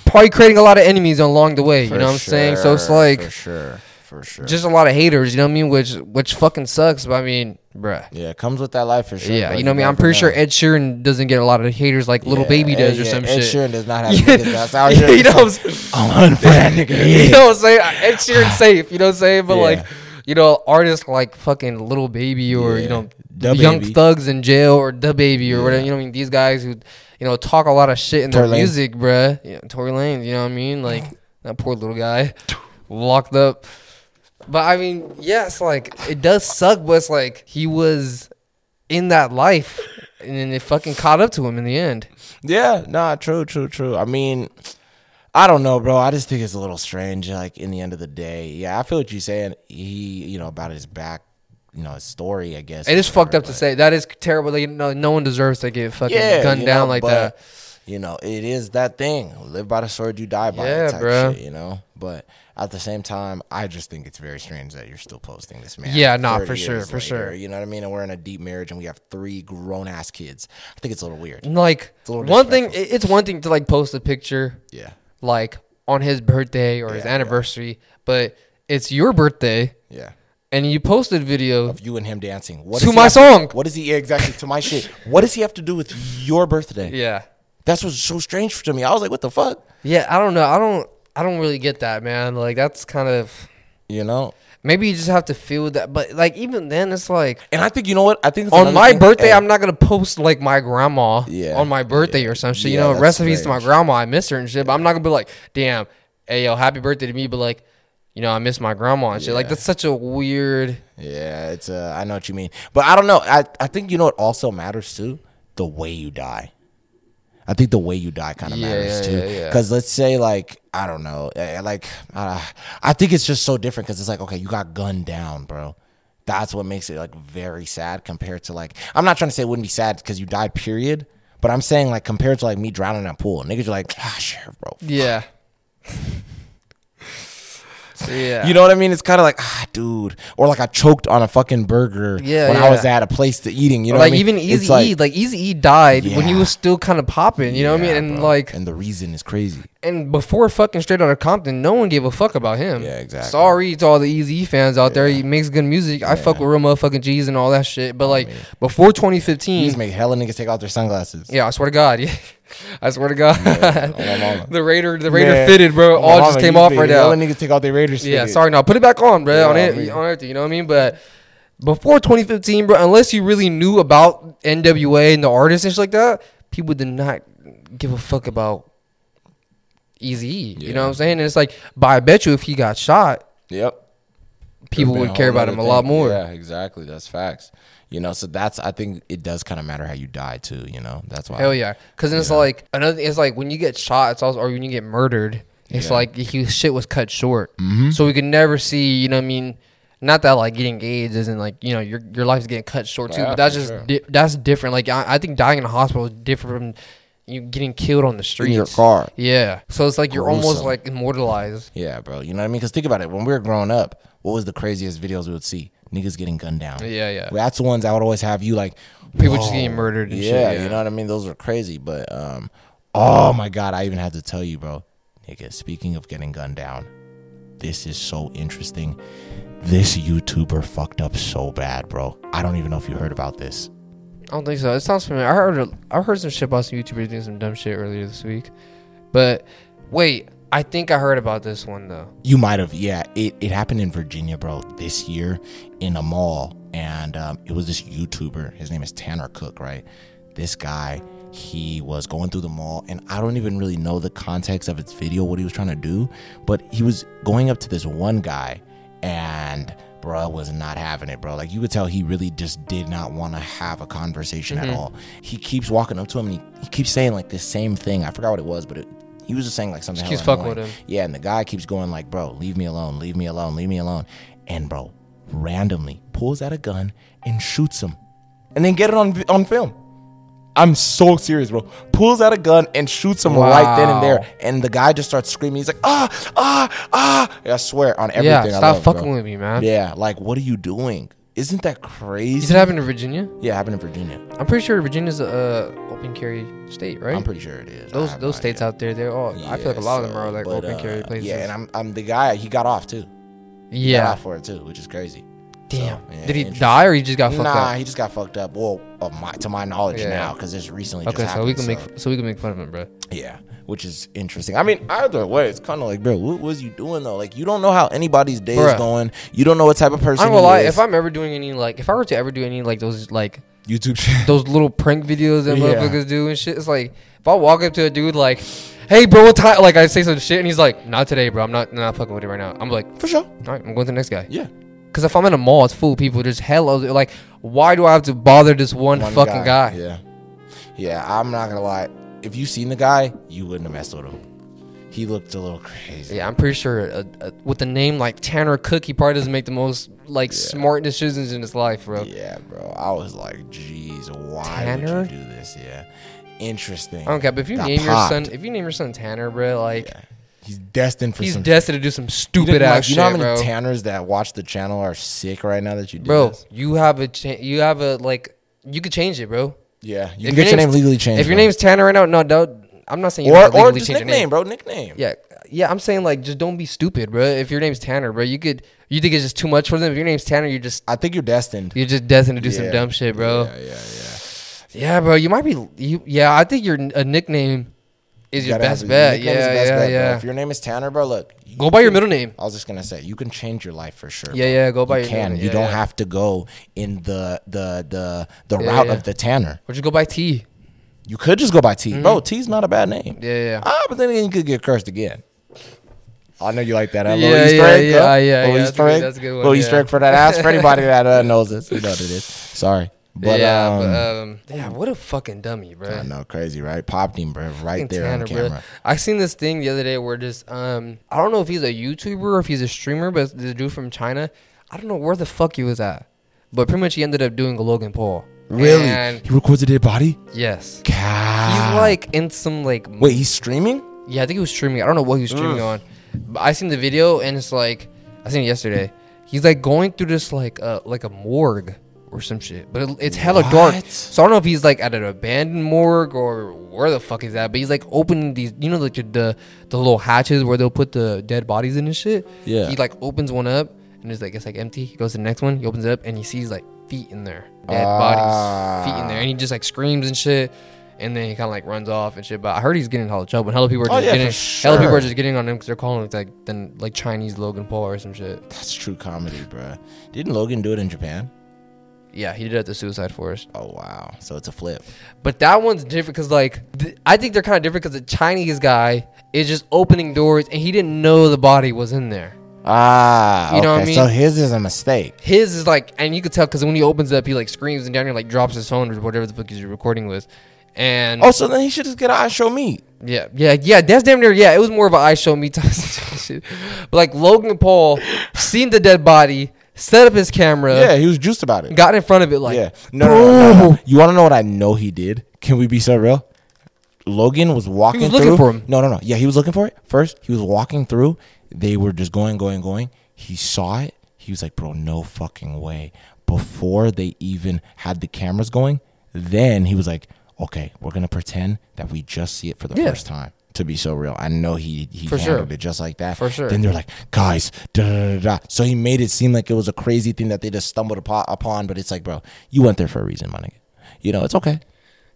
Speaker 1: probably creating a lot of enemies along the way
Speaker 2: For
Speaker 1: you know what i'm saying so it's
Speaker 2: sure,
Speaker 1: like
Speaker 2: for sure, for sure.
Speaker 1: just a lot of haters you know what i mean which which fucking sucks but i mean bruh
Speaker 2: yeah, it comes with that life for sure.
Speaker 1: yeah,
Speaker 2: bro.
Speaker 1: you know what I mean. I'm
Speaker 2: never
Speaker 1: pretty sure
Speaker 2: know.
Speaker 1: Ed Sheeran doesn't get a lot of haters like Little
Speaker 2: Yeah,
Speaker 1: Baby
Speaker 2: Ed-
Speaker 1: does or
Speaker 2: yeah,
Speaker 1: some
Speaker 2: Ed
Speaker 1: shit.
Speaker 2: Sheeran does not have niggas that's out here.
Speaker 1: you know what I'm
Speaker 2: It's
Speaker 1: saying?
Speaker 2: like, I'm hunting for that nigga.
Speaker 1: You
Speaker 2: Yeah.
Speaker 1: know what I'm saying? Ed Sheeran's safe. You know what I'm saying? But
Speaker 2: Yeah.
Speaker 1: like, you know, artists like fucking Little Baby or you
Speaker 2: Yeah.
Speaker 1: know,
Speaker 2: Da
Speaker 1: Young
Speaker 2: Baby.
Speaker 1: Thugs in jail or the Baby or whatever. You know what I mean? These guys who, you know, talk a lot of shit in
Speaker 2: Tory
Speaker 1: their
Speaker 2: Lanez.
Speaker 1: music, bruh. Yeah, Tory Lanez. You know what I mean? Like that poor little guy, locked up. But I mean, yes, like it does suck, but it's like he was in that life, and then it fucking caught up to him in the end.
Speaker 2: Yeah, nah, true, true, true. I mean, I don't know, bro. I just think it's a little strange. Like in the end of the day, yeah, I feel what you're saying. He, you know, about his back, you know, his story. I guess
Speaker 1: It
Speaker 2: or
Speaker 1: is fucked
Speaker 2: whatever,
Speaker 1: up to
Speaker 2: but-
Speaker 1: say that is terrible. Like, no, no one deserves to get fucking gunned
Speaker 2: you
Speaker 1: down
Speaker 2: know,
Speaker 1: like
Speaker 2: but,
Speaker 1: that.
Speaker 2: You know, it is that thing. Live by the sword, you die by
Speaker 1: Yeah,
Speaker 2: it type
Speaker 1: bruh.
Speaker 2: shit, you know? But at the same time, I just think it's very strange that you're still posting this man.
Speaker 1: Yeah, nah,
Speaker 2: 30
Speaker 1: for sure,
Speaker 2: years
Speaker 1: for sure.
Speaker 2: You know what I mean? And we're in a deep marriage and we have three grown ass kids. I think it's a little weird.
Speaker 1: Like
Speaker 2: a little
Speaker 1: one thing, it- it's one thing to like post a picture
Speaker 2: Yeah.
Speaker 1: like on his birthday or his
Speaker 2: Yeah, yeah.
Speaker 1: anniversary, but it's your birthday
Speaker 2: Yeah.
Speaker 1: and you posted video.
Speaker 2: Of you and him dancing. What
Speaker 1: To
Speaker 2: does he
Speaker 1: my
Speaker 2: have
Speaker 1: song.
Speaker 2: What does he yeah, exactly to my shit? What does he have to do with your birthday?
Speaker 1: Yeah,
Speaker 2: That's what's so strange to me. I was like, what the fuck?
Speaker 1: yeah. I don't know. I don't. I don't really get that, man. Like that's kind of
Speaker 2: You know?
Speaker 1: maybe you just have to feel that. But like even then, it's like
Speaker 2: And I think you know what? I think it's
Speaker 1: on
Speaker 2: another
Speaker 1: my
Speaker 2: thing-
Speaker 1: birthday,
Speaker 2: Hey,
Speaker 1: I'm not gonna post like my grandma
Speaker 2: Yeah.
Speaker 1: on my birthday or some shit.
Speaker 2: Yeah,
Speaker 1: you know,
Speaker 2: that's
Speaker 1: recipes to my
Speaker 2: strange.
Speaker 1: grandma. I miss her and shit. But I'm not gonna be like, damn, hey yo, happy birthday to me. But like, you know, I miss my grandma and shit. Like
Speaker 2: Yeah.
Speaker 1: that's such a weird.
Speaker 2: Yeah, it's uh, I know what you mean, but I don't know. I I think you know what also matters too, the way you die. I think the way you die kind of
Speaker 1: Yeah,
Speaker 2: matters
Speaker 1: yeah,
Speaker 2: too.
Speaker 1: yeah, yeah.
Speaker 2: Because let's say like I don't know, eh, like uh, I think it's just so different because it's like okay, you got gunned down, bro. That's what makes it like very sad compared to like I'm not trying to say it wouldn't be sad because you died, period. But I'm saying like compared to like me drowning in a pool, niggas are like, ah, sure, bro.
Speaker 1: Yeah. yeah.
Speaker 2: You know what I mean? It's kind of like, ah, dude, or like I choked on a fucking burger
Speaker 1: Yeah,
Speaker 2: when
Speaker 1: yeah.
Speaker 2: I was at a place to eating. You know,
Speaker 1: like
Speaker 2: what I
Speaker 1: even
Speaker 2: mean? It's
Speaker 1: Easy
Speaker 2: like-
Speaker 1: E, like Easy E died when he
Speaker 2: Yeah.
Speaker 1: was still kind of popping. You know what I mean?
Speaker 2: Yeah,
Speaker 1: And
Speaker 2: bro.
Speaker 1: like,
Speaker 2: and the reason is crazy.
Speaker 1: and before fucking Straight Outta Compton, no one gave a fuck about him.
Speaker 2: Yeah, exactly.
Speaker 1: Sorry to all the Easy E fans out there. He makes good music. I fuck with real motherfucking G's and all that shit. But like before 2015,
Speaker 2: He's make hella niggas take off their sunglasses.
Speaker 1: Yeah, I swear to God. Yeah. I swear to God.
Speaker 2: my mama.
Speaker 1: the Raider, the Raider
Speaker 2: Man,
Speaker 1: fitted, bro.
Speaker 2: my
Speaker 1: All
Speaker 2: mama,
Speaker 1: just came
Speaker 2: you
Speaker 1: off
Speaker 2: made
Speaker 1: right
Speaker 2: Hella
Speaker 1: now.
Speaker 2: niggas take off their Raiders.
Speaker 1: Yeah,
Speaker 2: shit.
Speaker 1: sorry. No, put it back on, bro. on
Speaker 2: Yeah,
Speaker 1: it,
Speaker 2: I mean-
Speaker 1: on everything. You know what I mean? But before 2015, bro, unless you really knew about NWA and the artists and shit like that, people did not give a fuck about Easy. You know what I'm saying? And it's like, but I bet you if he got shot,
Speaker 2: Yep.
Speaker 1: people would care about him a lot more.
Speaker 2: Yeah, exactly. That's facts. You know, so that's I think it does kind of matter how you die too. You know, that's why.
Speaker 1: Hell yeah, because it's like another. thing- It's like when you get shot, it's also or when you get murdered, it's
Speaker 2: Yeah. Mm-hmm.
Speaker 1: like he shit was cut short, so we could never see. You know, what I mean, not that like getting AIDS isn't like you know your your life's getting cut short too,
Speaker 2: Yeah,
Speaker 1: but that's
Speaker 2: for
Speaker 1: just
Speaker 2: sure.
Speaker 1: di- that's different. Like I, I think dying in a hospital is different from you getting killed on the streets.
Speaker 2: In your car.
Speaker 1: Yeah, so it's like you're almost
Speaker 2: Gruesome.
Speaker 1: like immortalized.
Speaker 2: Yeah, bro. You know what I mean? Because think about it. When we were growing up, what was the craziest videos we would see? Niggas getting gunned down.
Speaker 1: Yeah, yeah.
Speaker 2: Well, that's the ones I would always have you like.
Speaker 1: People just
Speaker 2: whoa.
Speaker 1: getting murdered and shit,
Speaker 2: yeah,
Speaker 1: yeah.
Speaker 2: you know what I mean. Those are crazy, but um, oh my god, I even had to tell you, bro. Nigga, speaking of getting gunned down, this is so interesting. This YouTuber fucked up so bad, bro. I don't even know if you heard about this.
Speaker 1: I don't think so. It sounds familiar. I heard I heard some shit about some YouTubers doing some dumb shit earlier this week, but wait, I think I heard about this one though.
Speaker 2: You might have, yeah. It, it happened in Virginia, bro, this year in a mall. And um, it was this YouTuber. His name is Tanner Cook, right? This guy, he was going through the mall. And I don't even really know the context of his video, what he was trying to do. But he was going up to this one guy. And, bro, was not having it, bro. Like, you could tell he really just did not want to have a conversation
Speaker 1: Mm-hmm.
Speaker 2: at all. He keeps walking up to him and he, he keeps saying, like, the same thing. I forgot what it was, but it, he was just saying, like, something.
Speaker 1: Just
Speaker 2: hella
Speaker 1: keeps fucking
Speaker 2: annoying.
Speaker 1: with him.
Speaker 2: Yeah, and the guy keeps going like, "Bro, leave me alone, leave me alone, leave me alone," and bro, randomly pulls out a gun and shoots him, and then get it on on film. I'm so serious, bro. Pulls out a gun and shoots him right then and
Speaker 1: Wow.
Speaker 2: there, and the guy just starts screaming. He's like, "Ah, ah, ah!" I swear on everything.
Speaker 1: Yeah,
Speaker 2: I
Speaker 1: stop
Speaker 2: love,
Speaker 1: fucking
Speaker 2: bro.
Speaker 1: with me, man.
Speaker 2: Yeah, like what are you doing? Isn't that crazy?
Speaker 1: Is it happened in Virginia?
Speaker 2: yeah, it happened in Virginia.
Speaker 1: I'm pretty sure Virginia's a uh, open carry state, right?
Speaker 2: I'm pretty sure it is. I
Speaker 1: those
Speaker 2: have
Speaker 1: those
Speaker 2: no
Speaker 1: states
Speaker 2: idea.
Speaker 1: out there, they're all. I feel like a
Speaker 2: Yeah,
Speaker 1: lot of them
Speaker 2: so,
Speaker 1: are like
Speaker 2: but,
Speaker 1: open
Speaker 2: uh,
Speaker 1: carry places.
Speaker 2: Yeah, and I'm I'm the guy. He got off too. He got
Speaker 1: yeah.
Speaker 2: off for it too, which is crazy.
Speaker 1: Damn.
Speaker 2: yeah,
Speaker 1: Did he
Speaker 2: interesting.
Speaker 1: die or he just got fucked
Speaker 2: nah,
Speaker 1: up?
Speaker 2: he just got fucked up. Well, of my, to my knowledge
Speaker 1: Yeah.
Speaker 2: now, because this recently.
Speaker 1: Okay,
Speaker 2: just
Speaker 1: so we
Speaker 2: happened,
Speaker 1: can make f- so we can make fun of him, bro.
Speaker 2: yeah, which is interesting. I mean, either way, it's kind of like, bro, what was you doing though? Like, you don't know how anybody's day
Speaker 1: Bruh.
Speaker 2: is going. You don't know what type of person.
Speaker 1: I'm gonna lie.
Speaker 2: he is.
Speaker 1: If I'm ever doing any like, if I were to ever do any like those like
Speaker 2: YouTube channel.
Speaker 1: those little prank videos that
Speaker 2: Yeah.
Speaker 1: motherfuckers do and shit. It's like if I walk up to a dude like, "Hey, bro, what time?" Like I say some shit and he's like, "Not today, bro. I'm not not fucking with you right now." I'm like,
Speaker 2: for sure,
Speaker 1: "All right, I'm going to the next guy."
Speaker 2: yeah,
Speaker 1: Because if I'm in a mall, it's full of people. There's hell of like, why do I have to bother this one,
Speaker 2: One
Speaker 1: fucking guy?
Speaker 2: Yeah, yeah. I'm not gonna lie. If you seen the guy, you wouldn't have messed with him. He looked a little crazy.
Speaker 1: Yeah, I'm pretty sure uh, uh, with a name like Tanner Cook, he probably doesn't make the most like smart decisions in his life, bro.
Speaker 2: Yeah, bro. I was like, geez, why
Speaker 1: Tanner?
Speaker 2: would you do this? Yeah. Interesting.
Speaker 1: I don't care, but if you
Speaker 2: Got
Speaker 1: name
Speaker 2: popped.
Speaker 1: your son, if you name your son Tanner, bro, like
Speaker 2: Yeah. He's destined for
Speaker 1: he's
Speaker 2: some
Speaker 1: destined to do some
Speaker 2: You
Speaker 1: stupid
Speaker 2: didn't like-
Speaker 1: ass
Speaker 2: You know how
Speaker 1: shit,
Speaker 2: many
Speaker 1: bro.
Speaker 2: tanners that watch the channel are sick right now that you did
Speaker 1: bro,
Speaker 2: this?
Speaker 1: you have a cha- you have a like you could change it, bro.
Speaker 2: Yeah. You
Speaker 1: If
Speaker 2: can get your
Speaker 1: name's-
Speaker 2: name legally changed.
Speaker 1: If your
Speaker 2: bro.
Speaker 1: name's Tanner right now, no, no I'm not saying you have
Speaker 2: or
Speaker 1: to
Speaker 2: or
Speaker 1: legally
Speaker 2: just
Speaker 1: change your
Speaker 2: nickname,
Speaker 1: name.
Speaker 2: bro, nickname.
Speaker 1: Yeah, yeah, I'm saying like just don't be stupid, bro. If your name's Tanner, bro, you could you think it's just too much for them. If your name's Tanner, you're just
Speaker 2: I think you're destined.
Speaker 1: you're just destined to do some
Speaker 2: Yeah.
Speaker 1: dumb shit, bro.
Speaker 2: Yeah, yeah, yeah.
Speaker 1: Yeah, bro, you might be. You, yeah, I think your n- a nickname is
Speaker 2: You
Speaker 1: your
Speaker 2: gotta have
Speaker 1: best
Speaker 2: a-
Speaker 1: bet. Yeah,
Speaker 2: nickname is the best
Speaker 1: yeah,
Speaker 2: bet, bro.
Speaker 1: yeah.
Speaker 2: If your name is Tanner, bro, look. you
Speaker 1: Go by your
Speaker 2: can-
Speaker 1: middle name.
Speaker 2: I was just gonna say you can change your life for sure.
Speaker 1: Yeah,
Speaker 2: bro.
Speaker 1: yeah, go by
Speaker 2: you
Speaker 1: your
Speaker 2: can.
Speaker 1: name,
Speaker 2: You
Speaker 1: yeah,
Speaker 2: don't
Speaker 1: yeah.
Speaker 2: have to go in the the the the
Speaker 1: Yeah,
Speaker 2: route
Speaker 1: yeah.
Speaker 2: of the Tanner.
Speaker 1: Or just go by T.
Speaker 2: You could just go by T. Bro, T's not a bad name.
Speaker 1: Mm-hmm. Yeah, yeah.
Speaker 2: Ah, but then again, you could get cursed again. I know you like that. Huh?
Speaker 1: Yeah,
Speaker 2: Louis
Speaker 1: yeah,
Speaker 2: Drake,
Speaker 1: yeah,
Speaker 2: huh?
Speaker 1: yeah, yeah,
Speaker 2: Louis
Speaker 1: that's a good-
Speaker 2: Drake.
Speaker 1: that's a good one,
Speaker 2: Louis
Speaker 1: yeah.
Speaker 2: Drake for that ass. For anybody that uh, knows this, you know what it is. Sorry. But
Speaker 1: yeah,
Speaker 2: um,
Speaker 1: but, um, yeah, what a fucking dummy, bro.
Speaker 2: I know, crazy, right? Popped him, bro, right
Speaker 1: Fucking
Speaker 2: there on
Speaker 1: Tanner, bro.
Speaker 2: camera.
Speaker 1: I seen this thing the other day where just um I don't know if he's a YouTuber or if he's a streamer, but this dude from China, I don't know where the fuck he was at, but pretty much he ended up doing a Logan Paul.
Speaker 2: Really? Ah.
Speaker 1: And
Speaker 2: he records a dead body?
Speaker 1: yes.
Speaker 2: God.
Speaker 1: He's like in some like
Speaker 2: Wait, he's streaming?
Speaker 1: yeah, I think he was streaming. I don't know what he was streaming on. But I seen the video and it's like I seen it yesterday. He's like going through this like uh like a morgue or some shit. But it, it's hella dark.
Speaker 2: What?
Speaker 1: So I don't know if he's like at an abandoned morgue or where the fuck is that. But he's like opening these you know like the the, the little hatches where they'll put the dead bodies in and shit.
Speaker 2: Yeah.
Speaker 1: He like opens one up and it's like it's like empty. He goes to the next one, he opens it up and he sees like feet in there. Dead
Speaker 2: Ah.
Speaker 1: bodies. Feet in there. And he just like screams and shit. And then he kind of like runs off and shit. But I heard he's getting in hella trouble. And hella people are
Speaker 2: Oh,
Speaker 1: just
Speaker 2: yeah,
Speaker 1: getting,
Speaker 2: for
Speaker 1: hella people
Speaker 2: sure.
Speaker 1: are just getting on him because they're calling it like then like Chinese Logan Paul or some shit.
Speaker 2: That's true comedy, bro. Didn't Logan do it in Japan?
Speaker 1: Yeah, he did it at the Suicide Forest.
Speaker 2: Oh, wow. So it's a flip.
Speaker 1: But that one's different because like th- I think they're kind of different because the Chinese guy is just opening doors and he didn't know the body was in there.
Speaker 2: Ah,
Speaker 1: You know what I
Speaker 2: okay.
Speaker 1: mean?
Speaker 2: So his is a mistake.
Speaker 1: His is like, and you could tell because when he opens up, he like screams and down here like drops his phone or whatever the fuck he's recording with. And
Speaker 2: Oh, so then he should just get an eye show me.
Speaker 1: Yeah, yeah, yeah. That's damn near. Yeah, it was more of an I show me type situation. But like Logan Paul seen the dead body, set up his camera,
Speaker 2: Yeah, he was juiced about it.
Speaker 1: got in front of it like,
Speaker 2: yeah. No, no, no, no, no. You want to know what I know he did? Can we be so real? Logan was walking
Speaker 1: looking
Speaker 2: through.
Speaker 1: for him.
Speaker 2: No, no, no. Yeah, he was looking for it. First, he was walking through. They were just going, going, going. He saw it. He was like, bro, no fucking way. Before they even had the cameras going, then he was like, okay, we're going to pretend that we just see it for the
Speaker 1: Yeah.
Speaker 2: first time. To be so real, I know he he
Speaker 1: For sure.
Speaker 2: handled it just like that.
Speaker 1: For sure.
Speaker 2: Then they're like, guys, da da da, da. So he made it seem like it was a crazy thing that they just stumbled upo- upon, but it's like, bro, you went there for a reason, my nigga. You know, it's okay.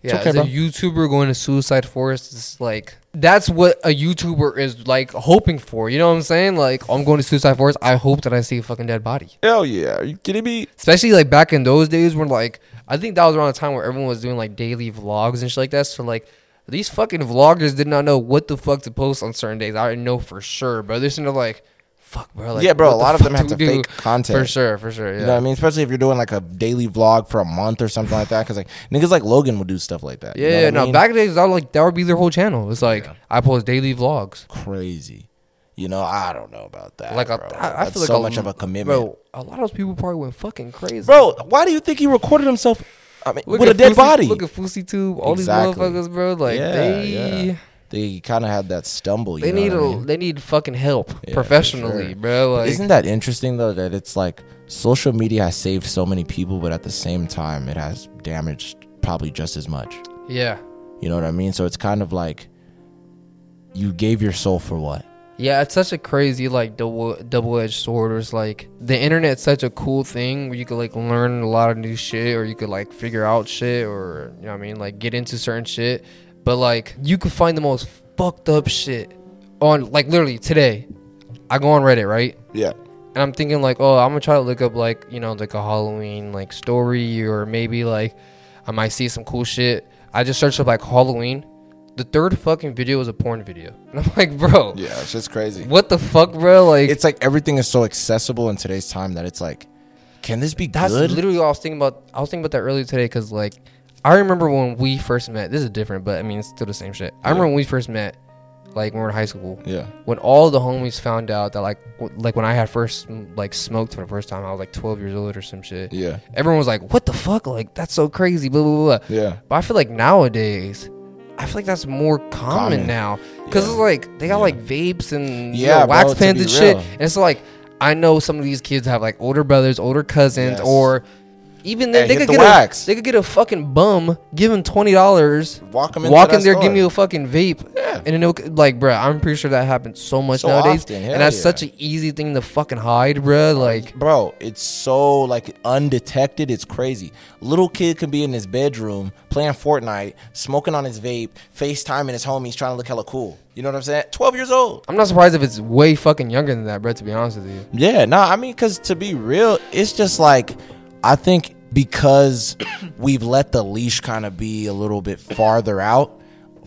Speaker 1: yeah,
Speaker 2: okay,
Speaker 1: as
Speaker 2: bro.
Speaker 1: a YouTuber going to suicide forest. It's like that's what a YouTuber is like hoping for. You know what I'm saying? Like "Oh, I'm going to suicide forest. I hope that I see a fucking dead body.
Speaker 2: Hell yeah. Are you kidding me?
Speaker 1: especially like back in those days when like I think that was around the time where everyone was doing like daily vlogs and shit like that. So like these fucking vloggers did not know what the fuck to post on certain days. I didn't know for sure, bro. They're sitting there like, fuck, bro. Like,
Speaker 2: Yeah, bro,
Speaker 1: what
Speaker 2: a
Speaker 1: the
Speaker 2: lot of
Speaker 1: fuck
Speaker 2: them had
Speaker 1: do
Speaker 2: to
Speaker 1: we do?
Speaker 2: fake content.
Speaker 1: for sure, for sure. Yeah,
Speaker 2: You know what I mean? Especially if you're doing like a daily vlog for a month or something like that. Cause like niggas like Logan would do stuff like that. You
Speaker 1: yeah,
Speaker 2: know
Speaker 1: yeah,
Speaker 2: what I
Speaker 1: no.
Speaker 2: mean?
Speaker 1: Back in the days, I was like that would be their whole channel. It's like I post daily vlogs.
Speaker 2: crazy. You know, I don't know about that.
Speaker 1: Like
Speaker 2: Like,
Speaker 1: I- I,
Speaker 2: bro.
Speaker 1: I
Speaker 2: That's
Speaker 1: feel like
Speaker 2: so much of a commitment.
Speaker 1: Bro, a lot of those people probably went fucking crazy.
Speaker 2: Bro, why do you think he recorded himself? I mean,
Speaker 1: Look
Speaker 2: with a
Speaker 1: at
Speaker 2: dead
Speaker 1: Fousey-
Speaker 2: body.
Speaker 1: Look at Fousey Tube. All
Speaker 2: Exactly.
Speaker 1: these motherfuckers, bro. Like
Speaker 2: Yeah,
Speaker 1: they.
Speaker 2: yeah. They kind of had that stumble. You
Speaker 1: They
Speaker 2: know
Speaker 1: need a,
Speaker 2: what I mean?
Speaker 1: they need fucking help
Speaker 2: for
Speaker 1: professionally,
Speaker 2: sure.
Speaker 1: bro. Like,
Speaker 2: Isn't that interesting though that it's like social media has saved so many people, but at the same time it has damaged probably just as much.
Speaker 1: yeah,
Speaker 2: You know what I mean? So it's kind of like you gave your soul for what?
Speaker 1: yeah. It's such a crazy like double double edged sword. Or it's like the internet's such a cool thing where you could like learn a lot of new shit, or you could like figure out shit, or you know what I mean, like get into certain shit. But like you could find the most fucked up shit on like literally today. I go on Reddit, right?
Speaker 2: Yeah.
Speaker 1: and I'm thinking like, oh, I'm gonna try to look up like you know like a Halloween like story or maybe like I might see some cool shit. I just searched up like Halloween. The third fucking video was a porn video, and I'm like, bro,
Speaker 2: Yeah, it's just crazy.
Speaker 1: what the fuck, bro? Like
Speaker 2: It's like everything is so accessible in today's time that it's like, can this be
Speaker 1: that's
Speaker 2: good?
Speaker 1: literally what I was thinking about. I was thinking about that earlier today because like I remember when we first met. This is different, but I mean it's still the same shit. I remember when we first met, like when we were in high school.
Speaker 2: yeah.
Speaker 1: when all the homies found out that like w- like when I had first mm, like smoked for the first time, I was like 12 years old or some shit.
Speaker 2: Yeah.
Speaker 1: Everyone was like, "What the fuck? Like that's so crazy." Blah blah blah.
Speaker 2: Yeah.
Speaker 1: But I feel like nowadays, I feel like that's more common,
Speaker 2: Common.
Speaker 1: now because
Speaker 2: Yeah.
Speaker 1: it's like they got
Speaker 2: Yeah.
Speaker 1: like vapes and you
Speaker 2: Yeah,
Speaker 1: know, wax
Speaker 2: bro, to
Speaker 1: pens
Speaker 2: be
Speaker 1: and shit,
Speaker 2: real.
Speaker 1: and it's like I know some of these kids have like older brothers, older cousins,
Speaker 2: Yes.
Speaker 1: or. Even
Speaker 2: Hey,
Speaker 1: then, they
Speaker 2: hit
Speaker 1: could
Speaker 2: the
Speaker 1: get
Speaker 2: wax.
Speaker 1: a they could get a fucking bum, give him twenty dollars,
Speaker 2: Walk 'em into
Speaker 1: walk
Speaker 2: that
Speaker 1: in there, give
Speaker 2: store.
Speaker 1: me a fucking vape,
Speaker 2: Yeah.
Speaker 1: and then it'll- like, bruh, I'm pretty sure that happens so much
Speaker 2: So
Speaker 1: nowadays,
Speaker 2: often, hell
Speaker 1: and that's
Speaker 2: yeah. Oh,
Speaker 1: such an easy thing to fucking hide, bruh. Like,
Speaker 2: bro it's so like undetected it's crazy little kid can be in his bedroom playing fortnite smoking on his vape facetiming his homies trying to look hella cool you know what i'm saying 12 years old
Speaker 1: I'm not surprised if it's way fucking younger than that, bruh. To be honest with you,
Speaker 2: yeah no i mean because to be real it's just like i think because we've let the leash kind of be a little bit farther out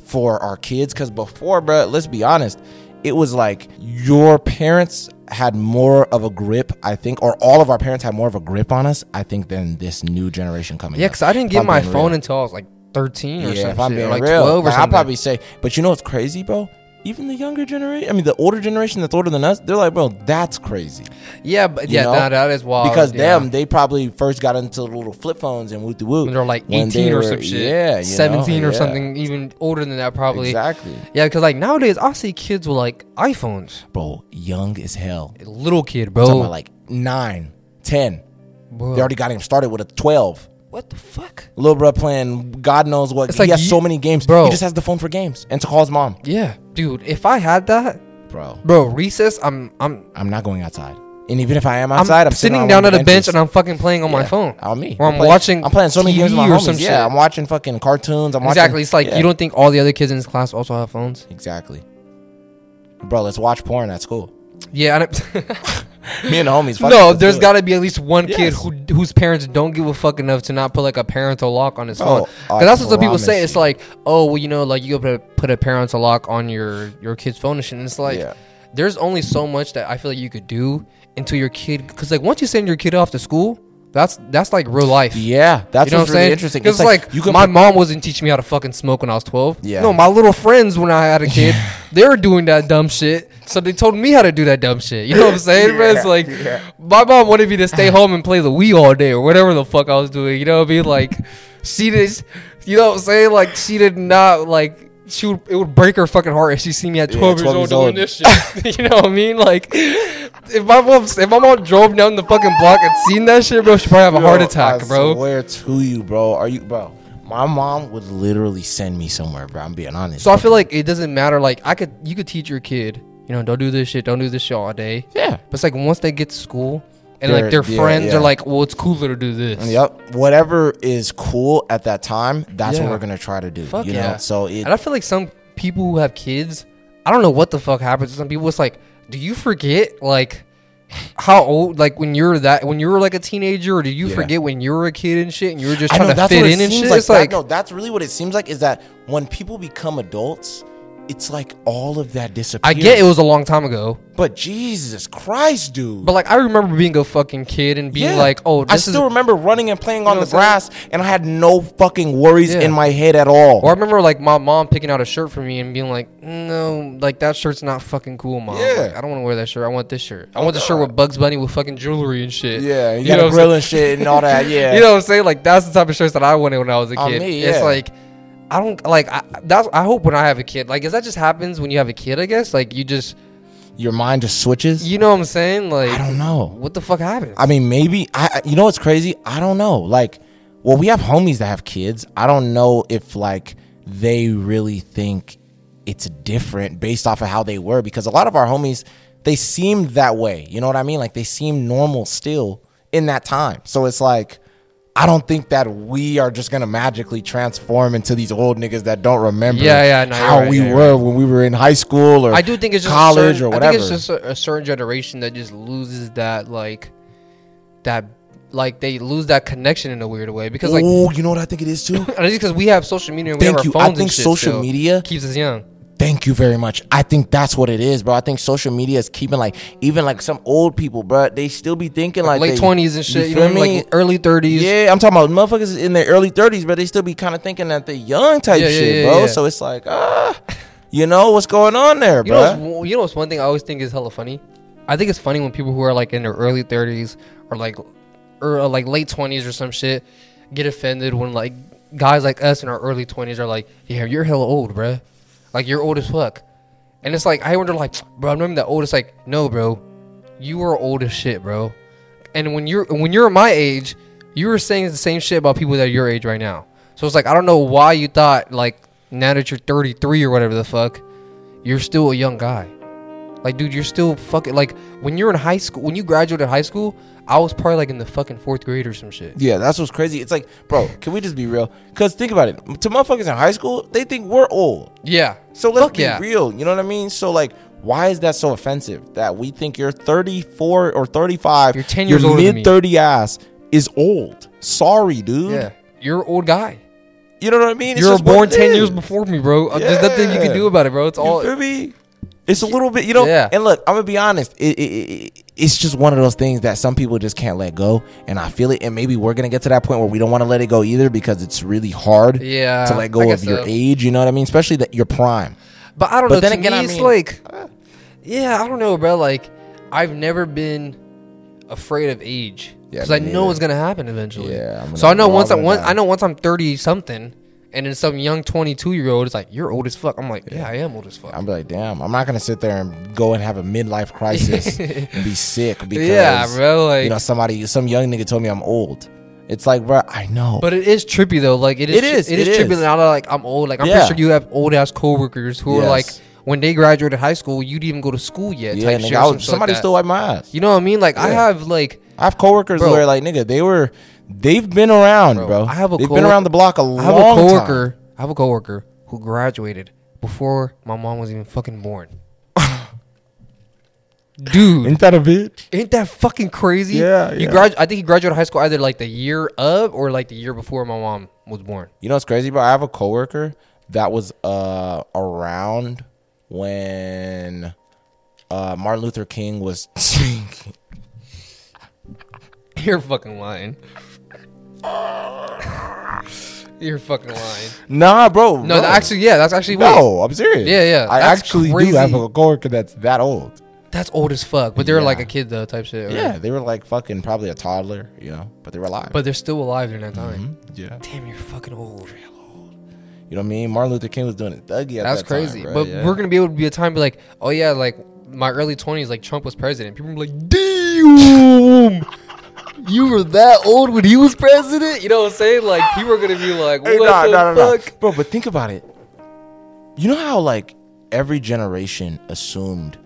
Speaker 2: for our kids because before bro let's be honest it was like your parents had more of a grip, I think, or all of our parents had more of a grip on us, I think, than this new generation coming.
Speaker 1: Yeah,
Speaker 2: up.
Speaker 1: because I didn't
Speaker 2: If
Speaker 1: get
Speaker 2: I'm
Speaker 1: my
Speaker 2: being
Speaker 1: phone
Speaker 2: real.
Speaker 1: until I was like 13 or
Speaker 2: yeah, if
Speaker 1: something.
Speaker 2: I'm
Speaker 1: shit, or
Speaker 2: being
Speaker 1: like
Speaker 2: real,
Speaker 1: 12 or
Speaker 2: like,
Speaker 1: something.
Speaker 2: I'd probably say. But you know what's crazy, bro? Even the younger generation, I mean, the older generation that's older than us, they're like, bro, that's crazy.
Speaker 1: yeah, but
Speaker 2: you
Speaker 1: yeah,
Speaker 2: know?
Speaker 1: nah, that is wild.
Speaker 2: because
Speaker 1: yeah.
Speaker 2: them, they probably first got into the little flip phones and woo woo.
Speaker 1: when they're like
Speaker 2: when
Speaker 1: 18
Speaker 2: they
Speaker 1: or
Speaker 2: were-
Speaker 1: some shit.
Speaker 2: yeah, you know,
Speaker 1: 17 or
Speaker 2: yeah.
Speaker 1: something, even older than that, probably.
Speaker 2: Exactly,
Speaker 1: Yeah, because like nowadays, I see kids with like iPhones.
Speaker 2: bro. Young as hell.
Speaker 1: Little kid,
Speaker 2: Talking
Speaker 1: bro.
Speaker 2: about like nine, ten.
Speaker 1: Bro,
Speaker 2: They already got him started with a twelve.
Speaker 1: what the fuck?
Speaker 2: Little bro playing God knows what.
Speaker 1: It's
Speaker 2: he
Speaker 1: like
Speaker 2: has
Speaker 1: you-
Speaker 2: so many games.
Speaker 1: Bro.
Speaker 2: He just has the phone for games and to call his mom.
Speaker 1: Yeah, dude. If I had that,
Speaker 2: Bro,
Speaker 1: bro, recess, I'm I'm
Speaker 2: I'm not going outside. And even if I am
Speaker 1: I'm
Speaker 2: outside, I'm,
Speaker 1: sitting,
Speaker 2: on
Speaker 1: down
Speaker 2: one
Speaker 1: at
Speaker 2: of
Speaker 1: a
Speaker 2: the
Speaker 1: bench
Speaker 2: benches.
Speaker 1: and I'm fucking playing on my
Speaker 2: Yeah,
Speaker 1: phone.
Speaker 2: On me.
Speaker 1: Or I'm
Speaker 2: playing-
Speaker 1: watching
Speaker 2: I'm playing so many games with my
Speaker 1: TV or
Speaker 2: homies.
Speaker 1: some
Speaker 2: yeah,
Speaker 1: shit.
Speaker 2: I'm watching fucking cartoons. I'm watching
Speaker 1: Exactly. It's like
Speaker 2: yeah,
Speaker 1: you don't think all the other kids in this class also have phones?
Speaker 2: exactly. Bro, let's watch porn at school.
Speaker 1: Yeah. And I-
Speaker 2: Me and the homies. fuck it,
Speaker 1: no,
Speaker 2: let's
Speaker 1: there's
Speaker 2: do it.
Speaker 1: got to be at least one kid
Speaker 2: Yes.
Speaker 1: who whose parents don't give a fuck enough to not put like a parental lock on his
Speaker 2: Bro,
Speaker 1: phone.
Speaker 2: Oh, I
Speaker 1: Because that's what some people say.
Speaker 2: promise
Speaker 1: It's
Speaker 2: you.
Speaker 1: like, oh, well, you know, like you gotta put a parental lock on your your kid's phone and shit. And it's like,
Speaker 2: Yeah.
Speaker 1: there's only so much that I feel like you could do until your kid. Because like once you send your kid off to school, that's that's like real life.
Speaker 2: Yeah, that's
Speaker 1: You know what
Speaker 2: what's
Speaker 1: I'm
Speaker 2: really
Speaker 1: saying?
Speaker 2: interesting.
Speaker 1: 'Cause it's like,
Speaker 2: you can
Speaker 1: my mom wasn't teaching me how to fucking smoke when I was 12.
Speaker 2: Yeah.
Speaker 1: No, my little friends when I had a kid, they were doing that dumb shit. So they told me how to do that dumb shit. You know what I'm saying? bro? It's like my mom wanted me to stay home and play the Wii all day or whatever the fuck I was doing. You know what I mean? Like she did. You know what I'm saying? Like she did not like. She would it would break her fucking heart if she see me at
Speaker 2: Yeah,
Speaker 1: 12,
Speaker 2: 12
Speaker 1: years
Speaker 2: years
Speaker 1: old doing
Speaker 2: old.
Speaker 1: this shit. you know what I mean? Like if my mom if my mom drove down the fucking block and seen that shit, bro, she'd probably have a heart
Speaker 2: Yo,
Speaker 1: attack,
Speaker 2: I
Speaker 1: bro.
Speaker 2: swear to you, bro. Are you, bro? My mom would literally send me somewhere, bro. I'm being honest.
Speaker 1: So I feel like it doesn't matter. Like I could, you could teach your kid, you know, don't do this shit, don't do this shit all day.
Speaker 2: yeah.
Speaker 1: But it's like once they get to school, and like
Speaker 2: They're-
Speaker 1: their
Speaker 2: yeah,
Speaker 1: friends
Speaker 2: yeah.
Speaker 1: are like, well, it's cooler to do this.
Speaker 2: Yep. Whatever is cool at that time, that's
Speaker 1: Yeah.
Speaker 2: what we're gonna try to do.
Speaker 1: Fuck
Speaker 2: you know.
Speaker 1: yeah.
Speaker 2: So it,
Speaker 1: And I feel like some people who have kids, I don't know what the fuck happens to some people. It's like, do you forget like how old, like when you're that, when you were like a teenager, or do you
Speaker 2: Yeah.
Speaker 1: forget when you were a kid and shit, and you were just
Speaker 2: I know
Speaker 1: trying to
Speaker 2: that's
Speaker 1: fit
Speaker 2: what it
Speaker 1: in and
Speaker 2: seems
Speaker 1: shit?
Speaker 2: like.
Speaker 1: it's like,
Speaker 2: that, no, that's really what it seems like. Is that when people become adults, it's like all of that disappears.
Speaker 1: I get it was a long time ago,
Speaker 2: but Jesus Christ, dude.
Speaker 1: but like I remember being a fucking kid and being
Speaker 2: Yeah.
Speaker 1: like, oh,
Speaker 2: I
Speaker 1: this is
Speaker 2: still remember running and playing on
Speaker 1: know
Speaker 2: the
Speaker 1: what I'm
Speaker 2: grass, and I had no fucking worries
Speaker 1: Yeah.
Speaker 2: in my head at all.
Speaker 1: Or I remember like my mom picking out a shirt for me and being like, "No, like that shirt's not fucking cool, mom.
Speaker 2: Yeah.
Speaker 1: Like, I don't want to wear that shirt. I want this shirt. I want the shirt with Bugs Bunny with fucking jewelry and shit.
Speaker 2: Yeah, you,
Speaker 1: you,
Speaker 2: got
Speaker 1: know,
Speaker 2: a
Speaker 1: what I'm
Speaker 2: grill and shit and all that.
Speaker 1: saying?
Speaker 2: Yeah,
Speaker 1: you know what I'm saying? Like that's the type of shirts that I wanted when I was a
Speaker 2: On
Speaker 1: kid.
Speaker 2: me,
Speaker 1: It's
Speaker 2: yeah.
Speaker 1: like I don't like I that's I hope when I have a kid, like, is that just happens when you have a kid? I guess like you just
Speaker 2: your mind just switches.
Speaker 1: you know what I'm saying? Like
Speaker 2: I don't know.
Speaker 1: what the fuck happens.
Speaker 2: I mean, maybe I. I- You know what's crazy? I don't know. Like, well, we have homies that have kids. I don't know if like they really think it's different based off of how they were because a lot of our homies they seemed that way. You know what I mean? Like they seem normal still in that time. So it's like. I don't think that we are just gonna magically transform into these old niggas that don't remember
Speaker 1: Yeah, yeah, no, you're
Speaker 2: how
Speaker 1: right,
Speaker 2: we
Speaker 1: yeah, you're
Speaker 2: were when we were in high school or
Speaker 1: I do think it's just a
Speaker 2: college
Speaker 1: certain-
Speaker 2: or
Speaker 1: I
Speaker 2: whatever.
Speaker 1: think it's just a, a certain generation that just loses that like that like they lose that connection in a weird way because like
Speaker 2: oh, you know what I think it is too.
Speaker 1: and it's because we have social media and we
Speaker 2: Thank
Speaker 1: have our
Speaker 2: you. I
Speaker 1: phones and
Speaker 2: think
Speaker 1: shit
Speaker 2: social
Speaker 1: still
Speaker 2: media-
Speaker 1: keeps us young.
Speaker 2: Thank you very much. I think that's what it is, bro. I think social media is keeping like even like some old people, bro. They still be thinking like,
Speaker 1: Late
Speaker 2: they-
Speaker 1: twenties and shit, you, know,
Speaker 2: feel
Speaker 1: what I mean? like early thirties.
Speaker 2: yeah, I'm talking about motherfuckers in their early 30s, but they still be kind of thinking that they're young type
Speaker 1: Yeah, yeah,
Speaker 2: shit,
Speaker 1: yeah,
Speaker 2: bro.
Speaker 1: yeah.
Speaker 2: So it's like, ah, you know what's going on there,
Speaker 1: You know, what's,
Speaker 2: bro?
Speaker 1: one- you know what's one thing I always think is hella funny? I think it's funny when people who are like in their early thirties or like or uh, like late twenties or some shit get offended when like guys like us in our early twenties are like, "Yeah, you're hella old, bruh. Like you're old as fuck." And it's like I wonder, like, bro, I'm not that old. It's like, no, bro, you are old as shit, bro. And when you're when you're my age, you were saying the same shit about people that are your age right now. So it's like I don't know why you thought like now that you're 33 or whatever the fuck, you're still a young guy. Like, dude, you're still fucking like when you're in high school. When you graduated high school, I was probably like in the fucking fourth grade or some shit.
Speaker 2: Yeah, that's what's crazy. It's like, bro, can we just be real? Because think about it. To motherfuckers in high school, they think we're old.
Speaker 1: Yeah.
Speaker 2: So let's
Speaker 1: Fuck
Speaker 2: be
Speaker 1: yeah.
Speaker 2: real. You know what I mean? So like, why is that so offensive that we think you're 34 or 35,
Speaker 1: You're 10 years older than me.
Speaker 2: mid 30 ass is old? Sorry, dude.
Speaker 1: Yeah. You're an old guy.
Speaker 2: You know what I mean?
Speaker 1: you
Speaker 2: It's
Speaker 1: were
Speaker 2: just what
Speaker 1: born
Speaker 2: it
Speaker 1: ten years
Speaker 2: is.
Speaker 1: before me, bro. Uh, There's nothing you can
Speaker 2: Yeah.
Speaker 1: do about it, bro. It's
Speaker 2: You
Speaker 1: all
Speaker 2: feel me? It's a little bit, you know.
Speaker 1: Yeah.
Speaker 2: And look, I'm gonna be honest. It, it, it, it's just one of those things that some people just can't let go, and I feel it. And maybe we're gonna get to that point where we don't want to let it go either because it's really hard.
Speaker 1: Yeah,
Speaker 2: To let
Speaker 1: I
Speaker 2: go
Speaker 1: guess
Speaker 2: of your
Speaker 1: so.
Speaker 2: age, you know what I mean? Especially that your prime.
Speaker 1: But I don't
Speaker 2: But
Speaker 1: know.
Speaker 2: then
Speaker 1: to
Speaker 2: again,
Speaker 1: me,
Speaker 2: I
Speaker 1: it's
Speaker 2: mean- uh,
Speaker 1: like, yeah, I don't know, bro. Like, I've never been afraid of age
Speaker 2: Yeah,
Speaker 1: because
Speaker 2: me
Speaker 1: I know
Speaker 2: neither.
Speaker 1: it's gonna happen eventually.
Speaker 2: Yeah, I'm
Speaker 1: so
Speaker 2: gonna-
Speaker 1: I know
Speaker 2: we're all
Speaker 1: once I
Speaker 2: gonna
Speaker 1: once,
Speaker 2: die.
Speaker 1: I know once I'm thirty something, and then some young twenty two year old is like, "You're old as fuck." I'm like, "Yeah, I am old as fuck."
Speaker 2: I'm like, damn, I'm not gonna sit there and go and have a midlife crisis and be sick because
Speaker 1: yeah, bro. Like,
Speaker 2: you know somebody, some young nigga told me I'm old. It's like, bro, I know.
Speaker 1: But it is trippy though. Like it is.
Speaker 2: It is,
Speaker 1: It is
Speaker 2: it
Speaker 1: trippy.
Speaker 2: is.
Speaker 1: Now that like I'm old, like I'm
Speaker 2: Yeah.
Speaker 1: pretty sure you have old ass coworkers who are like
Speaker 2: Yes.
Speaker 1: when they graduated high school, you didn't even go to school yet.
Speaker 2: yeah,
Speaker 1: type
Speaker 2: nigga,
Speaker 1: shit or
Speaker 2: I
Speaker 1: some
Speaker 2: was,
Speaker 1: shit like
Speaker 2: somebody
Speaker 1: that.
Speaker 2: still wiped my ass.
Speaker 1: You know what I mean? Like I
Speaker 2: Yeah.
Speaker 1: have like
Speaker 2: I have coworkers
Speaker 1: Bro.
Speaker 2: where like nigga, they were they've been around, bro.
Speaker 1: I have a
Speaker 2: they've been
Speaker 1: coworker-
Speaker 2: around the block a long
Speaker 1: I
Speaker 2: time.
Speaker 1: have a coworker. I have a coworker who graduated before my mom was even fucking born. Dude,
Speaker 2: Ain't that a bitch?
Speaker 1: ain't that fucking crazy?
Speaker 2: Yeah,
Speaker 1: You
Speaker 2: yeah.
Speaker 1: grad. I think he graduated high school either like the year of or like the year before my mom was born.
Speaker 2: You know what's crazy, bro? I have a coworker that was uh around when uh Martin Luther King was
Speaker 1: You're fucking lying. You're fucking lying.
Speaker 2: Nah, bro.
Speaker 1: No,
Speaker 2: bro.
Speaker 1: that actually, yeah, that's actually wait.
Speaker 2: No, I'm serious.
Speaker 1: Yeah, yeah,
Speaker 2: I
Speaker 1: that's
Speaker 2: actually
Speaker 1: crazy.
Speaker 2: do have a coworker that's that old.
Speaker 1: That's old as fuck, but they're
Speaker 2: Yeah.
Speaker 1: like a kid though, type shit. right?
Speaker 2: Yeah, they were like fucking probably a toddler, you know, but they were alive.
Speaker 1: but they're still alive during that time.
Speaker 2: Mhm, yeah,
Speaker 1: Damn, you're fucking old.
Speaker 2: you know what I mean. Martin Luther King was doing it thuggy. At
Speaker 1: That's
Speaker 2: that time,
Speaker 1: crazy.
Speaker 2: bro,
Speaker 1: but
Speaker 2: yeah.
Speaker 1: we're gonna be able to be a time be like, oh yeah, like my early twenties, like Trump was president. People were like, damn, you were that old when he was president. You know what I'm saying? Like people are gonna be like, what
Speaker 2: Hey, nah,
Speaker 1: the
Speaker 2: nah, nah, nah.
Speaker 1: fuck?
Speaker 2: Bro, but think about it. You know how like every generation assumed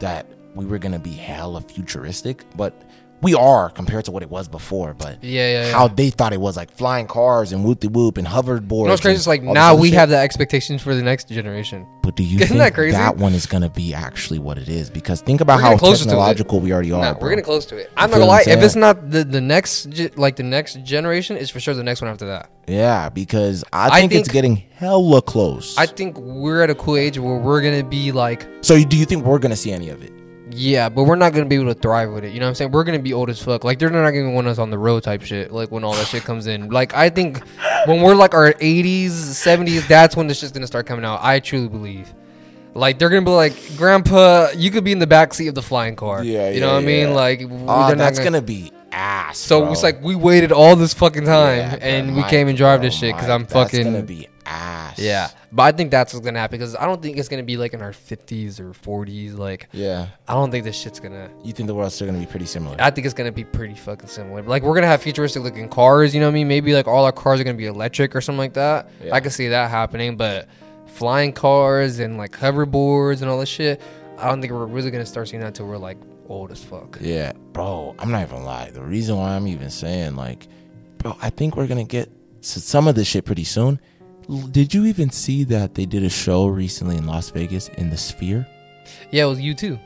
Speaker 2: that we were gonna be hella futuristic, but we are compared to what it was before. But
Speaker 1: Yeah, yeah, yeah.
Speaker 2: how they thought it was like flying cars and whoop de whoop and hoverboards.
Speaker 1: You know what's crazy?
Speaker 2: and
Speaker 1: It's like
Speaker 2: all this
Speaker 1: now
Speaker 2: other
Speaker 1: we
Speaker 2: shit.
Speaker 1: have the expectations for the next generation.
Speaker 2: But do you
Speaker 1: Isn't
Speaker 2: think
Speaker 1: that
Speaker 2: that,
Speaker 1: crazy?
Speaker 2: one is gonna be actually what it is? Because think about
Speaker 1: We're
Speaker 2: how
Speaker 1: getting closer to it.
Speaker 2: technological we already are.
Speaker 1: Nah,
Speaker 2: bro.
Speaker 1: we're getting close to it. I'm not
Speaker 2: feel
Speaker 1: gonna
Speaker 2: what
Speaker 1: lie.
Speaker 2: I'm
Speaker 1: If
Speaker 2: saying?
Speaker 1: it's not the, the next ge- like the next generation, it's for sure the next one after that.
Speaker 2: yeah, because
Speaker 1: I
Speaker 2: I think, it's
Speaker 1: think-
Speaker 2: getting hella close.
Speaker 1: I think we're at a cool age where we're gonna be like,
Speaker 2: so do you think we're gonna see any of it?
Speaker 1: yeah, but we're not gonna be able to thrive with it. You know what I'm saying? We're gonna be old as fuck. Like they're not gonna want us on the road type shit. Like when all that shit comes in. Like I think when we're like our 80s, 70s, that's when this shit's gonna start coming out. I truly believe. Like they're gonna be like, Grandpa, you could be in the back seat of the flying car.
Speaker 2: Yeah,
Speaker 1: you know
Speaker 2: yeah,
Speaker 1: what I mean.
Speaker 2: yeah.
Speaker 1: Like w-
Speaker 2: Oh,
Speaker 1: they're not
Speaker 2: that's
Speaker 1: gonna-
Speaker 2: gonna be ass.
Speaker 1: So
Speaker 2: bro.
Speaker 1: it's like we waited all this fucking time
Speaker 2: Yeah,
Speaker 1: and
Speaker 2: bro,
Speaker 1: we
Speaker 2: Mike,
Speaker 1: came and drive
Speaker 2: bro,
Speaker 1: this shit because
Speaker 2: Mike,
Speaker 1: I'm
Speaker 2: that's
Speaker 1: fucking
Speaker 2: gonna be ass.
Speaker 1: yeah. But I think that's what's gonna happen because I don't think it's gonna be like in our 50s or 40s. Like
Speaker 2: yeah.
Speaker 1: I don't think this shit's gonna.
Speaker 2: You think the world's still gonna be pretty similar?
Speaker 1: I think it's gonna be pretty fucking similar. Like we're gonna have futuristic looking cars. You know what I mean? Maybe like all our cars are gonna be electric or something like that.
Speaker 2: Yeah.
Speaker 1: I can see that happening. But flying cars and like hoverboards and all this shit, I don't think we're really gonna start seeing that till we're like old as fuck.
Speaker 2: yeah, bro. I'm not even lying. The reason why I'm even saying like, bro, I think we're gonna get to some of this shit pretty soon. L- Did you even see that they did a show recently in Las Vegas in the Sphere,
Speaker 1: Yeah, it was you too.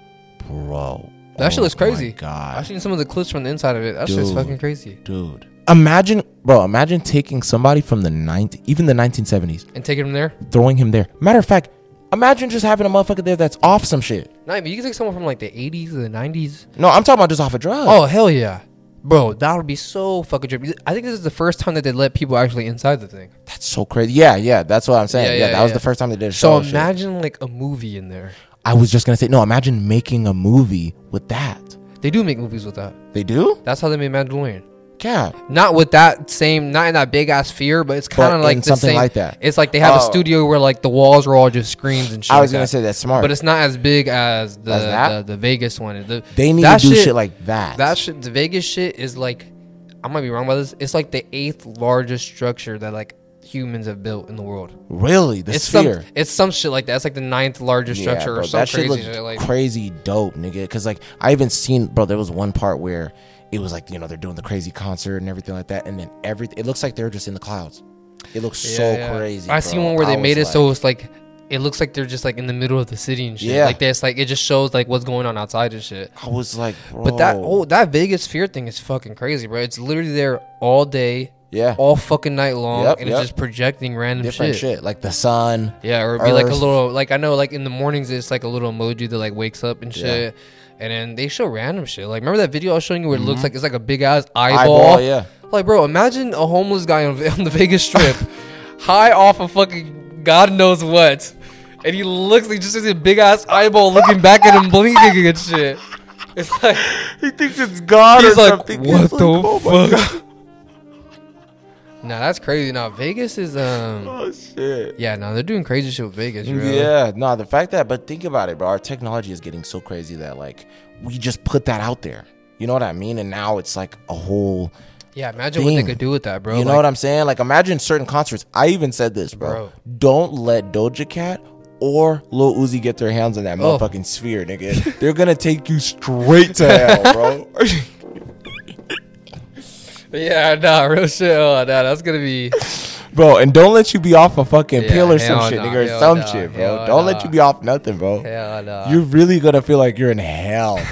Speaker 2: bro?
Speaker 1: That shit
Speaker 2: oh
Speaker 1: looks crazy.
Speaker 2: My God,
Speaker 1: I've seen some of the clips from the inside of it. That shit's
Speaker 2: Dude.
Speaker 1: fucking crazy.
Speaker 2: dude. Imagine, bro. Imagine taking somebody from the 19, even the 1970s,
Speaker 1: And take it from there.
Speaker 2: throwing him there. Matter of fact, imagine just having a motherfucker there that's off some shit.
Speaker 1: Not even, you can take someone from like the 80s or the 90s.
Speaker 2: No, I'm talking about just off a drug.
Speaker 1: Oh, hell yeah. Bro, that would be so fucking trippy. I think this is the first time that they let people actually inside the thing.
Speaker 2: that's so crazy. Yeah, yeah, that's what I'm saying.
Speaker 1: Yeah,
Speaker 2: Yeah,
Speaker 1: yeah,
Speaker 2: that was
Speaker 1: yeah.
Speaker 2: the first time they did a show.
Speaker 1: So
Speaker 2: and shit.
Speaker 1: imagine like a movie in there.
Speaker 2: I was just gonna say, no, imagine making a movie with that.
Speaker 1: They do make movies with that.
Speaker 2: They do?
Speaker 1: That's how they made Mandalorian.
Speaker 2: Yeah.
Speaker 1: Not with that same, not in that big ass fear, but it's kind of
Speaker 2: in
Speaker 1: like the
Speaker 2: something
Speaker 1: same-
Speaker 2: like that.
Speaker 1: It's like they have a
Speaker 2: Oh.
Speaker 1: studio where like the walls are all just screens and shit.
Speaker 2: I was
Speaker 1: like
Speaker 2: gonna
Speaker 1: that.
Speaker 2: say that's smart.
Speaker 1: but it's not as big as the
Speaker 2: As that?
Speaker 1: the, the Vegas one. The-
Speaker 2: they need
Speaker 1: that
Speaker 2: to do shit, like that.
Speaker 1: That shit, the Vegas shit is like, I might be wrong about this. It's like the eighth largest structure that like humans have built in the world.
Speaker 2: really the
Speaker 1: It's
Speaker 2: sphere.
Speaker 1: some, it's some shit like that. It's like the ninth largest structure
Speaker 2: bro,
Speaker 1: or some
Speaker 2: that shit
Speaker 1: crazy
Speaker 2: looked
Speaker 1: shit. Like,
Speaker 2: crazy dope, nigga. Cause like I even seen, bro. There was one part where it was like you know they're doing the crazy concert and everything like that, and then everything. It looks like they're just in the clouds. It looks
Speaker 1: yeah,
Speaker 2: so
Speaker 1: yeah.
Speaker 2: crazy.
Speaker 1: I seen
Speaker 2: bro.
Speaker 1: one where they
Speaker 2: I
Speaker 1: made it
Speaker 2: was
Speaker 1: so it's like. It looks like they're just like in the middle of the city and shit.
Speaker 2: Yeah.
Speaker 1: Like this, like it just shows like what's going on outside and shit.
Speaker 2: like- I was like, bro.
Speaker 1: But that oh that Vegas fear thing is fucking crazy, bro. It's literally there all day,
Speaker 2: Yeah.
Speaker 1: all fucking night long,
Speaker 2: Yep,
Speaker 1: and
Speaker 2: yep.
Speaker 1: it's just projecting random
Speaker 2: Different
Speaker 1: shit.
Speaker 2: shit. Like the sun.
Speaker 1: Yeah, or it'd be like a
Speaker 2: Earth.
Speaker 1: little like I know like in the mornings it's like a little emoji that like wakes up and shit. And then they show random shit. Like remember that video I was showing you where it looks like it's like a big ass eyeball?
Speaker 2: Mm-hmm. Eyeball, yeah.
Speaker 1: Like bro, imagine a homeless guy on, on the Vegas Strip, high off of fucking God knows what, and he looks he just sees a big ass eyeball looking back at him blinking and shit. It's like
Speaker 2: He thinks it's God
Speaker 1: he's like what the
Speaker 2: oh
Speaker 1: fuck. Nah, that's crazy. Now Vegas is um
Speaker 2: Oh shit.
Speaker 1: yeah, no, they're doing crazy shit with Vegas, bro.
Speaker 2: Yeah, no, the fact that, but think about it, bro. Our technology is getting so crazy that, like, we just put that out there. You know what I mean? And now it's like a whole.
Speaker 1: Yeah, imagine what they
Speaker 2: thing.
Speaker 1: could do with that, bro.
Speaker 2: you know
Speaker 1: Like,
Speaker 2: what I'm saying? Like, imagine certain concerts. I even said this, bro.
Speaker 1: Bro.
Speaker 2: Don't let Doja Cat or Lil Uzi get their hands on that
Speaker 1: Oh.
Speaker 2: motherfucking sphere, nigga. They're gonna take you straight to hell, bro.
Speaker 1: Yeah, nah, real shit. Oh, nah, that's gonna be.
Speaker 2: bro, and don't let you be off a fucking
Speaker 1: Yeah,
Speaker 2: pill or some
Speaker 1: hell
Speaker 2: shit,
Speaker 1: nah,
Speaker 2: nigga, or
Speaker 1: hell
Speaker 2: some
Speaker 1: nah,
Speaker 2: shit, bro.
Speaker 1: hell
Speaker 2: Don't
Speaker 1: nah.
Speaker 2: let you be off nothing, bro.
Speaker 1: Hell no.
Speaker 2: You're really gonna feel like you're in hell.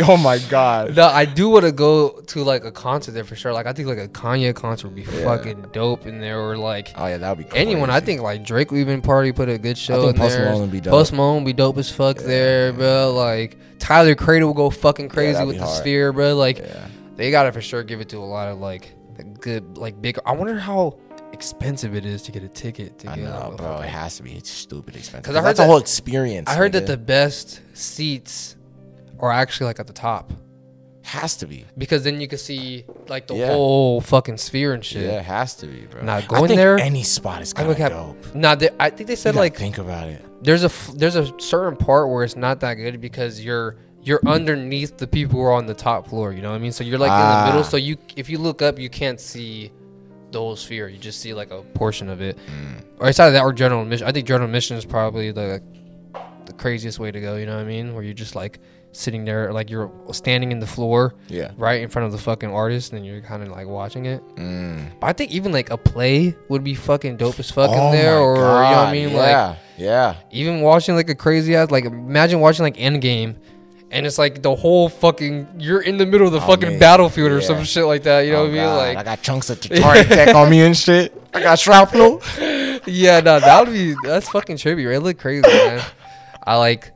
Speaker 2: oh my god.
Speaker 1: no, I do want to go to like a concert there for sure. Like, I think like a Kanye concert would be fucking dope in there, or like
Speaker 2: Oh yeah, that would be crazy.
Speaker 1: anyone. I think like Drake would even party put a good show
Speaker 2: think
Speaker 1: in
Speaker 2: Post
Speaker 1: there.
Speaker 2: Malone would be dope.
Speaker 1: Post Malone would be dope as fuck there, bro. Like Tyler Crater will go fucking crazy
Speaker 2: that'd
Speaker 1: with
Speaker 2: be
Speaker 1: the
Speaker 2: hard.
Speaker 1: sphere, bro. Like they gotta for sure give it to a lot of like the good, like big. I wonder how expensive it is to get a ticket. To
Speaker 2: I
Speaker 1: get
Speaker 2: know,
Speaker 1: like, a
Speaker 2: Oh, bro. It has to be it's stupid expensive.
Speaker 1: 'Cause
Speaker 2: Because
Speaker 1: I heard
Speaker 2: that's
Speaker 1: that-
Speaker 2: a whole experience.
Speaker 1: I heard that
Speaker 2: nigga.
Speaker 1: the best seats are actually like at the top
Speaker 2: has to be.
Speaker 1: because then you can see like the
Speaker 2: Yeah.
Speaker 1: whole fucking sphere and shit.
Speaker 2: Yeah, it has to be, bro.
Speaker 1: Nah,
Speaker 2: I
Speaker 1: going
Speaker 2: think
Speaker 1: there-
Speaker 2: Any spot is
Speaker 1: I
Speaker 2: kind
Speaker 1: look
Speaker 2: of
Speaker 1: at
Speaker 2: dope. You
Speaker 1: nah, they, I think they said
Speaker 2: gotta
Speaker 1: like
Speaker 2: think about it.
Speaker 1: there's a f- there's a certain part where it's not that good because you're you're underneath the people who are on the top floor. You know what I mean? So you're like in the middle.
Speaker 2: Ah.
Speaker 1: So you if you look up, you can't see the whole sphere. You just see like a portion of it.
Speaker 2: Mm.
Speaker 1: Or it's either that or general admission. I think general admission is probably the the craziest way to go. You know what I mean? Where you're just like sitting there, like you're standing in the floor,
Speaker 2: Yeah.
Speaker 1: right in front of the fucking artist, and you're kind of like watching it.
Speaker 2: Mm.
Speaker 1: But I think even like a play would be fucking dope as fuck
Speaker 2: Oh
Speaker 1: in there,
Speaker 2: my
Speaker 1: or you know what I
Speaker 2: God,
Speaker 1: mean? Like
Speaker 2: Yeah, yeah.
Speaker 1: even watching like a crazy ass like imagine watching like Endgame and it's like the whole fucking you're in the middle of the fucking
Speaker 2: Oh, man.
Speaker 1: battlefield or
Speaker 2: Yeah.
Speaker 1: some shit like that. You know
Speaker 2: Oh,
Speaker 1: what
Speaker 2: God,
Speaker 1: I mean?
Speaker 2: I
Speaker 1: Like
Speaker 2: got chunks of Tatari tech on me and shit. I got shroud flow.
Speaker 1: yeah, no, that would be that's fucking trippy, right? It look crazy, man. I like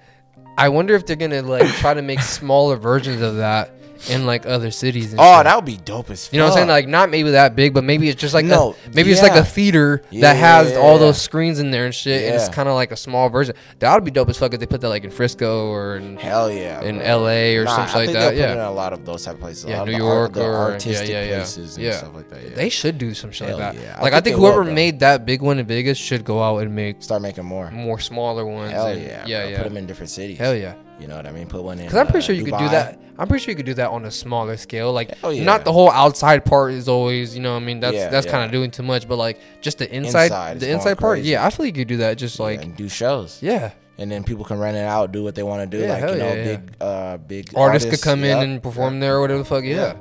Speaker 1: I wonder if they're gonna like try to make smaller versions of that in like other cities. And
Speaker 2: Oh,
Speaker 1: shit.
Speaker 2: that would be dope as fuck.
Speaker 1: You know what I'm saying? Like not maybe that big, but maybe it's just like
Speaker 2: No,
Speaker 1: a, maybe it's like
Speaker 2: yeah.
Speaker 1: a theater
Speaker 2: Yeah,
Speaker 1: that has
Speaker 2: yeah,
Speaker 1: all
Speaker 2: yeah.
Speaker 1: those screens in there and shit, and it's
Speaker 2: Yeah.
Speaker 1: kind of like a small version. That would be dope as fuck if they put that like in Frisco or in
Speaker 2: Hell yeah.
Speaker 1: in
Speaker 2: bro.
Speaker 1: LA or
Speaker 2: Nah,
Speaker 1: something
Speaker 2: I
Speaker 1: like
Speaker 2: think
Speaker 1: that.
Speaker 2: they'll Put in
Speaker 1: Yeah,
Speaker 2: a lot of those type of places. A
Speaker 1: Yeah,
Speaker 2: lot of
Speaker 1: New
Speaker 2: the art-
Speaker 1: York
Speaker 2: the
Speaker 1: or- yeah,
Speaker 2: artistic
Speaker 1: yeah, yeah.
Speaker 2: places and
Speaker 1: Yeah.
Speaker 2: stuff like that. Yeah.
Speaker 1: they should do some shit
Speaker 2: Hell
Speaker 1: like that.
Speaker 2: yeah. I
Speaker 1: Like
Speaker 2: think
Speaker 1: I think
Speaker 2: they
Speaker 1: whoever
Speaker 2: will, though.
Speaker 1: made that big one in Vegas should go out and make
Speaker 2: start making more.
Speaker 1: more smaller ones.
Speaker 2: Hell
Speaker 1: and-
Speaker 2: yeah.
Speaker 1: Mm-hmm. yeah,
Speaker 2: bro.
Speaker 1: yeah.
Speaker 2: Put them in different cities.
Speaker 1: Hell yeah.
Speaker 2: You know what I mean? Put one in.
Speaker 1: Because I'm pretty
Speaker 2: uh,
Speaker 1: sure you could do
Speaker 2: Dubai.
Speaker 1: that. I'm pretty sure you could do that on a smaller scale. Like,
Speaker 2: Hell yeah.
Speaker 1: not the whole outside part is always, you know, what I mean, that's
Speaker 2: Yeah,
Speaker 1: that's
Speaker 2: yeah.
Speaker 1: kind of doing too much. But like, just the inside,
Speaker 2: Inside is
Speaker 1: the
Speaker 2: going
Speaker 1: inside part,
Speaker 2: crazy.
Speaker 1: yeah, I feel like you could do that. Just like,
Speaker 2: and do shows.
Speaker 1: yeah,
Speaker 2: and then people can rent it out, do what they want to do.
Speaker 1: Yeah,
Speaker 2: like
Speaker 1: hell
Speaker 2: you know,
Speaker 1: yeah, yeah.
Speaker 2: big uh big
Speaker 1: artists, could come
Speaker 2: yep,
Speaker 1: in and perform there or whatever the fuck. Yeah,
Speaker 2: Yeah.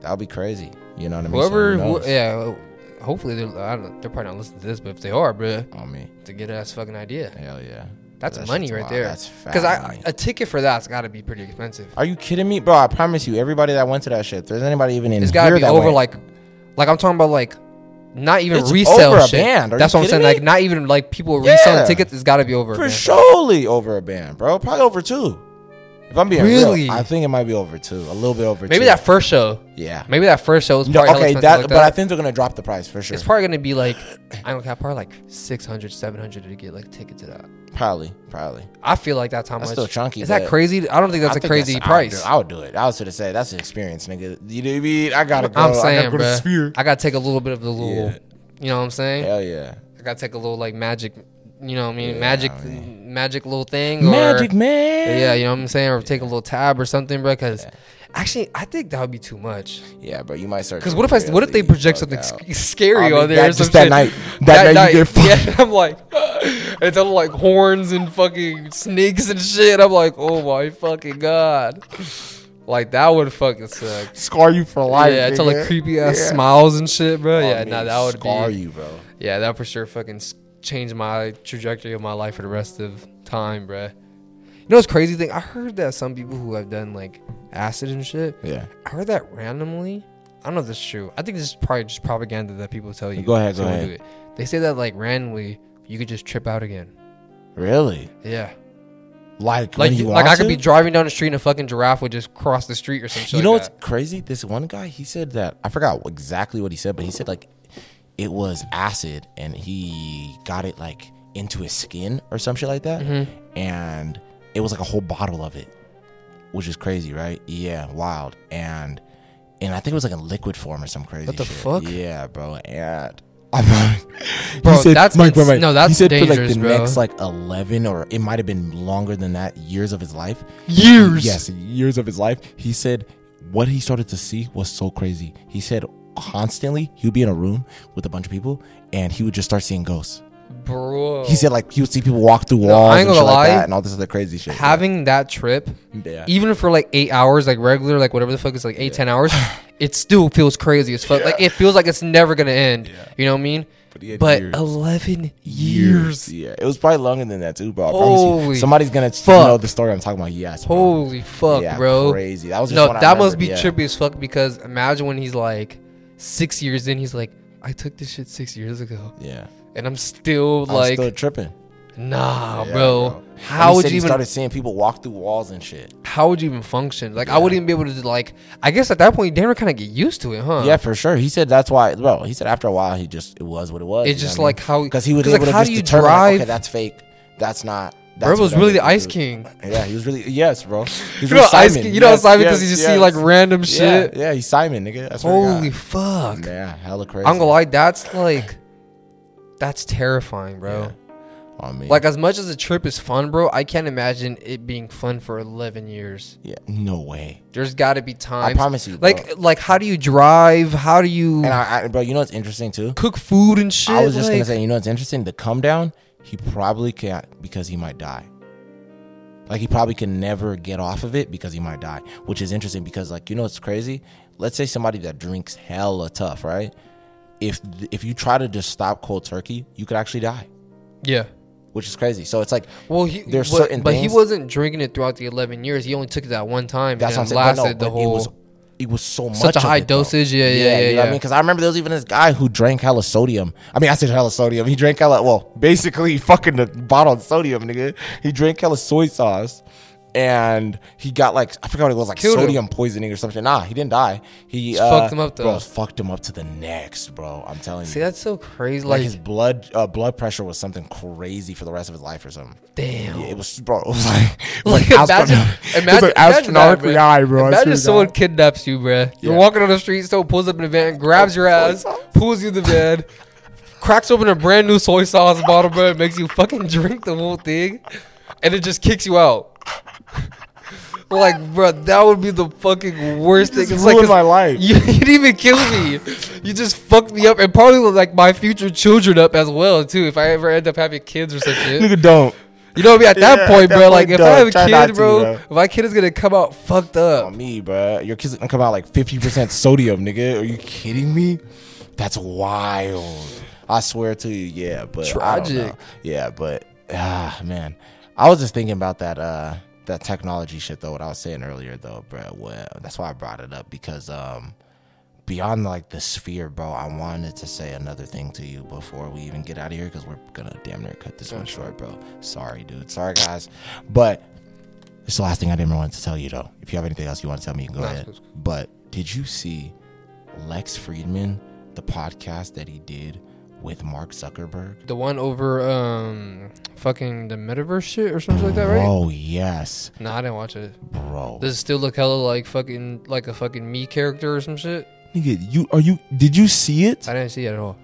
Speaker 2: That'll be crazy. You know what I mean? So
Speaker 1: whoever,
Speaker 2: who
Speaker 1: who-
Speaker 2: knows?
Speaker 1: yeah. Hopefully, they're I don't, they're probably not listening to this, but if they are, bruh,
Speaker 2: On me.
Speaker 1: it's a good ass fucking idea.
Speaker 2: Hell yeah.
Speaker 1: That's
Speaker 2: That
Speaker 1: money
Speaker 2: shit's
Speaker 1: right
Speaker 2: wild.
Speaker 1: there.
Speaker 2: That's fat
Speaker 1: because I
Speaker 2: money.
Speaker 1: a ticket for that's got to be pretty expensive.
Speaker 2: Are you kidding me, bro? I promise you, everybody that went to that shit, if there's anybody even in
Speaker 1: It's
Speaker 2: here
Speaker 1: gotta be
Speaker 2: that
Speaker 1: over
Speaker 2: went,
Speaker 1: like, like I'm talking about like, not even
Speaker 2: It's
Speaker 1: resale
Speaker 2: over a
Speaker 1: shit.
Speaker 2: band. Are
Speaker 1: That's
Speaker 2: you
Speaker 1: what I'm saying.
Speaker 2: kidding
Speaker 1: Like
Speaker 2: me?
Speaker 1: not even like people
Speaker 2: Yeah.
Speaker 1: reselling tickets. It's gotta be over. a
Speaker 2: for
Speaker 1: band.
Speaker 2: surely over a band, bro. Probably over two. If I'm being really,
Speaker 1: Really?
Speaker 2: I think it might be over two, a little bit over.
Speaker 1: Maybe
Speaker 2: two.
Speaker 1: that first show.
Speaker 2: Yeah.
Speaker 1: Maybe that first show is
Speaker 2: no,
Speaker 1: probably hella
Speaker 2: okay,
Speaker 1: expensive
Speaker 2: that,
Speaker 1: like
Speaker 2: But I think they're gonna drop the price for sure.
Speaker 1: it's probably gonna be like I don't know, probably like 600, 700 to get like tickets to that.
Speaker 2: Probably, probably.
Speaker 1: I feel like that's how
Speaker 2: That's
Speaker 1: much.
Speaker 2: still chunky,
Speaker 1: Is that
Speaker 2: but-
Speaker 1: crazy? I don't think that's a
Speaker 2: I think
Speaker 1: crazy
Speaker 2: that's- I would do-
Speaker 1: price.
Speaker 2: I would do it. I was gonna say that's an experience, nigga. You know what I mean? I gotta go.
Speaker 1: I'm
Speaker 2: I
Speaker 1: saying,
Speaker 2: gotta go to Sphere.
Speaker 1: bro. I gotta take a little bit of the little.
Speaker 2: Yeah.
Speaker 1: You know what I'm saying?
Speaker 2: Hell yeah.
Speaker 1: I gotta take a little like magic. You know what I mean? magic, magic little thing. or,
Speaker 2: man.
Speaker 1: Yeah, you know what I'm saying? Or take a little tab or something, bro. Because actually, I think that would be too much.
Speaker 2: Yeah, but you might start.
Speaker 1: Because
Speaker 2: getting
Speaker 1: what if I, what if they
Speaker 2: really
Speaker 1: project
Speaker 2: bugged
Speaker 1: something
Speaker 2: out.
Speaker 1: sc- scary
Speaker 2: I mean,
Speaker 1: on there? or
Speaker 2: that-
Speaker 1: some
Speaker 2: just that
Speaker 1: shit?
Speaker 2: night. That night you get
Speaker 1: yeah, I'm like, it's all like horns and fucking snakes and shit. I'm like, oh my fucking god, like that would fucking suck.
Speaker 2: Scar you for life.
Speaker 1: yeah, it's all like
Speaker 2: nigga.
Speaker 1: creepy ass
Speaker 2: Yeah.
Speaker 1: smiles and shit, bro.
Speaker 2: I
Speaker 1: yeah,
Speaker 2: mean,
Speaker 1: nah, that would
Speaker 2: scar
Speaker 1: be.
Speaker 2: you, bro.
Speaker 1: Yeah, that for sure fucking s- changed my trajectory of my life for the rest of time, bruh. You know what's crazy thing? I heard that some people who have done like acid and shit,
Speaker 2: Yeah.
Speaker 1: I heard that randomly. I don't know if this is true. I think this is probably just propaganda that people tell you.
Speaker 2: Go ahead,
Speaker 1: so
Speaker 2: go
Speaker 1: don't
Speaker 2: ahead.
Speaker 1: do it. They say that like randomly, you could just trip out again.
Speaker 2: Really?
Speaker 1: Yeah,
Speaker 2: Like,
Speaker 1: like
Speaker 2: when you
Speaker 1: like
Speaker 2: want
Speaker 1: I could
Speaker 2: to?
Speaker 1: be driving down the street and a fucking giraffe would just cross the street or something.
Speaker 2: you know what's crazy? This one guy, he said that I forgot exactly what he said, but he said like it was acid, and he got it like into his skin or some shit like that,
Speaker 1: Mm-hmm.
Speaker 2: and it was like a whole bottle of it, which is crazy, right? Yeah, wild, and and I think it was like in liquid form or some crazy.
Speaker 1: What the
Speaker 2: shit.
Speaker 1: fuck?
Speaker 2: Yeah, bro, and. I'm- he
Speaker 1: Bro, that's ins- no,
Speaker 2: He
Speaker 1: that's
Speaker 2: said for like
Speaker 1: dangerous,
Speaker 2: the
Speaker 1: bro.
Speaker 2: next like eleven or it might have been longer than that years of his life
Speaker 1: years.
Speaker 2: yes years of his life he said what he started to see was so crazy he said constantly he would be in a room with a bunch of people and he would just start seeing ghosts
Speaker 1: bro.
Speaker 2: he said like he would see people walk through walls
Speaker 1: I ain't
Speaker 2: and shit
Speaker 1: gonna
Speaker 2: like
Speaker 1: lie.
Speaker 2: that and all this other crazy shit
Speaker 1: having that trip,
Speaker 2: Yeah.
Speaker 1: even for like eight hours, like regular, like whatever the fuck is like eight ten hours, it still feels crazy as fuck. Like it feels like it's never gonna end. You know what I mean? But,
Speaker 2: he had years.
Speaker 1: eleven years.
Speaker 2: yeah it was probably longer than that too bro I promise you.
Speaker 1: Holy
Speaker 2: somebody's gonna
Speaker 1: fuck.
Speaker 2: know the story i'm talking about yes bro.
Speaker 1: Holy fuck,
Speaker 2: Yeah,
Speaker 1: bro!
Speaker 2: crazy that was just
Speaker 1: No,
Speaker 2: one I
Speaker 1: that must
Speaker 2: remembered,
Speaker 1: be
Speaker 2: yeah.
Speaker 1: trippy as fuck because imagine when he's like six years in, he's like, I took this shit six years ago,
Speaker 2: yeah
Speaker 1: and I'm still
Speaker 2: I was
Speaker 1: like,
Speaker 2: still tripping
Speaker 1: nah,
Speaker 2: Yeah,
Speaker 1: bro.
Speaker 2: And
Speaker 1: How
Speaker 2: he
Speaker 1: would
Speaker 2: said
Speaker 1: you
Speaker 2: he
Speaker 1: even?
Speaker 2: started seeing people walk through walls and shit
Speaker 1: how would you even function? Like, I wouldn't even be able to just, like. I guess at that point, you damn kind of get used to it, huh?
Speaker 2: Yeah, for sure. He said that's why, bro. He said after a while, he just it was what it was.
Speaker 1: It's just like how-
Speaker 2: because he was
Speaker 1: 'cause, like,
Speaker 2: able to
Speaker 1: how
Speaker 2: just
Speaker 1: do you
Speaker 2: determine, like, okay,
Speaker 1: drive-
Speaker 2: that's fake. That's not.
Speaker 1: Bro
Speaker 2: That's
Speaker 1: was
Speaker 2: whatever
Speaker 1: really the
Speaker 2: it
Speaker 1: Ice
Speaker 2: is.
Speaker 1: King.
Speaker 2: Yeah, he was really yes, bro. He was
Speaker 1: You know,
Speaker 2: really
Speaker 1: Ice
Speaker 2: Simon.
Speaker 1: King, you know
Speaker 2: Yes,
Speaker 1: Simon because
Speaker 2: yes,
Speaker 1: you just see
Speaker 2: yes.
Speaker 1: like random
Speaker 2: Yeah,
Speaker 1: shit.
Speaker 2: Yeah, he's Simon, nigga. That's
Speaker 1: Holy fuck!
Speaker 2: Yeah, hella crazy.
Speaker 1: I'm gonna lie, that's like, that's terrifying, bro.
Speaker 2: Oh, man.
Speaker 1: Like as much as the trip is fun, bro, I can't imagine it being fun for 11 years.
Speaker 2: yeah, no way.
Speaker 1: There's got to be times.
Speaker 2: promise you,
Speaker 1: Like, like how do you drive? How do you
Speaker 2: And I, I, bro, you know what's interesting too?
Speaker 1: cook food and shit?
Speaker 2: I was just gonna
Speaker 1: Like,
Speaker 2: say, you know what's interesting? The come down, he probably can't because he might die. Like he probably can never get off of it because he might die, which is interesting because like you know what's crazy? Let's say somebody that drinks hella tough, right? If if you try to just stop cold turkey, you could actually die,
Speaker 1: yeah.
Speaker 2: which is crazy. So it's like
Speaker 1: Well, he
Speaker 2: There's
Speaker 1: but,
Speaker 2: certain
Speaker 1: but he
Speaker 2: things-
Speaker 1: wasn't drinking it throughout the 11 years. He only took it that one time.
Speaker 2: that's what I'm
Speaker 1: and it
Speaker 2: saying. But no,
Speaker 1: lasted the
Speaker 2: but
Speaker 1: whole.
Speaker 2: it was it was so much
Speaker 1: Such a
Speaker 2: of
Speaker 1: high
Speaker 2: it, though.
Speaker 1: dosage. Yeah, yeah, yeah,
Speaker 2: you know what
Speaker 1: yeah.
Speaker 2: I mean, because I remember there was even this guy who drank hella sodium. I mean, I said hella sodium. He drank hella. Well, basically, he fucking the bottle of sodium, nigga. He drank hella soy sauce, and he got like I forgot what it was, like
Speaker 1: Killed him.
Speaker 2: sodium poisoning or something. Nah, he didn't die. He
Speaker 1: Just
Speaker 2: uh,
Speaker 1: fucked him up, though.
Speaker 2: Bro, fucked him up to the next, bro. I'm telling
Speaker 1: See,
Speaker 2: you.
Speaker 1: that's so crazy.
Speaker 2: Like
Speaker 1: Like,
Speaker 2: his blood uh, blood pressure was something crazy for the rest of his life or something.
Speaker 1: damn.
Speaker 2: It was bro. It was like, it was
Speaker 1: Oh. Like,
Speaker 2: like
Speaker 1: imagine,
Speaker 2: astronom- it was
Speaker 1: imagine,
Speaker 2: like
Speaker 1: imagine that,
Speaker 2: astronomically
Speaker 1: bro.
Speaker 2: high, bro. I swear
Speaker 1: Imagine
Speaker 2: to
Speaker 1: someone
Speaker 2: God.
Speaker 1: kidnaps you, bruh. You're
Speaker 2: Yeah.
Speaker 1: walking on the street, someone pulls up in a van, grabs your ass, pulls you to bed, cracks open a brand new soy sauce bottle, bruh, and makes you fucking drink the whole thing, and it just kicks you out. Like, bruh, that would be the fucking worst thing.
Speaker 2: just
Speaker 1: It's like
Speaker 2: ruined
Speaker 1: 'cause
Speaker 2: my life.
Speaker 1: You, you didn't even kill me. You just fucked me up, and probably like my future children up as well too. If I ever end up having kids or some shit.
Speaker 2: Nigga, don't.
Speaker 1: You know what I mean? At that
Speaker 2: Yeah,
Speaker 1: point,
Speaker 2: at that
Speaker 1: bro, like if
Speaker 2: point,
Speaker 1: I
Speaker 2: dog,
Speaker 1: have a
Speaker 2: try not
Speaker 1: kid,
Speaker 2: to,
Speaker 1: bro,
Speaker 2: bro.
Speaker 1: if my kid is gonna come out fucked up.
Speaker 2: on me, bruh. Your kids gonna come out like 50% sodium, nigga. Are you kidding me? That's wild. I swear to you, yeah, but I don't
Speaker 1: Tragic.
Speaker 2: know. Yeah, but ah man. I was just thinking about that uh that technology shit though, what I was saying earlier though, bruh. Well, that's why I brought it up because um beyond like the sphere, bro, I wanted to say another thing to you before we even get out of here because we're gonna damn near cut this one short, bro. Sorry, dude. Sorry, guys. But it's the last thing I didn't want to tell you though. If you have anything else you want to tell me, you can go
Speaker 1: No,
Speaker 2: ahead.
Speaker 1: it's
Speaker 2: But did you see Lex Friedman, the podcast that he did with Mark Zuckerberg?
Speaker 1: The one over um fucking the metaverse shit or something like that, right?
Speaker 2: Oh yes,
Speaker 1: Nah, I didn't watch it.
Speaker 2: bro.
Speaker 1: Does it still look hella like fucking like a fucking me character or some shit?
Speaker 2: Nigga, you are you? Did you see it?
Speaker 1: I didn't see it at all.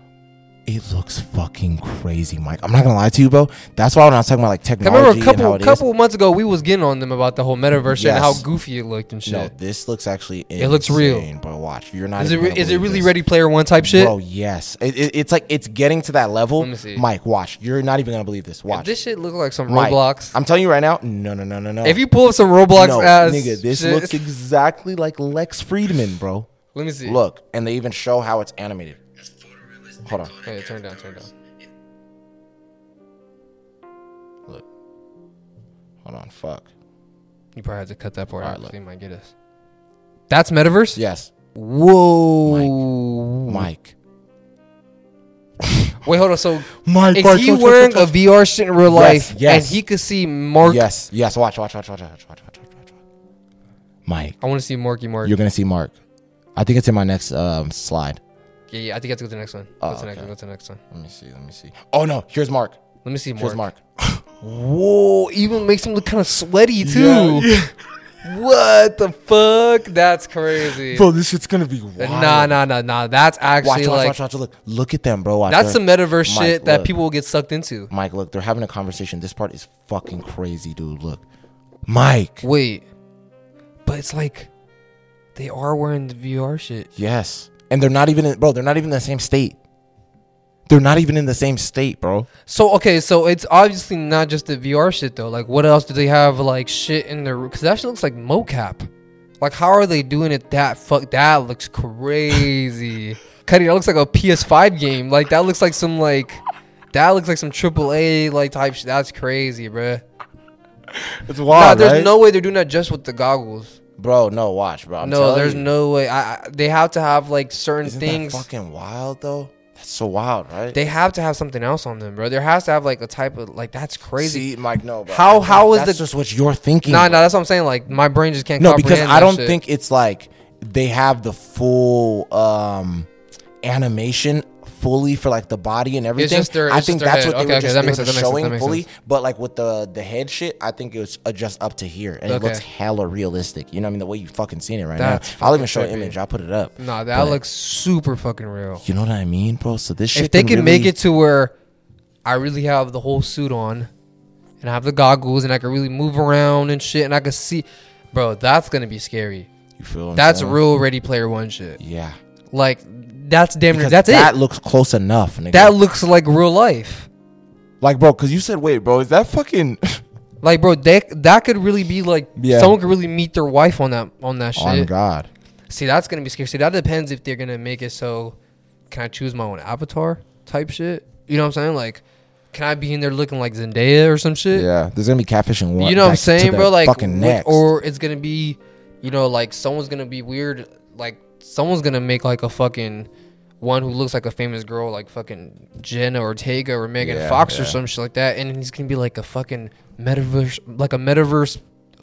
Speaker 2: It looks fucking crazy, Mike. I'm not gonna lie to you, bro. That's why when I was talking about like
Speaker 1: 'Cause I
Speaker 2: technology
Speaker 1: remember a
Speaker 2: and how
Speaker 1: couple
Speaker 2: it is.
Speaker 1: couple months ago we was getting on them about the whole metaverse shit and how
Speaker 2: Yes.
Speaker 1: goofy it looked and shit.
Speaker 2: No, this looks actually. Insane,
Speaker 1: It looks real.
Speaker 2: bro. Watch, you're not.
Speaker 1: is it
Speaker 2: even
Speaker 1: re-
Speaker 2: gonna
Speaker 1: is it
Speaker 2: believe
Speaker 1: really
Speaker 2: this.
Speaker 1: Ready Player One type shit?
Speaker 2: Bro, yes. It, it- it's like it's getting to that level.
Speaker 1: Let me see.
Speaker 2: Mike, watch. You're not even gonna believe this. Watch.
Speaker 1: this shit look like some
Speaker 2: Mike,
Speaker 1: Roblox.
Speaker 2: I'm telling you right now. No, no, no, no, no.
Speaker 1: if you pull up some Roblox
Speaker 2: no,
Speaker 1: ass
Speaker 2: nigga, this
Speaker 1: shit-
Speaker 2: looks exactly like Lex Friedman, bro.
Speaker 1: Let me see.
Speaker 2: Look, and they even show how it's animated. Hold on.
Speaker 1: Wait, turn it down, turn it down.
Speaker 2: Look. Hold on. Fuck.
Speaker 1: You probably have to cut that part
Speaker 2: All right,
Speaker 1: out.
Speaker 2: look.
Speaker 1: so you might get us. That's metaverse.
Speaker 2: Yes.
Speaker 1: Whoa.
Speaker 2: Mike.
Speaker 1: Wait, hold on. So
Speaker 2: Mike.
Speaker 1: is he wearing a VR shit in real
Speaker 2: Yes,
Speaker 1: life
Speaker 2: yes.
Speaker 1: and he could see Mark?
Speaker 2: Yes, yes. Watch, watch, watch, watch, watch, watch, watch, watch, watch. watch. Mike,
Speaker 1: I want to see Marky Mark.
Speaker 2: you're gonna see Mark. I think it's in my next um, slide.
Speaker 1: yeah, yeah, I think I have to go to the next one.
Speaker 2: Oh,
Speaker 1: go to the next
Speaker 2: okay.
Speaker 1: one. Go to the next one.
Speaker 2: Let me see. Let me see. Oh no, here's Mark.
Speaker 1: Let me see
Speaker 2: Here's
Speaker 1: Mark.
Speaker 2: Mark.
Speaker 1: Whoa, even makes him look kind of sweaty too. What the fuck? That's crazy.
Speaker 2: Bro, this shit's gonna be wild.
Speaker 1: Nah, nah, nah, nah. That's
Speaker 2: Watch,
Speaker 1: actually
Speaker 2: watch,
Speaker 1: like
Speaker 2: watch, watch, Look, look at them, bro. Watch.
Speaker 1: that's the
Speaker 2: They're-
Speaker 1: metaverse
Speaker 2: Mike,
Speaker 1: shit that
Speaker 2: look.
Speaker 1: people will get sucked into.
Speaker 2: Mike. Look, they're having a conversation. This part is fucking crazy, dude. Look, Mike.
Speaker 1: Wait, but it's like they are wearing the VR shit.
Speaker 2: Yes, and they're not even, in, bro. They're not even in the same state. They're not even in the same state, bro.
Speaker 1: So okay, so it's obviously not just the VR shit though. Like, what else do they have? Like shit in their because that shit looks like mocap. Like, how are they doing it? That fuck that looks crazy. Cuddy, that looks like a PS5 game. Like that looks like some like that looks like some AAA like type shit. That's crazy, bruh.
Speaker 2: It's
Speaker 1: Nah,
Speaker 2: wild,
Speaker 1: there's no way they're doing that just with the goggles.
Speaker 2: bro. No, watch, bro. I'm
Speaker 1: no,
Speaker 2: telling
Speaker 1: there's
Speaker 2: you.
Speaker 1: no way. I, I they have to have like certain
Speaker 2: Isn't
Speaker 1: things.
Speaker 2: that fucking wild though? That's so wild, right?
Speaker 1: they have to have something else on them, bro. There has to have like a type of like that's crazy.
Speaker 2: See, Mike, no, bro.
Speaker 1: How- how is
Speaker 2: That's
Speaker 1: the-
Speaker 2: just what you're thinking?
Speaker 1: No, no, that's what I'm saying. Like my brain just can't.
Speaker 2: no, because
Speaker 1: comprehend
Speaker 2: I
Speaker 1: that
Speaker 2: don't
Speaker 1: shit.
Speaker 2: think it's like they have the full um animation fully for like the body and everything.
Speaker 1: just their-
Speaker 2: I
Speaker 1: it's
Speaker 2: think
Speaker 1: just their
Speaker 2: that's
Speaker 1: head.
Speaker 2: what they
Speaker 1: Okay,
Speaker 2: were
Speaker 1: okay,
Speaker 2: just,
Speaker 1: that
Speaker 2: they
Speaker 1: makes
Speaker 2: were
Speaker 1: sense, that makes sense,
Speaker 2: just showing
Speaker 1: that makes
Speaker 2: fully. But like with the the head shit, I think it was uh, just up to here, and it
Speaker 1: Okay.
Speaker 2: looks hella realistic. You know what I mean? The way you fucking seen it right
Speaker 1: That's
Speaker 2: now. I'll
Speaker 1: fucking
Speaker 2: even show an
Speaker 1: trippy.
Speaker 2: image. I'll put it up.
Speaker 1: Nah, that
Speaker 2: But
Speaker 1: looks super fucking real.
Speaker 2: You know what I mean, bro? So this shit.
Speaker 1: If they
Speaker 2: can
Speaker 1: could make
Speaker 2: really-
Speaker 1: it to where I really have the whole suit on, and I have the goggles, and I can really move around and shit, and I can see, bro, that's gonna be scary.
Speaker 2: you feel what I'm
Speaker 1: That's
Speaker 2: saying?
Speaker 1: real Ready Player One shit.
Speaker 2: Yeah.
Speaker 1: Like that's damn near
Speaker 2: Because
Speaker 1: that's
Speaker 2: that
Speaker 1: it.
Speaker 2: looks close enough, nigga.
Speaker 1: That looks like real life.
Speaker 2: like, bro, because you said, wait, bro, is that fucking
Speaker 1: Like, bro, that that could really be like
Speaker 2: Yeah.
Speaker 1: someone could really meet their wife on that on that shit.
Speaker 2: on God?
Speaker 1: See, that's gonna be scary. See, that depends if they're gonna make it so. Can I choose my own avatar type shit? You know what I'm saying? Like, can I be in there looking like Zendaya or some shit?
Speaker 2: Yeah, there's gonna be catfishing. One,
Speaker 1: You know what I'm
Speaker 2: back to
Speaker 1: saying,
Speaker 2: the
Speaker 1: bro? Like,
Speaker 2: fucking
Speaker 1: with-
Speaker 2: next.
Speaker 1: or it's gonna be, you know, like someone's gonna be weird. Like, someone's gonna make like a fucking one who looks like a famous girl, like fucking Jenna Ortega or Megan
Speaker 2: Yeah,
Speaker 1: Fox or
Speaker 2: yeah.
Speaker 1: some shit like that, and he's gonna be like a fucking metaverse, like a metaverse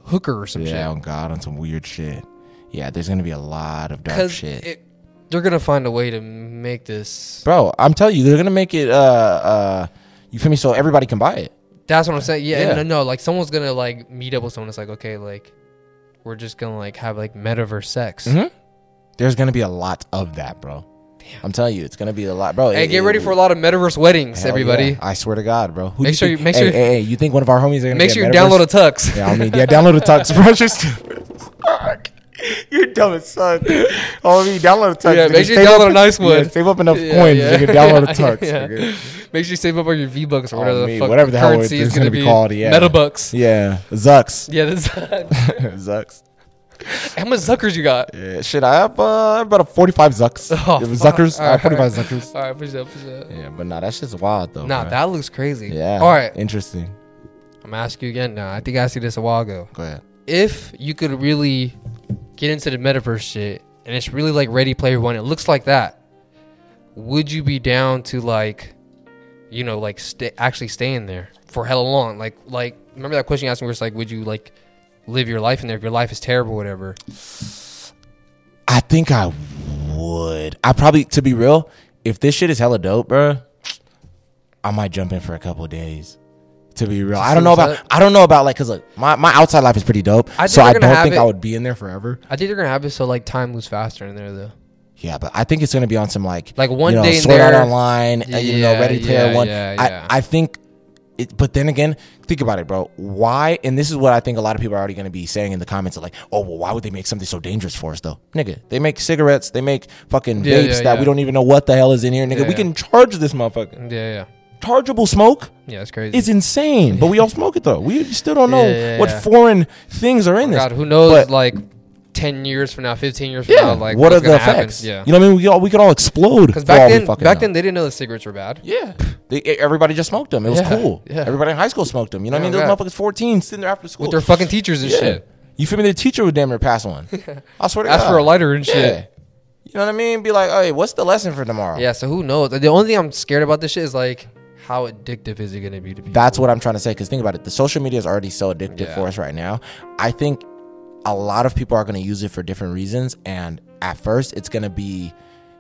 Speaker 1: hooker or some shit.
Speaker 2: yeah, on Oh, God, on some weird shit. Yeah, there's gonna be a lot of dark
Speaker 1: because
Speaker 2: shit,
Speaker 1: it, they're gonna find a way to make this.
Speaker 2: bro. I'm telling you, they're gonna make it. Uh, uh, you feel me? So everybody can buy it.
Speaker 1: That's what I'm saying. Yeah,
Speaker 2: Yeah.
Speaker 1: And no, no, like someone's gonna like meet up with someone. It's like okay, like we're just gonna like have like metaverse sex.
Speaker 2: Mm-hmm. There's gonna be a lot of that, bro. I'm telling you, it's gonna be a lot, bro.
Speaker 1: Hey,
Speaker 2: It-
Speaker 1: get
Speaker 2: it-
Speaker 1: ready for a lot of metaverse weddings,
Speaker 2: hell
Speaker 1: everybody.
Speaker 2: yeah. I swear to God, bro. Who
Speaker 1: Make sure
Speaker 2: think-
Speaker 1: you- make
Speaker 2: hey,
Speaker 1: sure-
Speaker 2: Hey, hey, you think one of our homies are gonna
Speaker 1: Make
Speaker 2: get
Speaker 1: sure you
Speaker 2: metaverse?
Speaker 1: download a tux.
Speaker 2: Yeah, I mean, yeah, download a tux, bro. Just Fuck. You're dumb as fuck. Oh, you download a tux.
Speaker 1: Yeah,
Speaker 2: nigga.
Speaker 1: make sure you
Speaker 2: Save
Speaker 1: download
Speaker 2: up-
Speaker 1: a nice
Speaker 2: yeah,
Speaker 1: one.
Speaker 2: save up enough
Speaker 1: Yeah,
Speaker 2: coins.
Speaker 1: yeah.
Speaker 2: You can download
Speaker 1: Yeah,
Speaker 2: a tux.
Speaker 1: yeah.
Speaker 2: nigga.
Speaker 1: Make sure you save up all your V bucks or
Speaker 2: Oh,
Speaker 1: whatever,
Speaker 2: me,
Speaker 1: the fuck
Speaker 2: whatever the hell
Speaker 1: currency
Speaker 2: it's
Speaker 1: is gonna,
Speaker 2: gonna
Speaker 1: be.
Speaker 2: be called, yeah.
Speaker 1: Metabucks. Yeah,
Speaker 2: Yeah, Zucks.
Speaker 1: yeah that's
Speaker 2: Zucks.
Speaker 1: how much Zuckers you got?
Speaker 2: Yeah, shit, I have uh, about a 45 Zucks.
Speaker 1: Oh,
Speaker 2: It was Zuckers.
Speaker 1: fuck.
Speaker 2: I have
Speaker 1: All right.
Speaker 2: 45 Zuckers.
Speaker 1: All right, push up, push up.
Speaker 2: Yeah, but nah, that shit's wild though.
Speaker 1: Nah,
Speaker 2: bro.
Speaker 1: that looks crazy.
Speaker 2: Yeah.
Speaker 1: All right, I'm
Speaker 2: Interesting.
Speaker 1: gonna ask you again now. I think I asked you this a while ago.
Speaker 2: Go ahead.
Speaker 1: if you could really get into the metaverse shit and it's really like Ready Player One, it looks like that. Would you be down to like, you know, like sta actually staying there for hella long? Like, like remember that question you asked me? Where it's like, would you like live your life in there if your life is terrible, whatever?
Speaker 2: I think I would. I probably, to be real, if this shit is hella dope, bro, I might jump in for a couple days. To be real, I don't know
Speaker 1: what's
Speaker 2: about.
Speaker 1: up.
Speaker 2: I don't know about like, cause look, my, my outside life is pretty dope.
Speaker 1: I think
Speaker 2: so
Speaker 1: we're
Speaker 2: I
Speaker 1: gonna
Speaker 2: don't
Speaker 1: have
Speaker 2: think I
Speaker 1: it-
Speaker 2: would be in there forever.
Speaker 1: I think they're gonna have it so like time moves faster in there though.
Speaker 2: Yeah, but I think it's gonna be on some like
Speaker 1: Like, one
Speaker 2: you know,
Speaker 1: day in
Speaker 2: sort out
Speaker 1: there-
Speaker 2: online. uh, you know,
Speaker 1: Yeah,
Speaker 2: Ready Player
Speaker 1: yeah,
Speaker 2: One.
Speaker 1: yeah,
Speaker 2: I
Speaker 1: yeah.
Speaker 2: I think. It, but then again, think about it, bro. Why? And this is what I think a lot of people are already going to be saying in the comments, like, "Oh, well, why would they make something so dangerous for us, though, nigga? They make cigarettes, they make fucking
Speaker 1: Yeah,
Speaker 2: vapes
Speaker 1: yeah,
Speaker 2: that
Speaker 1: yeah.
Speaker 2: we don't even know what the hell is in here, nigga.
Speaker 1: Yeah,
Speaker 2: we
Speaker 1: yeah.
Speaker 2: can charge this motherfucker.
Speaker 1: Yeah, yeah,
Speaker 2: Chargeable smoke
Speaker 1: yeah. It's crazy.
Speaker 2: is insane, but we all smoke it though. We still don't know
Speaker 1: Yeah, yeah,
Speaker 2: what
Speaker 1: yeah.
Speaker 2: foreign things are in this.
Speaker 1: God, who uh, knows?
Speaker 2: But-
Speaker 1: like ten years from now, fifteen years from
Speaker 2: yeah,
Speaker 1: now, like
Speaker 2: what
Speaker 1: what's
Speaker 2: are the
Speaker 1: gonna happen?
Speaker 2: effects?
Speaker 1: Yeah,
Speaker 2: you know what I mean. We all we could all explode.
Speaker 1: because
Speaker 2: for all
Speaker 1: back
Speaker 2: we
Speaker 1: then,
Speaker 2: fucking
Speaker 1: back
Speaker 2: know.
Speaker 1: then they didn't know that cigarettes were bad.
Speaker 2: Yeah. They, e- everybody just smoked them. It was
Speaker 1: Yeah,
Speaker 2: cool.
Speaker 1: yeah.
Speaker 2: Everybody in high school smoked them. You know what I mean?
Speaker 1: Yeah,
Speaker 2: Those
Speaker 1: yeah.
Speaker 2: motherfuckers 14 sitting there after school.
Speaker 1: With their fucking teachers and
Speaker 2: Yeah.
Speaker 1: shit.
Speaker 2: You feel me? The teacher would damn near pass one. I swear to
Speaker 1: Ask
Speaker 2: God.
Speaker 1: for a lighter and
Speaker 2: Yeah.
Speaker 1: shit.
Speaker 2: You know what I mean? Be like, hey, what's the lesson for tomorrow?
Speaker 1: Yeah, so who knows? The only thing I'm scared about this shit is like how addictive is it gonna be to people?
Speaker 2: That's what I'm trying to say. Because think about it, the social media is already so addictive
Speaker 1: Yeah.
Speaker 2: for us right now. I think a lot of people are going to use it for different reasons, and at first, it's going to be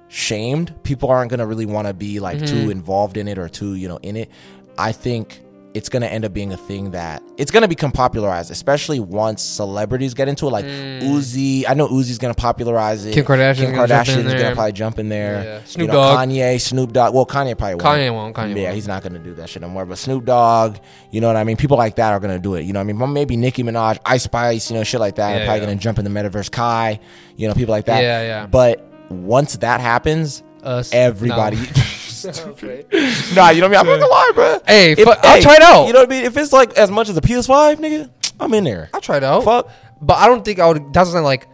Speaker 2: shamed. People aren't going to really want to be like
Speaker 1: Mm-hmm.
Speaker 2: too involved in it or too you know in it. I think it's going to end up being a thing that it's going to become popularized, especially once celebrities get into it. Like Uzi, I know Uzi's going to popularize it.
Speaker 1: Mm. Kim Kardashian's
Speaker 2: Kim
Speaker 1: gonna jump in
Speaker 2: Kardashian's going to
Speaker 1: there.
Speaker 2: probably jump in there.
Speaker 1: Yeah.
Speaker 2: You
Speaker 1: Snoop
Speaker 2: know,
Speaker 1: Dogg.
Speaker 2: Kanye, Snoop Dogg. Well, Kanye probably won't.
Speaker 1: Kanye won't. Kanye
Speaker 2: Yeah,
Speaker 1: won't.
Speaker 2: he's not gonna do that shit anymore. But Snoop Dogg, you know what I mean? People like that are gonna do it. You know what I mean? Maybe Nicki Minaj, Ice Spice, you know, shit like that. are
Speaker 1: Yeah,
Speaker 2: probably
Speaker 1: yeah.
Speaker 2: gonna jump in the metaverse. Kai, you know, people like that.
Speaker 1: Yeah, yeah.
Speaker 2: But once that happens,
Speaker 1: Us,
Speaker 2: everybody.
Speaker 1: no.
Speaker 2: nah, you know what I mean? I'm not gonna lie, bro.
Speaker 1: Hey, fuck- I'll try it out.
Speaker 2: You know what I mean? If it's like as much as a PS5, nigga, I'm in there.
Speaker 1: I'll try it out.
Speaker 2: Fuck.
Speaker 1: But I don't think I would. That's not like.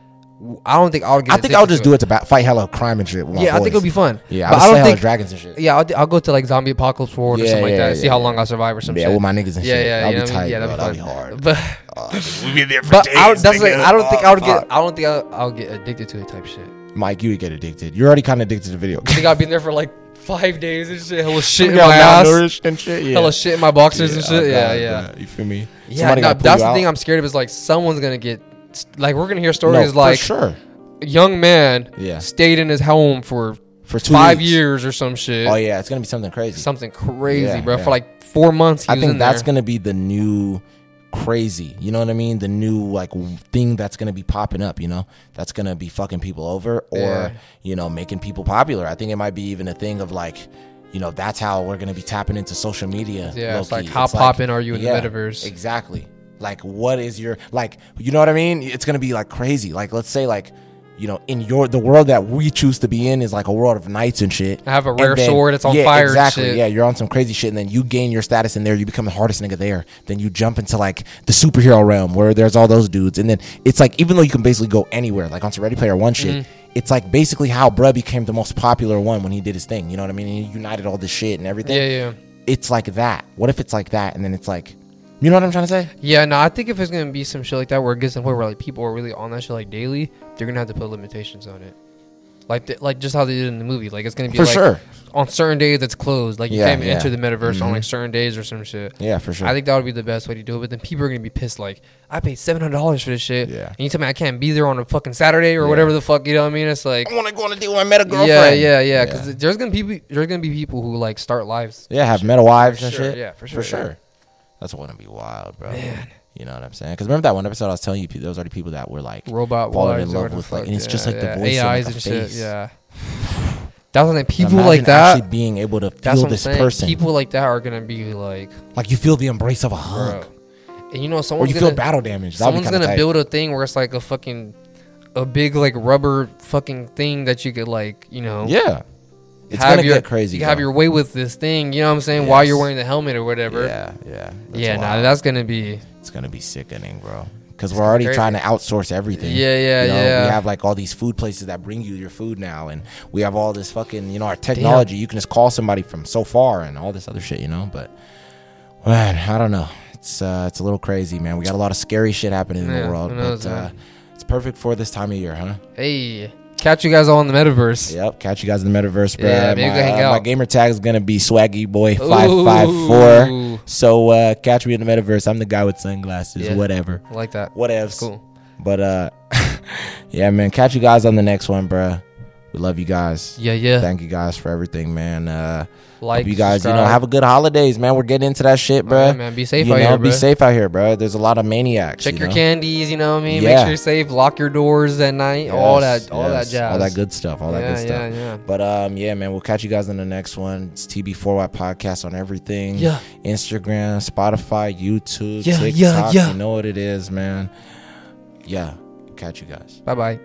Speaker 1: I don't think I would get.
Speaker 2: I think I'll
Speaker 1: addicted
Speaker 2: just
Speaker 1: to
Speaker 2: do it to ba- fight hella crime and shit. With my
Speaker 1: Yeah, I think
Speaker 2: boys.
Speaker 1: it'll be fun.
Speaker 2: Yeah,
Speaker 1: but
Speaker 2: I'll
Speaker 1: I
Speaker 2: slay
Speaker 1: don't
Speaker 2: hella
Speaker 1: think.
Speaker 2: dragons and shit.
Speaker 1: Yeah, I'll, I'll go to like zombie apocalypse forward or
Speaker 2: Yeah,
Speaker 1: something like
Speaker 2: yeah,
Speaker 1: that. and see
Speaker 2: yeah,
Speaker 1: how
Speaker 2: yeah.
Speaker 1: long I survive or some
Speaker 2: Yeah,
Speaker 1: shit.
Speaker 2: with my niggas and
Speaker 1: yeah,
Speaker 2: shit.
Speaker 1: yeah,
Speaker 2: That'll
Speaker 1: you know
Speaker 2: be
Speaker 1: what I mean?
Speaker 2: tight,
Speaker 1: yeah,
Speaker 2: bro. That'll be
Speaker 1: fun.
Speaker 2: hard.
Speaker 1: But
Speaker 2: we be there for
Speaker 1: but I would, that's like I don't
Speaker 2: Oh.
Speaker 1: think I would get. I don't think I'll, I'll get addicted to it type shit.
Speaker 2: Mike, you would get addicted. You're already kind of addicted to video.
Speaker 1: I think I've been there for like five days and shit. Hella shit in
Speaker 2: You
Speaker 1: my
Speaker 2: got
Speaker 1: ass.
Speaker 2: malnourished and shit. Yeah.
Speaker 1: Hella shit in my boxers and shit.
Speaker 2: oh
Speaker 1: yeah,
Speaker 2: God,
Speaker 1: yeah.
Speaker 2: bruh. You feel me?
Speaker 1: Yeah,
Speaker 2: Somebody
Speaker 1: no,
Speaker 2: gotta pull
Speaker 1: that's
Speaker 2: you
Speaker 1: the thing
Speaker 2: out.
Speaker 1: I'm scared of is like someone's gonna get like we're gonna hear
Speaker 2: No,
Speaker 1: stories like
Speaker 2: for sure
Speaker 1: young man
Speaker 2: Yeah.
Speaker 1: stayed in his home for
Speaker 2: for two
Speaker 1: five
Speaker 2: weeks.
Speaker 1: years or some shit.
Speaker 2: Oh yeah, it's gonna be something crazy.
Speaker 1: Something crazy,
Speaker 2: Yeah,
Speaker 1: bro.
Speaker 2: yeah.
Speaker 1: For like four months, he
Speaker 2: I
Speaker 1: was
Speaker 2: think
Speaker 1: in there.
Speaker 2: that's gonna be the new crazy. You know what I mean? The new like w- thing that's gonna be popping up. You know, that's gonna be fucking people over or
Speaker 1: Yeah.
Speaker 2: you know making people popular. I think it might be even a thing of like. You know, that's how we're gonna be tapping into social media.
Speaker 1: Yeah, it's
Speaker 2: low-key.
Speaker 1: like, how poppin' are you in the metaverse?
Speaker 2: Exactly. Like, what is your like? You know what I mean? It's gonna be like crazy. Like, let's say like, you know, in your the world that we choose to be in is like a world of knights and shit.
Speaker 1: I have a
Speaker 2: And
Speaker 1: rare sword, it's on
Speaker 2: yeah,
Speaker 1: fire and
Speaker 2: Exactly.
Speaker 1: shit.
Speaker 2: Yeah, you're on some crazy shit, and then you gain your status in there. You become the hardest nigga there. Then you jump into like the superhero realm where there's all those dudes, and then it's like even though you can basically go anywhere, like on some Ready Player One shit.
Speaker 1: Mm-hmm.
Speaker 2: It's like basically how Bruh became the most popular one when he did his thing. You know what I mean? And he united all this shit and everything.
Speaker 1: yeah, yeah,
Speaker 2: It's like that. What if it's like that? And then it's like, you know what I'm trying to say?
Speaker 1: yeah. No, I think if it's gonna be some shit like that, where it gets to the point where like people are really on that shit like daily, they're gonna have to put limitations on it. Like, th- like just how they did in the movie. Like, it's gonna be
Speaker 2: For
Speaker 1: like,
Speaker 2: sure.
Speaker 1: on certain days it's closed. Like, you
Speaker 2: Yeah,
Speaker 1: can't
Speaker 2: yeah. Mm-hmm.
Speaker 1: enter the metaverse on like certain days or some shit.
Speaker 2: Yeah, for sure.
Speaker 1: I think that would be the best way to do it. But then people are gonna be pissed. Like, I paid seven hundred dollars for this shit.
Speaker 2: Yeah.
Speaker 1: And you tell me I can't be there on a fucking Saturday or whatever the fuck. You know what I mean? It's like,
Speaker 2: want to go on a date with my meta
Speaker 1: yeah, yeah, yeah. Because there's gonna be people- there's gonna be people who like start lives.
Speaker 2: Yeah, have metal wives and
Speaker 1: sure,
Speaker 2: shit.
Speaker 1: yeah, for
Speaker 2: For
Speaker 1: sure, yeah.
Speaker 2: sure. That's going to be wild, bro. You know what I'm saying? Because remember that one episode I was telling you, pe- there was already people that were like
Speaker 1: Robot
Speaker 2: falling
Speaker 1: wives
Speaker 2: in
Speaker 1: or
Speaker 2: love
Speaker 1: whatever
Speaker 2: with
Speaker 1: the
Speaker 2: like,
Speaker 1: fuck,
Speaker 2: and it's just
Speaker 1: yeah,
Speaker 2: like the
Speaker 1: yeah,
Speaker 2: voice and
Speaker 1: AIs
Speaker 2: like, the
Speaker 1: shit.
Speaker 2: face.
Speaker 1: Yeah. That's what I'm saying. People
Speaker 2: Imagine
Speaker 1: like that.
Speaker 2: actually being able to
Speaker 1: That's
Speaker 2: feel
Speaker 1: what I'm
Speaker 2: this
Speaker 1: saying.
Speaker 2: person,
Speaker 1: People like that are gonna be like,
Speaker 2: like you feel the embrace of a hug,
Speaker 1: bro. And you know,
Speaker 2: or
Speaker 1: someone's
Speaker 2: you
Speaker 1: gonna,
Speaker 2: feel battle damage. That'd be
Speaker 1: someone's
Speaker 2: kind
Speaker 1: gonna
Speaker 2: of
Speaker 1: build a thing where it's like a fucking, a big like rubber fucking thing that you could like, you know,
Speaker 2: Yeah, it's
Speaker 1: have
Speaker 2: gonna
Speaker 1: your,
Speaker 2: get crazy.
Speaker 1: You can have
Speaker 2: bro.
Speaker 1: your way with this thing. You know what I'm saying? While you're
Speaker 2: Yes.
Speaker 1: wearing the helmet or whatever. Yeah,
Speaker 2: yeah, yeah, that's
Speaker 1: yeah. Nah,
Speaker 2: wild.
Speaker 1: that's gonna be.
Speaker 2: it's gonna be sickening, bro. Because we're already
Speaker 1: crazy.
Speaker 2: trying to outsource everything.
Speaker 1: Yeah, yeah,
Speaker 2: you know,
Speaker 1: yeah.
Speaker 2: We have like all these food places that bring you your food now, and we have all this fucking, you know, our technology. You can just call somebody from so far and all this other shit, you know. But man, I don't know. It's uh, it's a little crazy, man. We got a lot of scary shit happening in
Speaker 1: Yeah,
Speaker 2: the world,
Speaker 1: who knows,
Speaker 2: but uh,
Speaker 1: man?
Speaker 2: it's perfect for this time of year, huh?
Speaker 1: Hey, catch you guys all in the metaverse.
Speaker 2: Yep. Catch you guys in the metaverse, bro.
Speaker 1: Yeah, maybe
Speaker 2: my,
Speaker 1: go hang
Speaker 2: uh, my
Speaker 1: out.
Speaker 2: gamer tag is gonna be Swaggy Boy five five four.
Speaker 1: Ooh.
Speaker 2: So uh, catch me in the metaverse. I'm the guy with sunglasses.
Speaker 1: Yeah.
Speaker 2: Whatever.
Speaker 1: I like that.
Speaker 2: Whatevs.
Speaker 1: Cool.
Speaker 2: But uh yeah, man, catch you guys on the next one, bruh. We love you guys.
Speaker 1: Yeah, yeah.
Speaker 2: Thank you guys for everything, man. Uh
Speaker 1: like
Speaker 2: hope you guys, you know,
Speaker 1: subscribe.
Speaker 2: have a good holidays, man. We're getting into that shit,
Speaker 1: Oh, yeah,
Speaker 2: bruh.
Speaker 1: man. Be safe
Speaker 2: you
Speaker 1: out
Speaker 2: know,
Speaker 1: here,
Speaker 2: be
Speaker 1: bruh.
Speaker 2: safe out here, bruh. There's a lot of maniacs.
Speaker 1: Check
Speaker 2: you
Speaker 1: your
Speaker 2: know?
Speaker 1: candies, you know what I mean? Make
Speaker 2: Yeah.
Speaker 1: sure you're safe. Lock your doors at night. all
Speaker 2: Yes,
Speaker 1: that, all that
Speaker 2: yes.
Speaker 1: jazz.
Speaker 2: All that good stuff. All that
Speaker 1: Yeah,
Speaker 2: good stuff.
Speaker 1: yeah, yeah.
Speaker 2: But um, yeah, man, we'll catch you guys in the next one. It's TB4Y Podcast on everything.
Speaker 1: Yeah.
Speaker 2: Instagram, Spotify, YouTube,
Speaker 1: Yeah, yeah,
Speaker 2: TikTok.
Speaker 1: yeah.
Speaker 2: You know what it is, man. Yeah. Catch you guys.
Speaker 1: Bye bye.